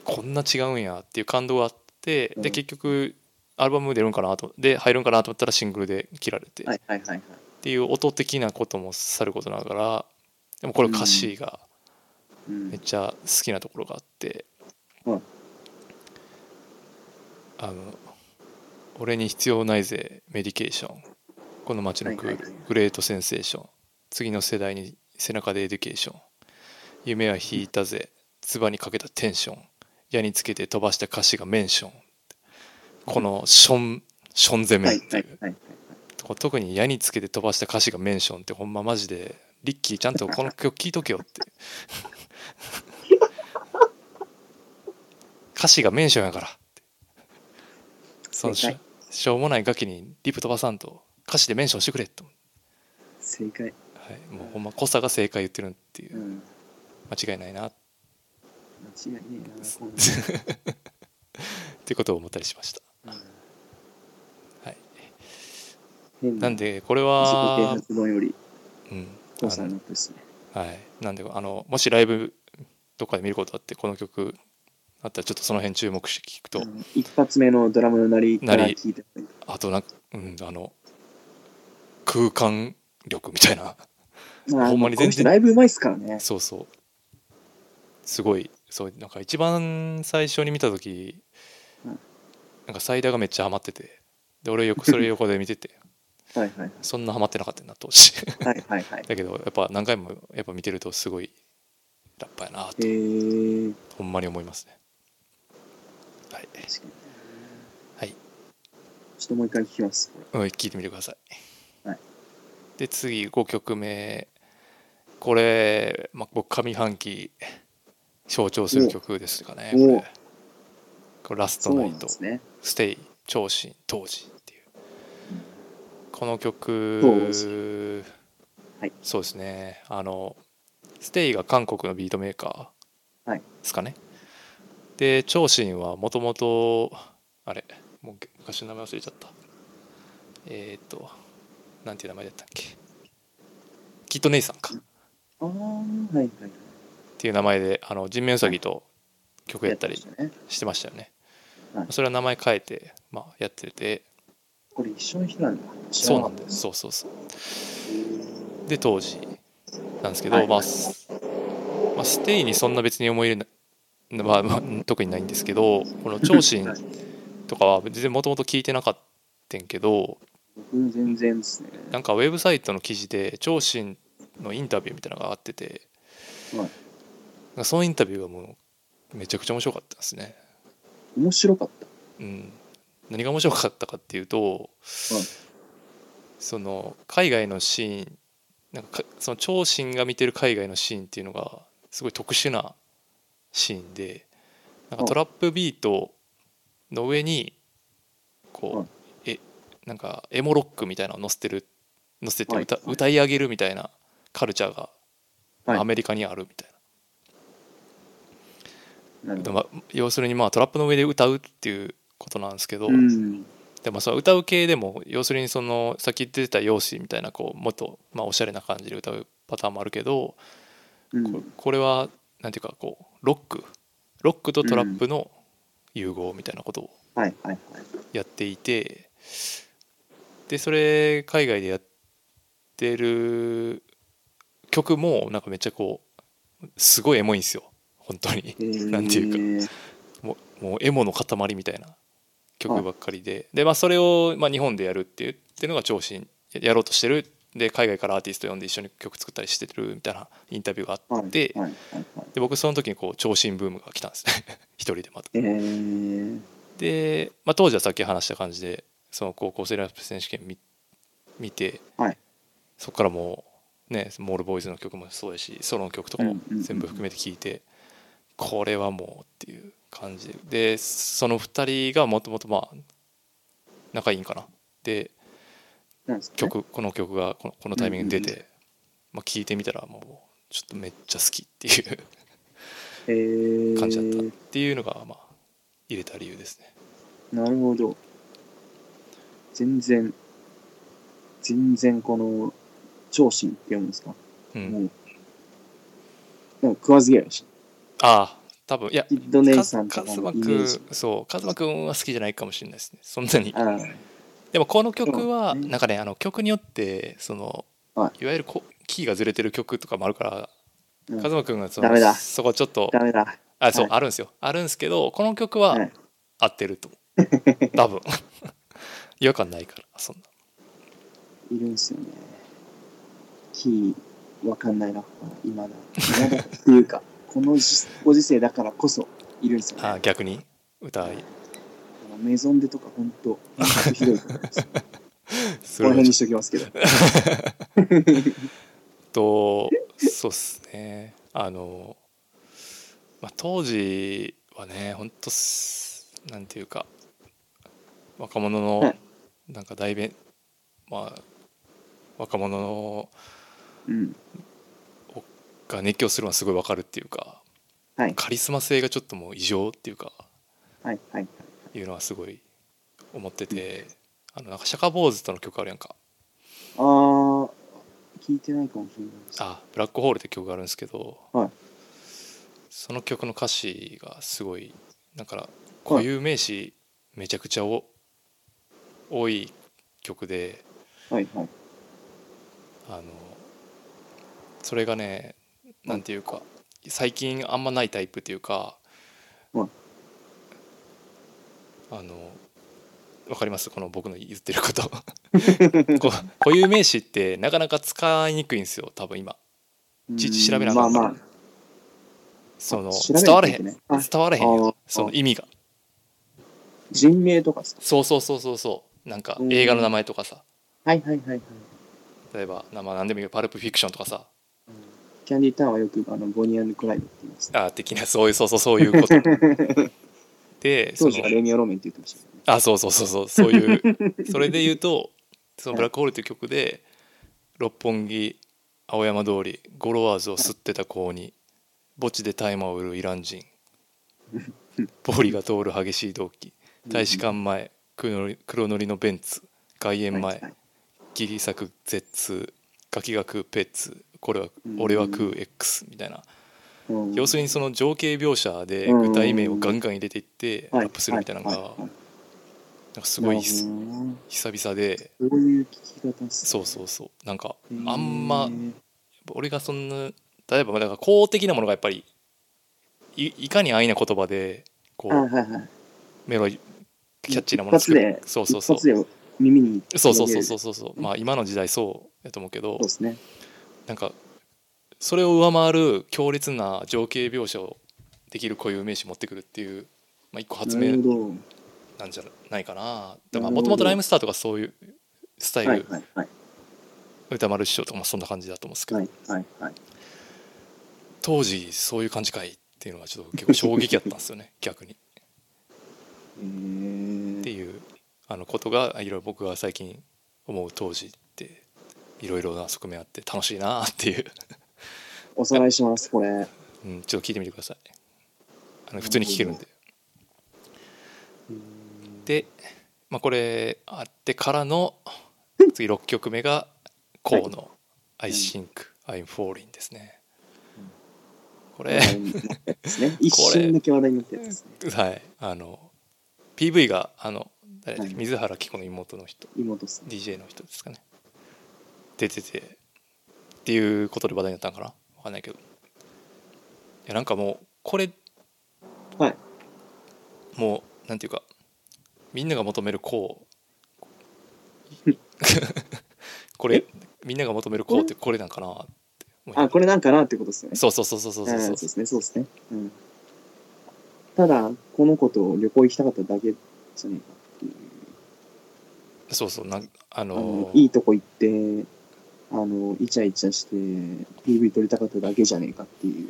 Speaker 1: こんな違うんやっていう感動があって
Speaker 2: うん
Speaker 1: で結局アルバム出るんかなとで入るんかなと思ったらシングルで切られて
Speaker 2: は
Speaker 1: っ
Speaker 2: いはいはいはい。
Speaker 1: ていう音的なこともさることながらでもこれ歌詞が
Speaker 2: うん
Speaker 1: めっちゃ好きなところがあって、
Speaker 2: うん
Speaker 1: あの「俺に必要ないぜメディケーション」「この街のクール、
Speaker 2: はいはいはい
Speaker 1: グレートセンセーション」「次の世代に背中でエデュケーション」「夢は引いたぜ唾にかけたテンション」「矢につけて飛ばした歌詞がメンション」この「ション」ション攻
Speaker 2: は
Speaker 1: め
Speaker 2: い
Speaker 1: っ
Speaker 2: は
Speaker 1: てい
Speaker 2: いうはい。
Speaker 1: こう特に矢につけて飛ばした歌詞がメンションってほんまマジでリッキーちゃんとこの曲聴いとけよって歌詞がメンションやからってそのし
Speaker 2: 正
Speaker 1: ょしょうもないガキにリップ飛ばさんと歌詞でメンションしてくれと、
Speaker 2: 正解。。
Speaker 1: はい、もうほんま濃さが正解言ってるっていううん 間違いないなっ
Speaker 2: 間違いねえな。こんな
Speaker 1: てことを思ったりしました、はい、
Speaker 2: 変
Speaker 1: な
Speaker 2: なん自己
Speaker 1: でこれ
Speaker 2: 啓
Speaker 1: は、
Speaker 2: 発本より
Speaker 1: うん、
Speaker 2: 父さんのですね。
Speaker 1: はい、なんであのもしライブとかで見ることあってこの曲あったらちょっとその辺注目して聞くと、
Speaker 2: うん一発目のドラムの鳴りから聞いてもいい
Speaker 1: あとなんか、うん、あの空間力みたいな
Speaker 2: まあ
Speaker 1: ほんまに全然
Speaker 2: この人ライブうまいっすからね。
Speaker 1: そうそうすごいそうなんか一番最初に見た時
Speaker 2: うん
Speaker 1: なんかサイダーがめっちゃハマっててで俺よくそれ横で見てて
Speaker 2: はいはい
Speaker 1: そんなハマってなかったなとし
Speaker 2: はいはいはい。
Speaker 1: だけどやっぱ何回もやっぱ見てるとすごいラッパーやな
Speaker 2: え
Speaker 1: と
Speaker 2: ー、
Speaker 1: ほんまに思いますねはい、
Speaker 2: 確かに。
Speaker 1: はい
Speaker 2: ちょっともう一回聞きます。これ
Speaker 1: うん、聞いてみてください、
Speaker 2: はい
Speaker 1: で次5曲目これ、まあ、僕上半期象徴する曲ですかね
Speaker 2: お
Speaker 1: こ
Speaker 2: お
Speaker 1: れこれラス
Speaker 2: そ
Speaker 1: ト
Speaker 2: う
Speaker 1: ナ
Speaker 2: な
Speaker 1: イ
Speaker 2: ん
Speaker 1: ト
Speaker 2: で」すね。
Speaker 1: 「ステイ」「長身」「当時」っていうこの
Speaker 2: 当
Speaker 1: 曲、
Speaker 2: はい
Speaker 1: そうですねあの「ステイ」が韓国のビートメーカー
Speaker 2: はい
Speaker 1: ですかね、で長身はもともとあれもう昔の名前忘れちゃったえっ、となんていう名前だったっけキッドネイさんかっ
Speaker 2: ああ、はいはいはい。
Speaker 1: ていう名前であの人面うさぎと曲やったり
Speaker 2: やってましたね
Speaker 1: してましたよね、
Speaker 2: はい
Speaker 1: それは名前変えて、まあ、やってて
Speaker 2: これ一緒の人なんだ。
Speaker 1: そうなんです。そうそうそうで当時なんですけど、
Speaker 2: はい
Speaker 1: まあすまあステイにそんな別に思い入れな、 まあまあ、特にないんですけどこの長身
Speaker 2: はい
Speaker 1: とかは全然もともと聞いてなかったんけど
Speaker 2: 僕全然ですね。
Speaker 1: なんかウェブサイトの記事で長身のインタビューみたいなのがあってて、
Speaker 2: はい
Speaker 1: なんかそのインタビューがもうめちゃくちゃ面白かったですね。
Speaker 2: 面白かった。
Speaker 1: うん、何が面白かったかっていうと、その海外のシーンなんかかその長身が見てる海外のシーンっていうのがすごい特殊なシーンでなんかトラップビートの上に
Speaker 2: う
Speaker 1: こ
Speaker 2: ん
Speaker 1: うえなんかエモロックみたいなのを載せてる載せて
Speaker 2: はい
Speaker 1: 歌,、
Speaker 2: はい
Speaker 1: 歌い上げるみたいなカルチャーが
Speaker 2: はい
Speaker 1: アメリカにあるみたいな。
Speaker 2: なるほ
Speaker 1: で
Speaker 2: ど。
Speaker 1: まあ要するにまあトラップの上で歌うっていうことなんですけど、
Speaker 2: うん。
Speaker 1: でもその歌う系でも要するにそのさっき言ってた容姿みたいなこうもっとまあおしゃれな感じで歌うパターンもあるけど
Speaker 2: うん
Speaker 1: これはなんていうかこうロックロックとトラップの融合みたいなことを
Speaker 2: はいはいはい。
Speaker 1: やっていてでそれ海外でやってる曲もなんかめっちゃこうすごいエモいんですよ本当に。なんていうか
Speaker 2: うか。
Speaker 1: もうもうエモの塊みたいな曲ばっかりで、で、まあ、それを、まあ、日本でやるっていうっていうのが調子にややろうとしてるで海外からアーティスト呼んで一緒に曲作ったりしてるみたいなインタビューがあ
Speaker 2: は
Speaker 1: っ
Speaker 2: い
Speaker 1: て、で
Speaker 2: はいはいはい。
Speaker 1: 僕その時にこう長身ブームが来たんですね 一人でまた。
Speaker 2: えー、
Speaker 1: で、まあ、当時はさっき話した感じでその高校生ラップ選手権見見て、
Speaker 2: はい
Speaker 1: そこからもうねモールボーイズの曲もそうやしソロの曲とかも
Speaker 2: うんうん
Speaker 1: 全部含めて聴いて、これはもうっていう感じででその2人がもともとまあ仲いいんかなで
Speaker 2: なんですか、ね、
Speaker 1: 曲この曲がこのこのタイミングで出て、まあ、聴いてみたらもうちょっとめっちゃ好きっていう
Speaker 2: えー、
Speaker 1: 感じだったっていうのがまあ入れた理由ですね。
Speaker 2: なるほど。全然、全然この、長身って読むんですか、
Speaker 1: う
Speaker 2: も
Speaker 1: ん、
Speaker 2: う、なんか食わず嫌いだし。
Speaker 1: ああ多分いや
Speaker 2: キッド姉
Speaker 1: カ
Speaker 2: さんとか
Speaker 1: ズ
Speaker 2: の
Speaker 1: マ
Speaker 2: イメー
Speaker 1: 君
Speaker 2: ジ。
Speaker 1: そうカズマ君は好きじゃないかもしれないですねそんなに
Speaker 2: ああ、
Speaker 1: でもこの曲は
Speaker 2: そうね
Speaker 1: なんかねあの曲によってその、、
Speaker 2: はい
Speaker 1: わゆるこキーがずれてる曲とかもあるから、
Speaker 2: うん
Speaker 1: カズマ君がその
Speaker 2: ダメだ
Speaker 1: そこちょっと
Speaker 2: ダメだ。
Speaker 1: あそう、
Speaker 2: はい
Speaker 1: あるんですよあるんですけどこの曲
Speaker 2: は
Speaker 1: はい合ってると、多分 違和感ないからそんない
Speaker 2: るんすよね。キー、わかんないな、今だ。今だっていうか、このじご時世だからこそ、いるんすよね。
Speaker 1: あ逆に歌い
Speaker 2: あのメゾンデとか本当、ほんとひどいと思います。こ
Speaker 1: す
Speaker 2: の
Speaker 1: る
Speaker 2: 辺にしときますけど。
Speaker 1: とそうっすねあの、まあ、当時はねほんとすなんていうか若者
Speaker 2: は
Speaker 1: の
Speaker 2: い
Speaker 1: なんか代弁まあ若者の
Speaker 2: うん。
Speaker 1: が熱狂するのはすごいわかるっていうか、
Speaker 2: はい
Speaker 1: カリスマ性がちょっともう異常っていうか
Speaker 2: はい、はい。
Speaker 1: いうのはすごい思ってて、あのなんか釈迦坊主との曲あるやんか
Speaker 2: あー、聞いてないかもしれないです。
Speaker 1: あブラックホールって曲があるんですけど、
Speaker 2: はい
Speaker 1: その曲の歌詞がすごいだから固有名詞めちゃくちゃお多い曲で
Speaker 2: はい、はい。
Speaker 1: あのそれがねなんていうか最近あんまないタイプっていうか、
Speaker 2: はい
Speaker 1: あのわかりますこの僕の言ってること こ固有名詞ってなかなか使いにくいんですよ多分今いちいち調べなあか
Speaker 2: まあ
Speaker 1: んか
Speaker 2: ま
Speaker 1: ら
Speaker 2: あ、
Speaker 1: その
Speaker 2: 調べ
Speaker 1: 伝わ
Speaker 2: な
Speaker 1: れ
Speaker 2: い
Speaker 1: へ
Speaker 2: といけ
Speaker 1: ん
Speaker 2: ないあ
Speaker 1: 伝われへん
Speaker 2: あー
Speaker 1: よその意味が
Speaker 2: 人名とかですか
Speaker 1: そうそうそうそうそうなんか
Speaker 2: うん
Speaker 1: 映画の名前とかさ
Speaker 2: はいはいはいはい。
Speaker 1: 例えばまあ何でもいいよパルプフィクションとかさ
Speaker 2: うんキャンディータウンはよくあのボニークライドって言います、ね。
Speaker 1: あー的なそういうそうそうそういうこと でそ
Speaker 2: 当
Speaker 1: の
Speaker 2: 時はレミオロメンって言ってましたけどね。
Speaker 1: あそうそうそうそうそういうそれで言うとその「ブラックホール」という曲で六本木青山通りゴロワーズを吸ってた子に墓地で大麻を売るイラン 人ボリが通る激しい動機大使館前黒塗り黒塗りのベンツ外苑
Speaker 2: はい
Speaker 1: 前
Speaker 2: はい
Speaker 1: ギリ作 Z ガキが食うペッツこれは
Speaker 2: うん
Speaker 1: 俺は食う X みたいな
Speaker 2: うん
Speaker 1: 要するにその情景描写で具体名をガンガン入れていって
Speaker 2: は
Speaker 1: ラップするみたいなのが
Speaker 2: ははは
Speaker 1: なんかすごいっす
Speaker 2: なるほどね
Speaker 1: 久々で
Speaker 2: そういう聞き方っす
Speaker 1: そうそうそうなんかあんま
Speaker 2: へー
Speaker 1: 俺がそんな例えばまあだから公的なものがやっぱりいいかに安易な言葉でこ
Speaker 2: あは
Speaker 1: う
Speaker 2: いはい
Speaker 1: メロキャッチーなものを作
Speaker 2: 一
Speaker 1: る
Speaker 2: 発で
Speaker 1: そうそう
Speaker 2: 一
Speaker 1: そう
Speaker 2: 発で耳に
Speaker 1: そうそうそう
Speaker 2: そ
Speaker 1: そうそうまあ今の時代そうやと思うけど
Speaker 2: うですね
Speaker 1: なんかそれを上回る強烈な情景描写をできる固有名詞持ってくるっていう、まあ、一個発
Speaker 2: な
Speaker 1: 明
Speaker 2: るほ
Speaker 1: なんじゃないかなだから
Speaker 2: なるほど
Speaker 1: もともとライムスターとかそういうスタイ
Speaker 2: どはい
Speaker 1: ル
Speaker 2: はいはい
Speaker 1: 歌丸師匠とかもそんな感じだと思うんですけど、
Speaker 2: はいはいはい
Speaker 1: 当時そういう感じかいっていうのがちょっと結構衝撃やったんですよね 逆に。っ
Speaker 2: えー
Speaker 1: ていうあのことがいろいろ僕が最近思う当時っていろいろな側面あって楽しいなっていう、
Speaker 2: おさらいしますこれ
Speaker 1: うん、ちょっと聞いてみてください。あの普通に聞けるんで。で、まあ、これあってからの次6曲目が KOO の「I think I'm falling」ですね
Speaker 2: うん。
Speaker 1: こ
Speaker 2: 話
Speaker 1: れ、
Speaker 2: 題になった やつですね一瞬だけ話題になったやつですね
Speaker 1: はい、あの PV があの誰だっけ
Speaker 2: はい
Speaker 1: 水原希子の妹の人
Speaker 2: 妹さん
Speaker 1: DJ の人ですかね出ててっていうことで話題になったんかなわかんないけどいやなんかもうこれ
Speaker 2: はい
Speaker 1: もうなんていうかみんなが求めるこ
Speaker 2: う
Speaker 1: うこれみんなが求めるこうってこれなんかなって思い
Speaker 2: あこれなんかなってことですよね
Speaker 1: そうそうそうそうそう
Speaker 2: あー
Speaker 1: そ
Speaker 2: そうう
Speaker 1: そ
Speaker 2: で
Speaker 1: う
Speaker 2: すねそうですね、うん、ただこの子と旅行行きたかっただけじゃねえかっていう
Speaker 1: そうそうなんあ
Speaker 2: あの
Speaker 1: のー
Speaker 2: いいとこ行ってあのイチャイチャして PV 撮りたかっただけじゃねえかっていう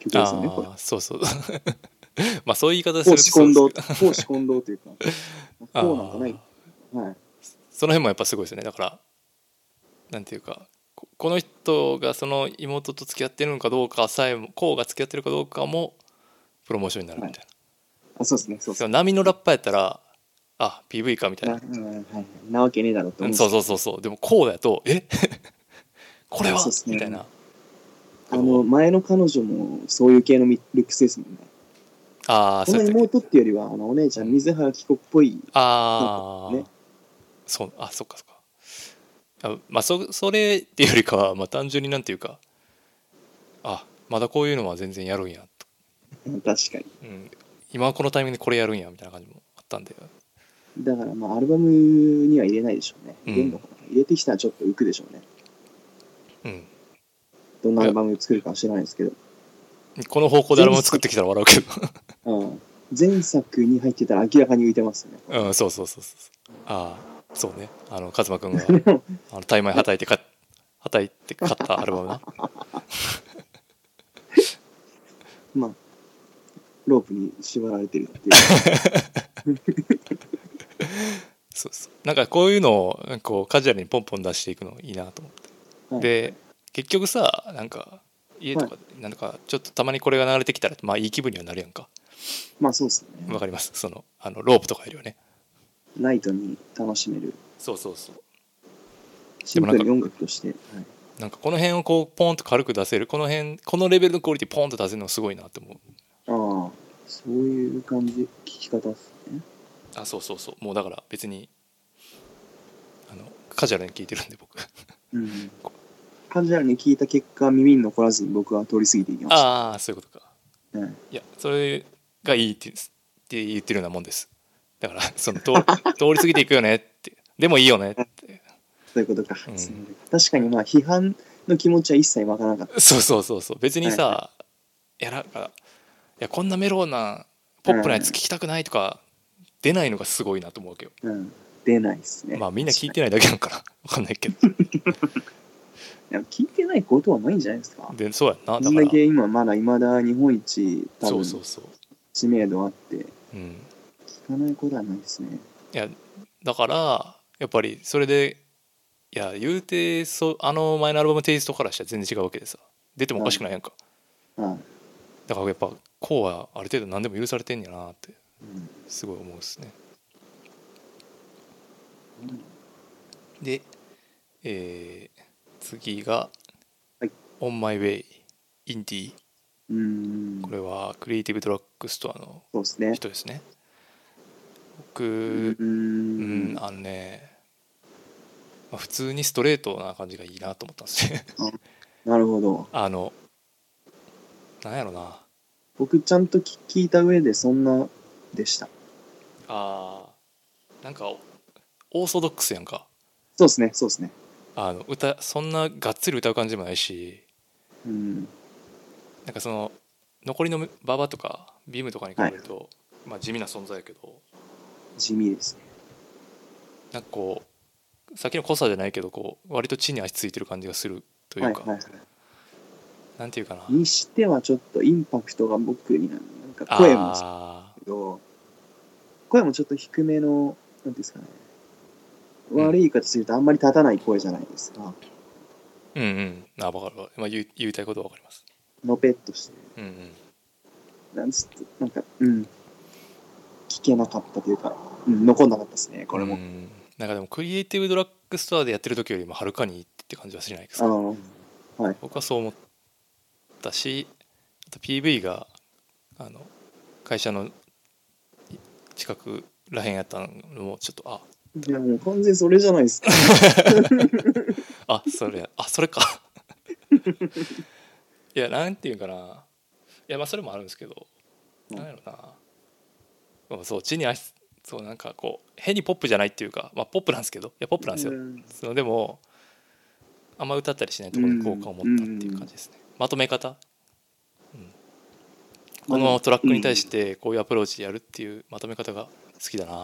Speaker 2: 曲ですよねこれ
Speaker 1: ああそうそう まあそういう言い方する
Speaker 2: 公私混
Speaker 1: そう
Speaker 2: 同
Speaker 1: ですけど
Speaker 2: 公私混同というか
Speaker 1: あー
Speaker 2: こうなんかないはい
Speaker 1: その辺もやっぱすごいですよねだからなんていうかここの人がその妹と付き合ってるのかどうかさえもこうが付き合ってるかどうかもプロモーションになるみたいな、
Speaker 2: あそうですねそうです
Speaker 1: その波のラッパーやったらあ PV かみたい
Speaker 2: ね
Speaker 1: な
Speaker 2: な,、うんはいはい、なわけねえだろうと
Speaker 1: う
Speaker 2: 思
Speaker 1: ん
Speaker 2: う
Speaker 1: そうそうそうそうでもこうだとえ これは、
Speaker 2: そうっすね
Speaker 1: みたいな
Speaker 2: あの前の彼女もそういう系のミルックスですもんね
Speaker 1: ああ
Speaker 2: こ
Speaker 1: そう
Speaker 2: の
Speaker 1: やったっけ
Speaker 2: 妹っていうよりはあのお姉ちゃん水原希子っぽい
Speaker 1: ああ、
Speaker 2: ね
Speaker 1: そうあそっかそっかあまあそそれっていうよりかは、まあ、単純になんていうかあまだこういうのは全然やるんやと、
Speaker 2: うん確かに
Speaker 1: うん、今はこのタイミングでこれやるんやみたいな感じもあったんで
Speaker 2: だからまあアルバムには入れないでしょうね
Speaker 1: うん
Speaker 2: 入れんのかな入れてきたらちょっと浮くでしょうね
Speaker 1: うん
Speaker 2: どんなアルバム作るかは知らないですけど
Speaker 1: この方向でアルバム作ってきたら笑うけ
Speaker 2: うん前作に入ってたら明らかに浮いてますよね。
Speaker 1: どうんそうそうそうそうああそうねあの一馬君 があのタイマイはたいてかはたいて買ったアルバムな
Speaker 2: まあ、ロープに縛られてるって いう。
Speaker 1: そうそうなんかこういうのをなんかこうカジュアルにポンポン出していくのいいなと思って、
Speaker 2: はい
Speaker 1: で結局さなんか家とかでなんかちょっとたまにこれが流れてきたらまあいい気分にはなるやんか
Speaker 2: まあそうですよね
Speaker 1: わ。かりますそのあのロープとかよりはね
Speaker 2: ナイトに楽しめる。
Speaker 1: そうそうそう
Speaker 2: シンプルに音楽として。はい
Speaker 1: なんかこの辺をこうポンと軽く出せるこの辺このレベルのクオリティポンと出せるのすごいなって思う
Speaker 2: ああ、そういう感じ、聞き方っすね。
Speaker 1: あそうそうそうもうだから別にあのカジュアルに聞いてるんで僕
Speaker 2: うん。カジュアルに聞いた結果、耳に残らずに僕は通り過ぎていきまし
Speaker 1: ああそういうことか
Speaker 2: た。はい
Speaker 1: いやそれがいいってって言ってるようなもんですだからその通り 通り過ぎていくよねってでもいいよねって
Speaker 2: そういうことか。
Speaker 1: うん
Speaker 2: そういうことか確かにまあ、批判の気持ちは一切わからなかった。
Speaker 1: そうそうそうそう別にさ、
Speaker 2: はい
Speaker 1: いやなんかいやこんなメロウなポップなやつ聞きたくないとか出ないのがすごいなと思うわけよ
Speaker 2: うん。出ないっすね。
Speaker 1: まあみんな聞い
Speaker 2: 確
Speaker 1: てないだけなんかなわかんない けど
Speaker 2: かにいや聞いてないことはないんじゃないですか。
Speaker 1: でそうやんな
Speaker 2: こ
Speaker 1: だ
Speaker 2: ん
Speaker 1: か
Speaker 2: だ
Speaker 1: ら
Speaker 2: け今まだいまだ日本一多
Speaker 1: そう
Speaker 2: 分
Speaker 1: そうそう
Speaker 2: 知名度あって
Speaker 1: うん
Speaker 2: 聞かないことはないですね。
Speaker 1: いやだからやっぱりそれでいや言うてそうあの前のアルバムテイストからしたら全然違うわけでさ出てもおかしくないやんか、
Speaker 2: は
Speaker 1: だからやっぱこうはある程度何でも許されてんやなって
Speaker 2: い。うん
Speaker 1: すごい思うですねで、えー次が
Speaker 2: はい
Speaker 1: 「On My Way」インディ
Speaker 2: うーん。
Speaker 1: これはクリエイティブドラッグストアの
Speaker 2: そうですね。
Speaker 1: 人ですね
Speaker 2: う
Speaker 1: 僕
Speaker 2: ー
Speaker 1: うん
Speaker 2: ん。
Speaker 1: あのね、まあ、普通にストレートな感じがいいなと思ったんですね
Speaker 2: なるほど。
Speaker 1: あのなんやろな
Speaker 2: 僕ちゃんと聞聞いた上でそんなでした。
Speaker 1: あーなんかオーソドックスやんか
Speaker 2: そうですね。そうですね。
Speaker 1: あの歌そんながっつり歌う感じでもないし
Speaker 2: うん。
Speaker 1: なんかその残りの馬場とかビームとかに比べると、まあ地味な存在やけど
Speaker 2: 地味ですね。
Speaker 1: なんかこう先の濃さじゃないけどこう割と地に足ついてる感じがするとい
Speaker 2: は
Speaker 1: う
Speaker 2: い
Speaker 1: か、
Speaker 2: はいはい
Speaker 1: なんていうかな
Speaker 2: にしてはちょっとインパクトが僕にはなんか声もそう
Speaker 1: あ
Speaker 2: だけど声もちょっと低めのなんていうんですかね
Speaker 1: ん
Speaker 2: 悪い言い方するとあんまり立たない声じゃないですか、
Speaker 1: ーうんうんあ分かるわかる、まあ、言う言いたいことは分かります
Speaker 2: のぺっとして
Speaker 1: うんうん
Speaker 2: なんつってなんかうん聞けなかったというか、うん、残んなかったですねこれも、
Speaker 1: うんなんかでもクリエイティブドラッグストアでやってる時よりもはるかにいいって感じはしないですか
Speaker 2: あの
Speaker 1: 僕はそう思ったしあと PV があの会社の近くらへんやったのもちょっとあ
Speaker 2: いやもう完全にそれじゃないですか
Speaker 1: あそれあそれか いやなんていうんかないやまあそれもあるんですけど、
Speaker 2: うん
Speaker 1: なんやろなまあそう地に足そうなんかこう変にポップじゃないっていうかまあポップなんですけどいやポップなんですよ、
Speaker 2: うん
Speaker 1: そのでもあんま歌ったりしないところに効果を持ったっていう感じですね、まとめ方、うんこのトラックに対してこういうアプローチでやるっていうまとめ方が好きだなと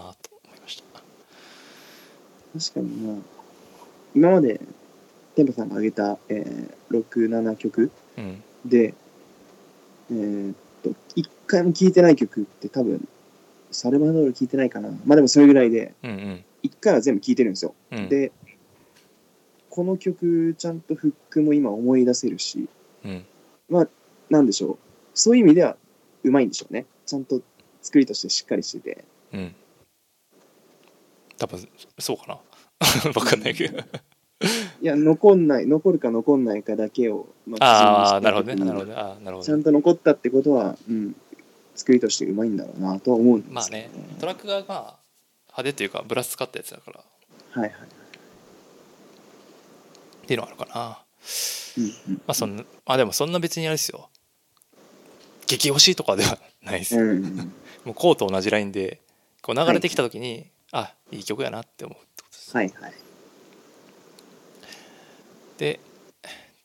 Speaker 1: 思いました
Speaker 2: 確かにな今までテンパさんが挙げた、えー、67曲
Speaker 1: うん
Speaker 2: でえーっと一回も聴いてない曲って多分サルバドール聴いてないかなまあでもそれぐらいで
Speaker 1: うんうん
Speaker 2: 一回は全部聴いてるんですよ、
Speaker 1: うん
Speaker 2: でこの曲ちゃんとフックも今思い出せるし
Speaker 1: うん
Speaker 2: なんでしょうそういう意味ではうまいんでしょうねちゃんと作りとしてしっかりしてて
Speaker 1: うん多分そうかな わかんないけど
Speaker 2: いや残んない残るか残んないかだけを、ま
Speaker 1: ああなるほどね
Speaker 2: 基準
Speaker 1: な
Speaker 2: にして
Speaker 1: るほどねあーなるほ
Speaker 2: ち
Speaker 1: ど
Speaker 2: ゃ
Speaker 1: ね
Speaker 2: んと残ったってことは、うん、作りとしてうまいんだろうなとは思うんで
Speaker 1: まあ
Speaker 2: すけ
Speaker 1: ね
Speaker 2: ど
Speaker 1: トラックがまあ派手っていうかブラス使ったやつだからっ
Speaker 2: はいはい。
Speaker 1: ていうのがあるかな
Speaker 2: うんうん
Speaker 1: まあそんな、まあでもそんな別にあれですよ。激欲しいとかではないです。
Speaker 2: うんうん
Speaker 1: もうこうと同じラインで、こう流れてきた時に、あ、いい曲やなって思うってことです。
Speaker 2: はいはい。
Speaker 1: で、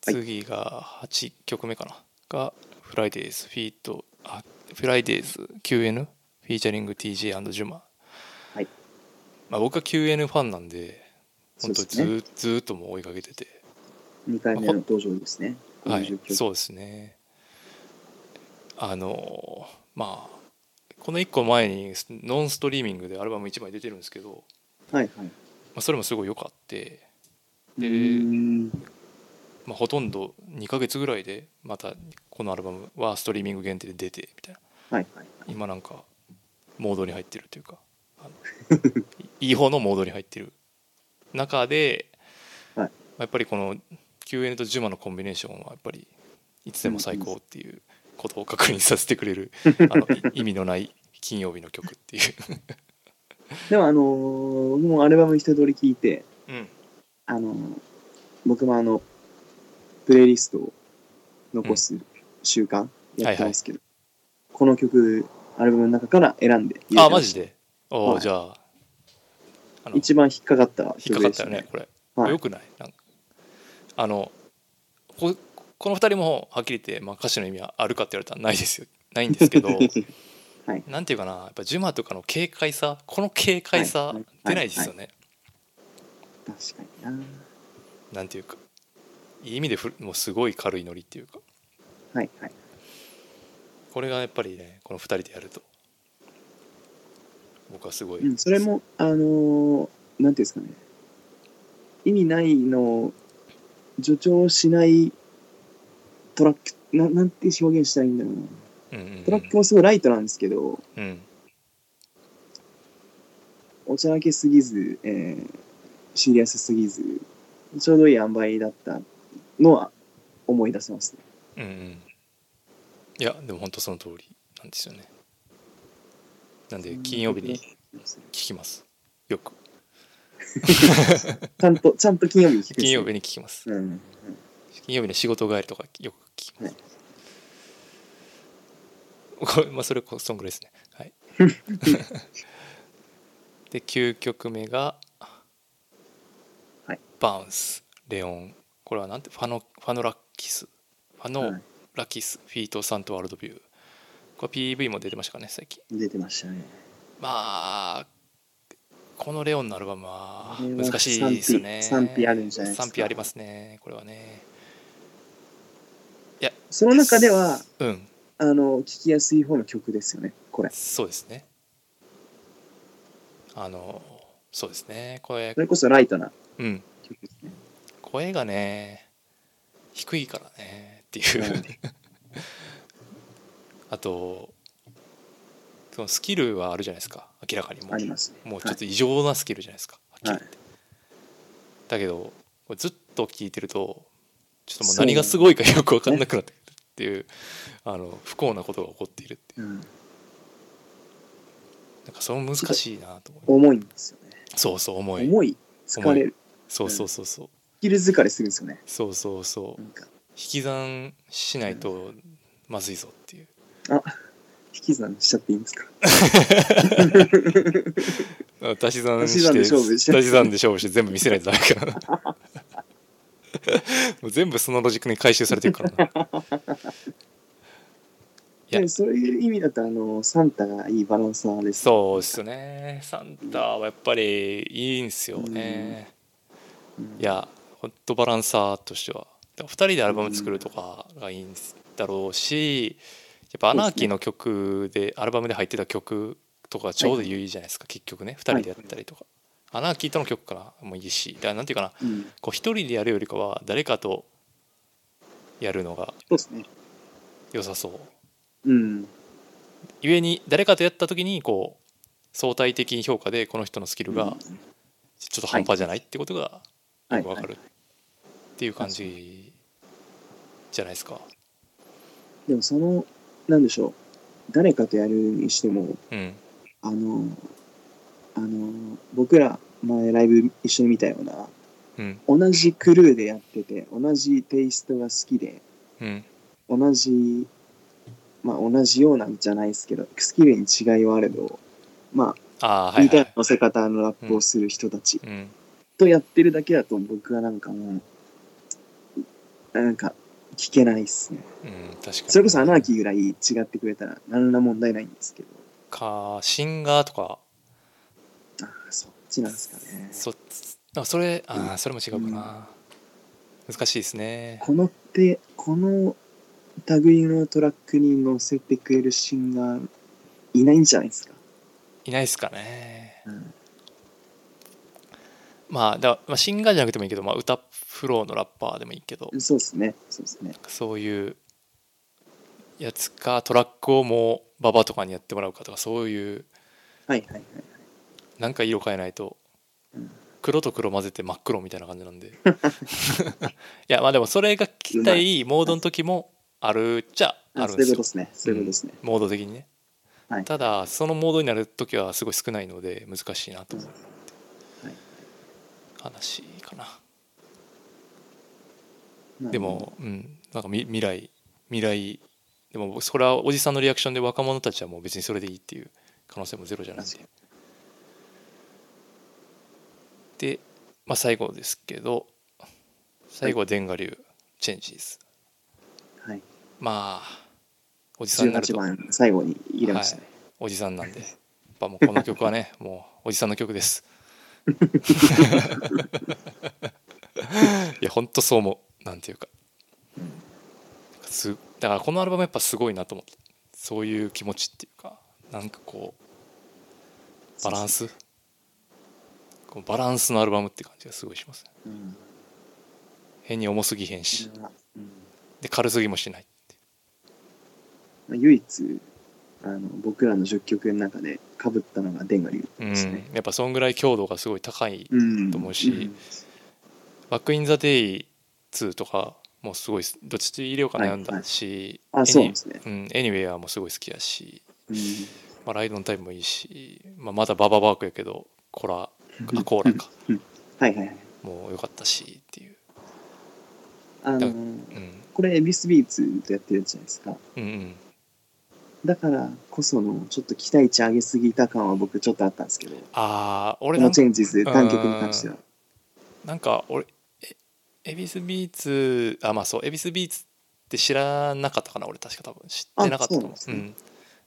Speaker 2: はい
Speaker 1: 次が8曲目かな。が、フライデーズ、フィート、あ、フライデーズ QN、フィーチャリング TJ& ジュマ。
Speaker 2: はい。
Speaker 1: まあ僕は QN ファンなんで、本当
Speaker 2: そうで
Speaker 1: ず
Speaker 2: すね
Speaker 1: ー、ずーっともう追いかけてて。
Speaker 2: 2回目の登場ですね。
Speaker 1: はい
Speaker 2: 40、曲
Speaker 1: そうですねあのまあこの1個前にノンストリーミングでアルバム1枚出てるんですけど、
Speaker 2: はいはい。
Speaker 1: まあ、それもすごい良かって、で
Speaker 2: うーん
Speaker 1: まあ、ほとんど2ヶ月ぐらいでまたこのアルバムはストリーミング限定で出てみたいな
Speaker 2: はいはい。
Speaker 1: 今なんかモードに入ってるというかあ のいいい方のモードに入ってる中で、ま
Speaker 2: はい
Speaker 1: あやっぱりこの QN と JUMA のコンビネーションはやっぱりいつでも最高っていうことを確認させてくれ るあのい意味のない金曜日の曲っていう
Speaker 2: でもあのーもうアルバム一通り聞いて、
Speaker 1: うん
Speaker 2: あのー僕もあの、プレイリストを残す習慣やってますけど、この曲、アルバムの中から選んで入れてました
Speaker 1: あマジでおお、
Speaker 2: はい
Speaker 1: じゃああの
Speaker 2: 一番引っかかった
Speaker 1: 引っ
Speaker 2: 曲
Speaker 1: かかっ
Speaker 2: でした
Speaker 1: よね。これ、
Speaker 2: はい
Speaker 1: よくないなんかあのここの二人もはっきり言って、まあ、歌詞の意味はあるかって言われたらないですよないんです けどなんていうかなやっぱジュマとかの軽快さこの軽快さ、
Speaker 2: はいはい
Speaker 1: 出ないですよね、
Speaker 2: 確かにな。
Speaker 1: なんていうかいい意味でふもうすごい軽いノリっていうか
Speaker 2: はいはい。
Speaker 1: これがやっぱりねこの二人でやると僕はすごい、
Speaker 2: うん、それも、あのーなんていうんですかね、意味ないのを助長しないトラック、ななんて表現したらいいんだろうな。
Speaker 1: うんうんうん
Speaker 2: トラックもすごいライトなんですけど、
Speaker 1: うん
Speaker 2: おちゃらけすぎず、えーシリアスすぎず、ちょうどいい塩梅だったのは思い出せますね。
Speaker 1: うんうんいやでも本当その通りなんですよねなんで金曜日に聞きますよく
Speaker 2: ちゃんと、ちゃんと金曜日に聞くんです
Speaker 1: 金
Speaker 2: ね
Speaker 1: 曜日に聞きます
Speaker 2: うんうん。
Speaker 1: 金曜日の仕事帰りとかよく聞きます、こ れまあそれこそんぐらいですねはい で9曲目が「
Speaker 2: はい
Speaker 1: バウンス」「レオン」これはなんてファノファノラキスファノラキス、フィートサントワールドビューこれ PV も出てましたかね最近
Speaker 2: 出てましたね。
Speaker 1: まあこのレオンのアルバムは
Speaker 2: これは
Speaker 1: 難しいですね
Speaker 2: 賛否賛否あるんじゃないですか
Speaker 1: 賛否ありますねこれはね
Speaker 2: その中では
Speaker 1: うん
Speaker 2: あの聞きやすい方の曲ですよねこれ
Speaker 1: そうですねあのそうですね声
Speaker 2: それこそライトな
Speaker 1: うん
Speaker 2: 曲ですね
Speaker 1: 声がね低いからねっていう、
Speaker 2: うん
Speaker 1: あとそのスキルはあるじゃないですか明らかにも
Speaker 2: あ
Speaker 1: う
Speaker 2: りますね
Speaker 1: もうちょっと異常なスキルじゃないですか、はっきり言ってだけどこれずっと聞いてるとちょっともう何がすごいかよく分かんなくなってくるっていうあの不幸なことが起こっているってい
Speaker 2: はいうん
Speaker 1: うなんかそれも難しいなと思う
Speaker 2: 重いんですよね
Speaker 1: そうそう重い
Speaker 2: 重い疲れる
Speaker 1: そうそうそうそう
Speaker 2: スキル疲れするんですよね
Speaker 1: そうそうそう
Speaker 2: なんか
Speaker 1: 引き算しないとまずいぞっていう
Speaker 2: 引き算しちゃっていいんですか
Speaker 1: あ足し算
Speaker 2: 足し算で
Speaker 1: して
Speaker 2: 勝負して
Speaker 1: 足し算で勝負して全部見せないとダメかな もう全部そのロジックに回収されてるからなや
Speaker 2: でもそういう意味だとあのサンタがいいバランサーです
Speaker 1: そうっすねサンタはやっぱりいいんすよね、
Speaker 2: うん
Speaker 1: いやほんとバランサーとしては2人でアルバム作るとかがいいんだろうしやっぱアナーキーの曲でアルバムで入ってた曲とかちょうどいいじゃないですか、結局ね2人でやったりとか、アナーキーとの曲からもいいしだからなんていうかな
Speaker 2: うん
Speaker 1: こう1人でやるよりかは誰かとやるのが
Speaker 2: そうですね
Speaker 1: 良さそう
Speaker 2: うん
Speaker 1: ゆえに誰かとやった時にこう相対的評価でこの人のスキルがちょっと半端じゃないってことが
Speaker 2: はい
Speaker 1: よくわかるっていう感じじゃないですか。
Speaker 2: でもそのなんでしょう誰かとやるにしても
Speaker 1: うん、
Speaker 2: あのあの僕ら前ライブ一緒に見たような
Speaker 1: うん、
Speaker 2: 同じクルーでやってて同じテイストが好きで
Speaker 1: うん、
Speaker 2: 同じまあ同じようなんじゃないですけどスキルに違いはあれどま
Speaker 1: ああ
Speaker 2: あ
Speaker 1: はい
Speaker 2: 似た
Speaker 1: は。
Speaker 2: ようない乗せ方のラップをする人たち
Speaker 1: うん、
Speaker 2: とやってるだけだと僕はなんかもうなんか聞けないっすね
Speaker 1: うん、確かに。
Speaker 2: それこそアナーキーぐらい違ってくれたら何ら問題ないんですけど
Speaker 1: かシンガーとか
Speaker 2: ああそっちなんですかね
Speaker 1: そあそれあーそれも違うかな、難しいですね。
Speaker 2: この手この類のトラックに乗せてくれるシンガーいないんじゃないですか、
Speaker 1: いないですかね。
Speaker 2: うん
Speaker 1: まあだ、まあ、シンガーじゃなくてもいいけど、まあ、歌フローのラッパーでもいいけど、
Speaker 2: そうですねそうですね
Speaker 1: そういうやつかトラックをもうババとかにやってもらうかとかそういう
Speaker 2: はいはいはい
Speaker 1: なんか色変えないと
Speaker 2: うん
Speaker 1: 黒と黒混ぜて真っ黒みたいな感じなんで いやまあでもそれが聞きたいモードの時もあるっちゃあ
Speaker 2: あ
Speaker 1: る
Speaker 2: そ
Speaker 1: ん
Speaker 2: う
Speaker 1: で
Speaker 2: いう
Speaker 1: すよ
Speaker 2: ことですねそういうことですね、
Speaker 1: モード的にね、
Speaker 2: はい
Speaker 1: ただそのモードになる時はすごい少ないので難しいなと思う
Speaker 2: はい
Speaker 1: 話かな
Speaker 2: な
Speaker 1: で
Speaker 2: るほど
Speaker 1: も、うん、なんかみ未来未来でもそれはおじさんのリアクションで若者たちはもう別にそれでいいっていう可能性もゼロじゃないんで
Speaker 2: 確か
Speaker 1: で、まあ、最後ですけど最後は伝賀流チェンジです、
Speaker 2: はい
Speaker 1: まあおじさんになる
Speaker 2: 18
Speaker 1: と
Speaker 2: 番最後に入れましたね、
Speaker 1: おじさんなんでやっぱもうこの曲は ねもうおじさんの曲です いやほんとそう思うなんていうかすだからこのアルバムやっぱすごいなと思ってそういう気持ちっていうかなんかこうバランスこうバランスのアルバムって感じがすごいしますね
Speaker 2: うん
Speaker 1: 変に重すぎへんし
Speaker 2: これはうん
Speaker 1: で軽すぎもしないってい
Speaker 2: まあ唯一あの僕らの10曲の中でかぶったのがデンガリュウ
Speaker 1: う、
Speaker 2: ですね、
Speaker 1: うん、やっぱそんぐらい強度がすごい高い
Speaker 2: うん
Speaker 1: と思うしバック・イン・ザ・デイ2とかもすごいどっち入れようか悩んだし、
Speaker 2: はいはいあそうなんですね
Speaker 1: うん、エニウェアもすごい好きやし、
Speaker 2: うん
Speaker 1: まあ、ライドのタイムもいいし、まあ、まだバババークやけどコラあコーラか
Speaker 2: はいはいはい
Speaker 1: もう良かったしっていう、
Speaker 2: あの
Speaker 1: だ
Speaker 2: ー
Speaker 1: うん、
Speaker 2: これエビスビーツとやってるじゃないですか
Speaker 1: うんうん
Speaker 2: だからこそのちょっと期待値上げすぎた感は僕ちょっとあったんですけどこ
Speaker 1: ああ俺な
Speaker 2: の
Speaker 1: ん
Speaker 2: チェンジズ単曲に関しては
Speaker 1: なんか俺えエビスビーツあまあそうエビスビーツって知らなかったかな俺確か多分知ってなかったと思
Speaker 2: あそうなんですね
Speaker 1: ん、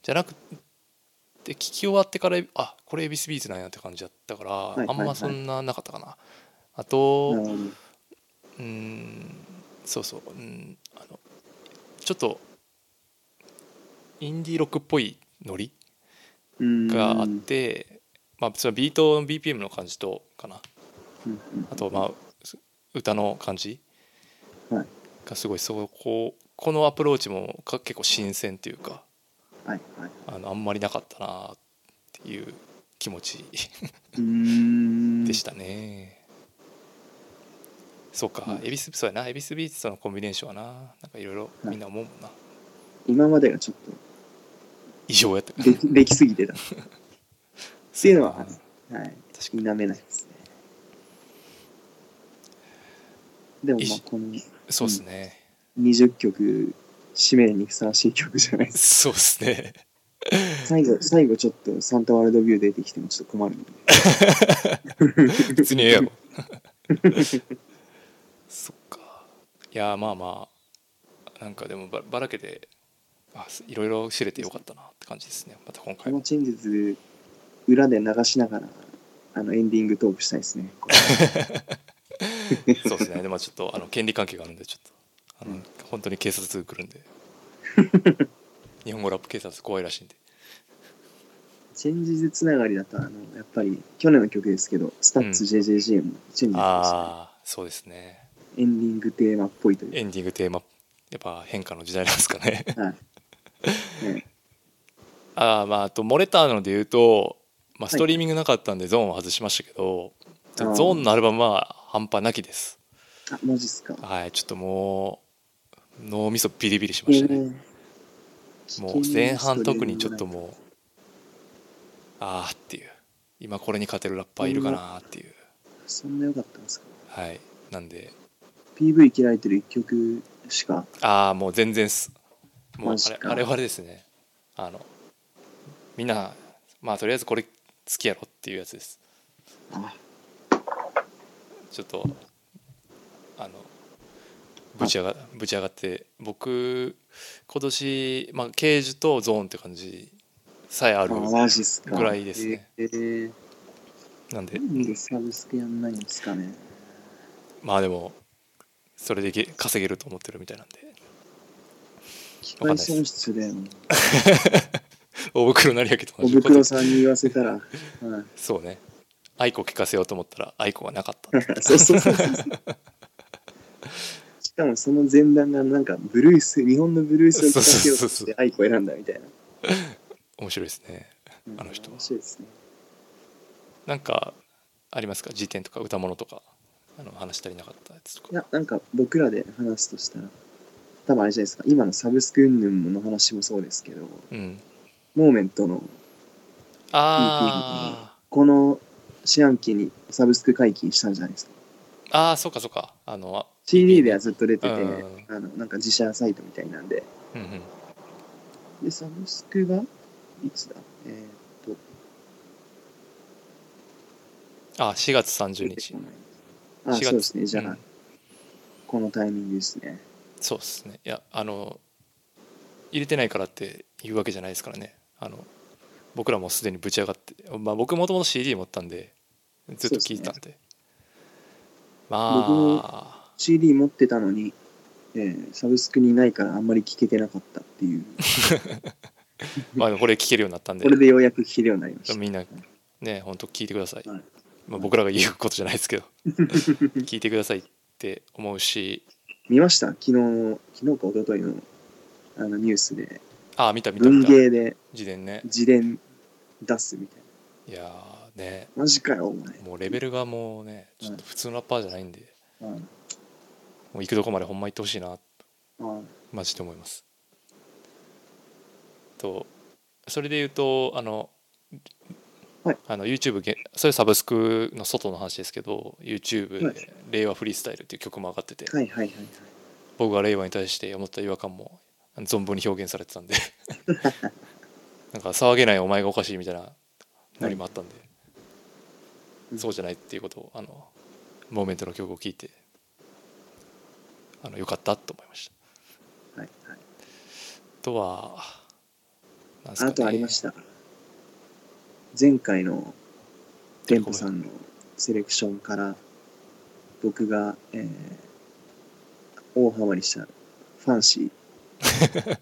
Speaker 1: じゃなくって聞き終わってからあこれエビスビーズなんやって感じだったから、
Speaker 2: いはいはい
Speaker 1: あんまそんななかったかなあと、
Speaker 2: なるほど
Speaker 1: うーんそうそう、うん、あのちょっとインディーロックっぽいノリ
Speaker 2: うん
Speaker 1: があって、まあ、そのビートの BPM の感じとかな
Speaker 2: うんうん
Speaker 1: あとまあす歌の感じ
Speaker 2: はい
Speaker 1: がすごいそここのアプローチもか結構新鮮っていうか
Speaker 2: はいはい
Speaker 1: あのあんまりなかったなっていう気持ち
Speaker 2: うーん
Speaker 1: でしたね。そう
Speaker 2: う
Speaker 1: か、
Speaker 2: ん
Speaker 1: エビスそうやなエビスビーツとのコンビネーションはななんかいろいろみんな思うもんな。
Speaker 2: 今までがちょっ
Speaker 1: 異常やった
Speaker 2: とできできす ぎてたっていうのは
Speaker 1: 確
Speaker 2: はい
Speaker 1: か
Speaker 2: 否
Speaker 1: に
Speaker 2: めないですねでも
Speaker 1: い
Speaker 2: ま
Speaker 1: し
Speaker 2: あこの
Speaker 1: そうっすね、
Speaker 2: 20曲締めにふさわしい曲じゃないです
Speaker 1: そうっすね
Speaker 2: 最後最後ちょっとサンタワールドビュー出てきてもちょっと困るので
Speaker 1: 別にええやろそっかいやまあまあなんかでもばばらけてあすいろいろ知れてよかったなって感じですねまた今
Speaker 2: こ
Speaker 1: 回
Speaker 2: の
Speaker 1: も
Speaker 2: チェンジズ裏で流しながらあのエンディングトークしたいですねこれ
Speaker 1: そうですねでもちょっとあの権利関係があるんでちょっとあの、
Speaker 2: うん
Speaker 1: 本当に警察来るんで日本語ラップ警察怖いらしいんで
Speaker 2: チェンジズつながりだとあのやっぱり去年の曲ですけどスタッツ JJJ もチェンジズでしたね、
Speaker 1: ああそうですね
Speaker 2: エンディングテーマっぽいという
Speaker 1: エンディングテーマやっぱ変化の時代なんですかね
Speaker 2: はい、ね
Speaker 1: あーまああと漏れたので言うと、まあ、
Speaker 2: い
Speaker 1: ストリーミングなかったんでゾーンを外しましたけど、
Speaker 2: あー
Speaker 1: ゾーンのアルバムは半端なきです
Speaker 2: あマジっすか
Speaker 1: はいちょっともう脳みそビリビリしましたね、もう前半特にちょっと
Speaker 2: う
Speaker 1: もうああっていう今これに勝てるラッパーいるかなっていう、
Speaker 2: そんな良かったんですか
Speaker 1: はいなんで
Speaker 2: PV 切られてる1曲しか
Speaker 1: ああもう全然っすもう
Speaker 2: マ
Speaker 1: あ
Speaker 2: ジ
Speaker 1: れ
Speaker 2: か
Speaker 1: あれはあれですねあのみんなまあとりあえずこれ好きやろっていうやつです
Speaker 2: あ
Speaker 1: ちょっとあのぶち上がぶち上がって僕今年、まあ、ケージとゾーンって感じさえあ
Speaker 2: あ
Speaker 1: る
Speaker 2: マジっすか
Speaker 1: ぐらいですね
Speaker 2: えー
Speaker 1: なんで
Speaker 2: なんでサブスクやんないんですかね
Speaker 1: まあでもそれでげ稼げると思ってるみたいなんで
Speaker 2: 機
Speaker 1: わかんない
Speaker 2: 械
Speaker 1: です
Speaker 2: 損失だよ
Speaker 1: 大袋なりやけと同
Speaker 2: お
Speaker 1: じこと
Speaker 2: 袋さんに言わせたら、 はい、
Speaker 1: そうね愛子聞かせようと思ったら愛子がなかったって
Speaker 2: そうそうそうそう しかもその前段がなんかブルース日本のブルースを聞かせようと
Speaker 1: そうそうそうそ
Speaker 2: してアイコ選んだみたいな
Speaker 1: 面白いですね
Speaker 2: うん
Speaker 1: あの人は
Speaker 2: 面白いですね
Speaker 1: なんかありますか辞典とか歌物とかあの話足りなかったやつと
Speaker 2: い
Speaker 1: か
Speaker 2: やなんか僕らで話すとしたら多分あれじゃないですか今のサブスク云々の話もそうですけど
Speaker 1: うん
Speaker 2: モーメントの
Speaker 1: あー
Speaker 2: この四半期にサブスク解禁したんじゃないですか
Speaker 1: あーそうかそうかあの
Speaker 2: CD ではずっと出てて、
Speaker 1: うん
Speaker 2: あのなんか自社サイトみたいなんで
Speaker 1: うんうん
Speaker 2: で、サブスクが、いつだえー、っと、
Speaker 1: あ4月30
Speaker 2: 出て
Speaker 1: 日
Speaker 2: こない
Speaker 1: 4
Speaker 2: あ、
Speaker 1: 月
Speaker 2: そうですね。じゃ
Speaker 1: う
Speaker 2: あ、
Speaker 1: ん
Speaker 2: このタイミングですね。
Speaker 1: そうですねいやあの入れてないからって言うわけじゃないですからねあの僕らもすでにぶち上がって、まあ、僕もともと CD 持ったんでずっと聞いてたんで
Speaker 2: 僕も
Speaker 1: まあ
Speaker 2: CD 持ってたのに、えーサブスクにないからあんまり聞けてなかったっ ていう、
Speaker 1: まあでもこれ聞けるようになったんで
Speaker 2: これでようやく聞けるようになりました。
Speaker 1: みんなね本当聞いてください、
Speaker 2: はい
Speaker 1: まあ、僕らが言うことじゃない ですけど聞いてくださいって思うし
Speaker 2: 見ました昨日の、昨日か一昨日のあのニュースで、
Speaker 1: ああ見た見た
Speaker 2: 文
Speaker 1: 見た
Speaker 2: 芸で
Speaker 1: 事前ね
Speaker 2: 自伝出すみた
Speaker 1: い
Speaker 2: い
Speaker 1: やーね
Speaker 2: な。マジかよ、お前。
Speaker 1: もうレベルがもうねちょっと普通のラッパーじゃないんで
Speaker 2: はい
Speaker 1: もう行くどこまでほんま行ってほしいな
Speaker 2: はい
Speaker 1: マジで思います。とそれで言うとあの、
Speaker 2: はい
Speaker 1: あの YouTube げそれサブスクの外の話ですけど YouTube
Speaker 2: はい
Speaker 1: で「令和フリースタイル」っていう曲も上がってて、
Speaker 2: はいはいはい。
Speaker 1: 僕が令和に対して思った違和感もあの存分に表現されてた んでなんか騒げないお前がおかしいみたいなノリもあったんで、
Speaker 2: うん
Speaker 1: そうじゃないっていうことをあのモーメントの曲を聴いてあのよかったと思いました。
Speaker 2: はいはい、
Speaker 1: あとは、なんすかね
Speaker 2: あとありました。前回のテンポさんのセレクションから僕が、えー、大ハマりしたファンシー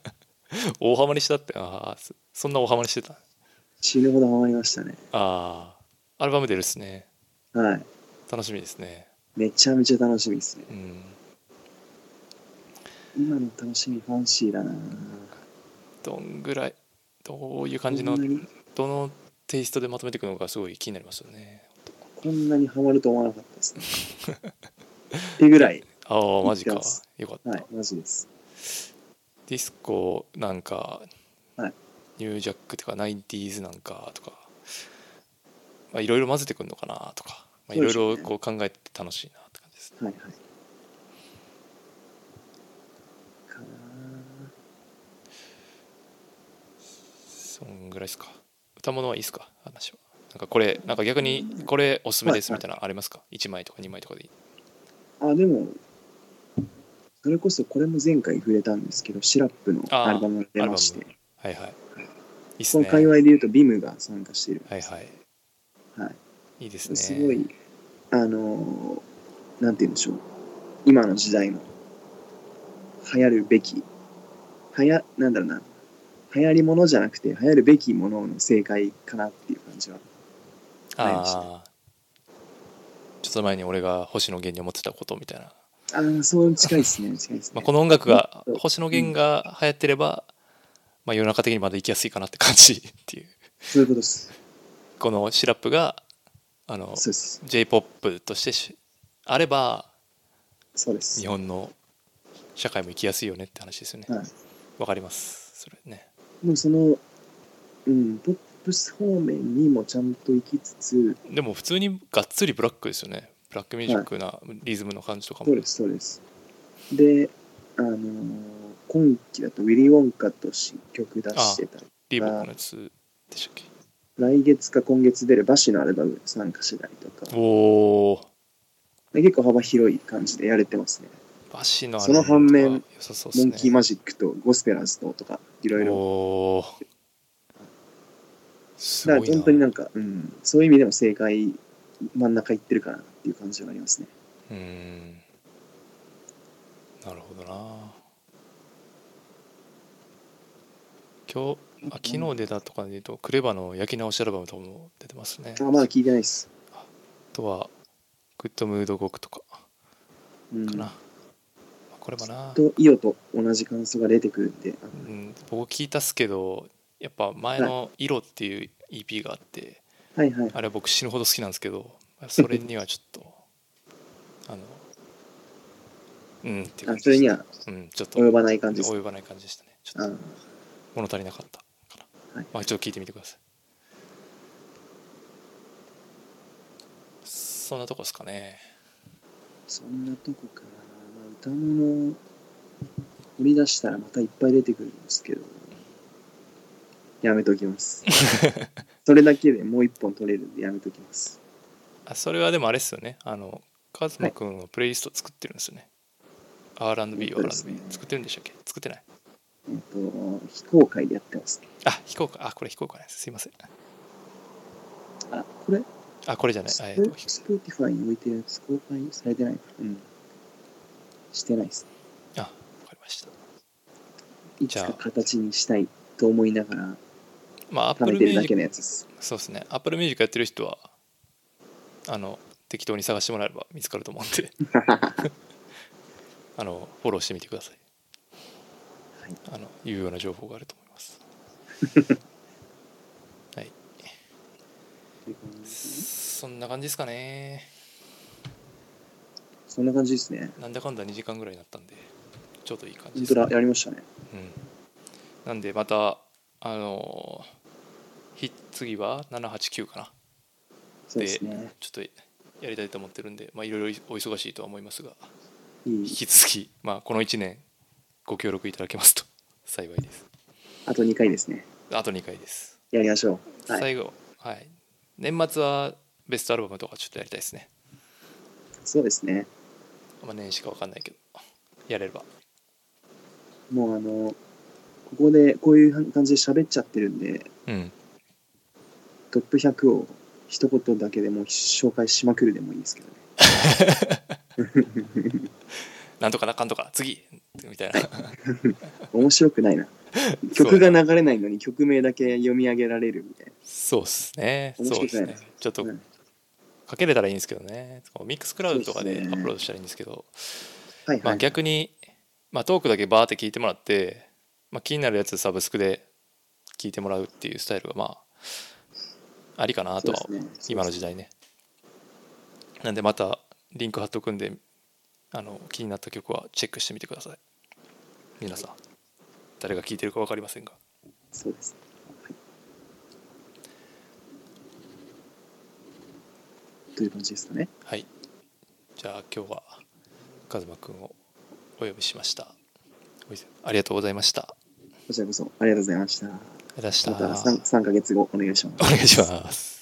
Speaker 1: 大ハマりしたってああそそんな大ハマりしてた
Speaker 2: 死ぬほどハマりましたね
Speaker 1: ああアルバム出るっすね
Speaker 2: はい
Speaker 1: 楽しみですね
Speaker 2: めちゃめちゃ楽しみですね
Speaker 1: うん
Speaker 2: 今の楽しみファンシーだな
Speaker 1: どんぐらいどういう感じ
Speaker 2: こ
Speaker 1: の
Speaker 2: んなに
Speaker 1: どのテイストでまとめていくのかすごい気になりますよね
Speaker 2: こんなにハマると思わなかったですねってぐらい
Speaker 1: ああマジか
Speaker 2: いいです
Speaker 1: よかった、
Speaker 2: はいマジです
Speaker 1: ディスコなんか、
Speaker 2: はい
Speaker 1: ニュージャックとかナインティーズなんかとかまあいろいろ混ぜてくんのかなとか、まあ、い
Speaker 2: そう
Speaker 1: ろい
Speaker 2: でしょうね
Speaker 1: ろこう考えて楽しいなって感じですね
Speaker 2: はいはいかな
Speaker 1: そんぐらいですか歌物はいいですか話はなんかこれなんか逆にこれおすすめですみたいなのありますか1枚とか2枚とかでいい
Speaker 2: あでもそれこそこれも前回触れたんですけどシラップの
Speaker 1: あー
Speaker 2: アルバムが出まして
Speaker 1: はいはいいいっす
Speaker 2: この
Speaker 1: ね
Speaker 2: 界
Speaker 1: は
Speaker 2: 隈でいうとビムが参加してる
Speaker 1: いはい
Speaker 2: はい
Speaker 1: いいですね
Speaker 2: すごいあのーなんて言うんでしょう今の時代の流行るべきはやなんだろうな流行りものじゃなくて流行るべきものの正解かなっていう感じは
Speaker 1: あ
Speaker 2: ですね
Speaker 1: あちょっと前に俺が星野源に思ってたことみたいな、
Speaker 2: ああそう近いです ね近いですね、
Speaker 1: まあ、この音楽が
Speaker 2: うん
Speaker 1: 星野源が流行ってれば、まあ、世の中的にまだ行きやすいかなって感じ っていう
Speaker 2: そういうことです
Speaker 1: このシラップがあの
Speaker 2: そうです
Speaker 1: j p o p としてしあれば
Speaker 2: そうです
Speaker 1: 日本の社会も行きやすいよねって話ですよね
Speaker 2: はい
Speaker 1: わかりますそれね
Speaker 2: もうその、うん、ポップス方面にもちゃんと行きつつ、
Speaker 1: でも普通にがっつりブラックですよねブラックミュージックなリズムの感じとかも、
Speaker 2: そうです、そうです。で、あのー今期だとウィリー・ウォンカと新曲出してたり、
Speaker 1: リーボックのやつでしたっけ
Speaker 2: 来月か今月出るバシのアルバム参加してたりとか、
Speaker 1: おお
Speaker 2: で結構幅広い感じでやれてますね。
Speaker 1: バシの
Speaker 2: その反面
Speaker 1: 良さそうです
Speaker 2: モ
Speaker 1: ね
Speaker 2: ンキー・マジックとゴスペラーズととか、いろいろ。
Speaker 1: おーす
Speaker 2: だ
Speaker 1: ご
Speaker 2: から本当
Speaker 1: い
Speaker 2: に
Speaker 1: な
Speaker 2: なんか、うん、そういう意味でも正解、真ん中行ってるかなっていう感じがありますね。
Speaker 1: うんなるほどな今日あ昨日出たとかで言うとクレバの焼き直しアルバムとかも出てますね
Speaker 2: あ、まだ聞いてないです。
Speaker 1: あとはグッドムード極とか
Speaker 2: うん、
Speaker 1: かな、まあこれもな、
Speaker 2: とイオと同じ感想が出てくるんで、あ
Speaker 1: う
Speaker 2: の
Speaker 1: ん、僕聞いたっすけどやっぱ前の「色」っていう EP があって
Speaker 2: はいはい。
Speaker 1: あれは僕死ぬほど好きなんですけどそれにはちょっと あのうんっていう
Speaker 2: あ
Speaker 1: 感じ
Speaker 2: それには
Speaker 1: うんちょっと
Speaker 2: 及ばない感じです。
Speaker 1: 及ばない感じでしたねちょ
Speaker 2: あ
Speaker 1: っと物足りなかったかな、
Speaker 2: はい
Speaker 1: まあ、ちょっと聞いてみてくださいそんなとこですかね
Speaker 2: そんなとこかな。まあ、歌物、掘り出したらまたいっぱい出てくるんですけど、やめときます。 それだけでもう一本取れるんでやめときます。
Speaker 1: あそれはでもあれですよねあのカズマくんのプレイリスト作ってるんですよね、R&B
Speaker 2: そう
Speaker 1: R&B
Speaker 2: ですね
Speaker 1: 作ってるんでしたっけ作ってない
Speaker 2: えっ、と、非公開でやってます。
Speaker 1: あ非公開あこれ非公開ですすいません
Speaker 2: あ、これ、
Speaker 1: あこれじゃない
Speaker 2: ス
Speaker 1: あえっ
Speaker 2: ポ
Speaker 1: と
Speaker 2: スポーティファイに置いてるやつ公開されてないか。うん。してないです。
Speaker 1: あわかりました
Speaker 2: いつか形にしたいと思いながら、
Speaker 1: まあアップ
Speaker 2: 食べ
Speaker 1: ル
Speaker 2: て
Speaker 1: ミュ
Speaker 2: る
Speaker 1: ージ
Speaker 2: だ
Speaker 1: ッ
Speaker 2: け
Speaker 1: ク
Speaker 2: のやつです。
Speaker 1: そうですねアップルミュージックやってる人はあの適当に探してもらえれば見つかると思うん であのフォローしてみてください、
Speaker 2: はい
Speaker 1: あの有用な情報があると思います はいそんな感じですかね
Speaker 2: そんな感じですね。
Speaker 1: なんだかんだ2時間ぐらいになったんでちょうどいい感じ
Speaker 2: 本
Speaker 1: です、
Speaker 2: 当
Speaker 1: ね
Speaker 2: だ、やりましたね。
Speaker 1: うん、なんでまたあのひ次は789かな
Speaker 2: そうですね。
Speaker 1: ちょっとやりたいと思ってるんで、まあ、いろいろお忙しいとは思いますが
Speaker 2: い
Speaker 1: 引
Speaker 2: い。
Speaker 1: き続き、まあ、この1年ご協力いただけますと幸いです
Speaker 2: あと2回ですね。
Speaker 1: あと2回です、
Speaker 2: やりましょう。はい。
Speaker 1: 最後、はい、年末はベストアルバムとかちょっとやりたいですね、
Speaker 2: そうですね。
Speaker 1: まあ、年始か分かんないけどやれれば
Speaker 2: もうあの、ここでこういう感じで喋っちゃってるんで、
Speaker 1: うん
Speaker 2: トップ100を一言だけでもう紹介しまくるでもいいですけどね。
Speaker 1: なんとかなかんとか次み たいな
Speaker 2: 面白 くないな。曲が流れないのに曲名だけ読み上げられるみたいな。
Speaker 1: そうっすね
Speaker 2: 面
Speaker 1: そうで
Speaker 2: 白く
Speaker 1: す
Speaker 2: ないな
Speaker 1: ねちょっと
Speaker 2: うん
Speaker 1: かけれたらいいんですけどねミックスクラウドとかでア
Speaker 2: そうです
Speaker 1: ッ
Speaker 2: ね
Speaker 1: プロードしたらいいんですけど、
Speaker 2: はい
Speaker 1: ま
Speaker 2: は
Speaker 1: あ、
Speaker 2: い。
Speaker 1: 逆に、まあ、トークだけバーって聞いてもらって、まあ、気になるやつサブスクで聞いてもらうっていうスタイルがまあありかなとは
Speaker 2: そうですね
Speaker 1: 今の時代ねなんでまたリンク貼っとくんであの気になった曲はチェックしてみてください皆さん誰が聴いてるか分かりませんが
Speaker 2: そうです。はいという感じですかね。
Speaker 1: はいじゃあ今日はカズマくんをお呼びしましたおいありがとうございました
Speaker 2: こちらこそありがとうございました。
Speaker 1: ありがとうござい
Speaker 2: ま
Speaker 1: ま
Speaker 2: た
Speaker 1: した
Speaker 2: 3, 3ヶ月後お願いします。
Speaker 1: お願いします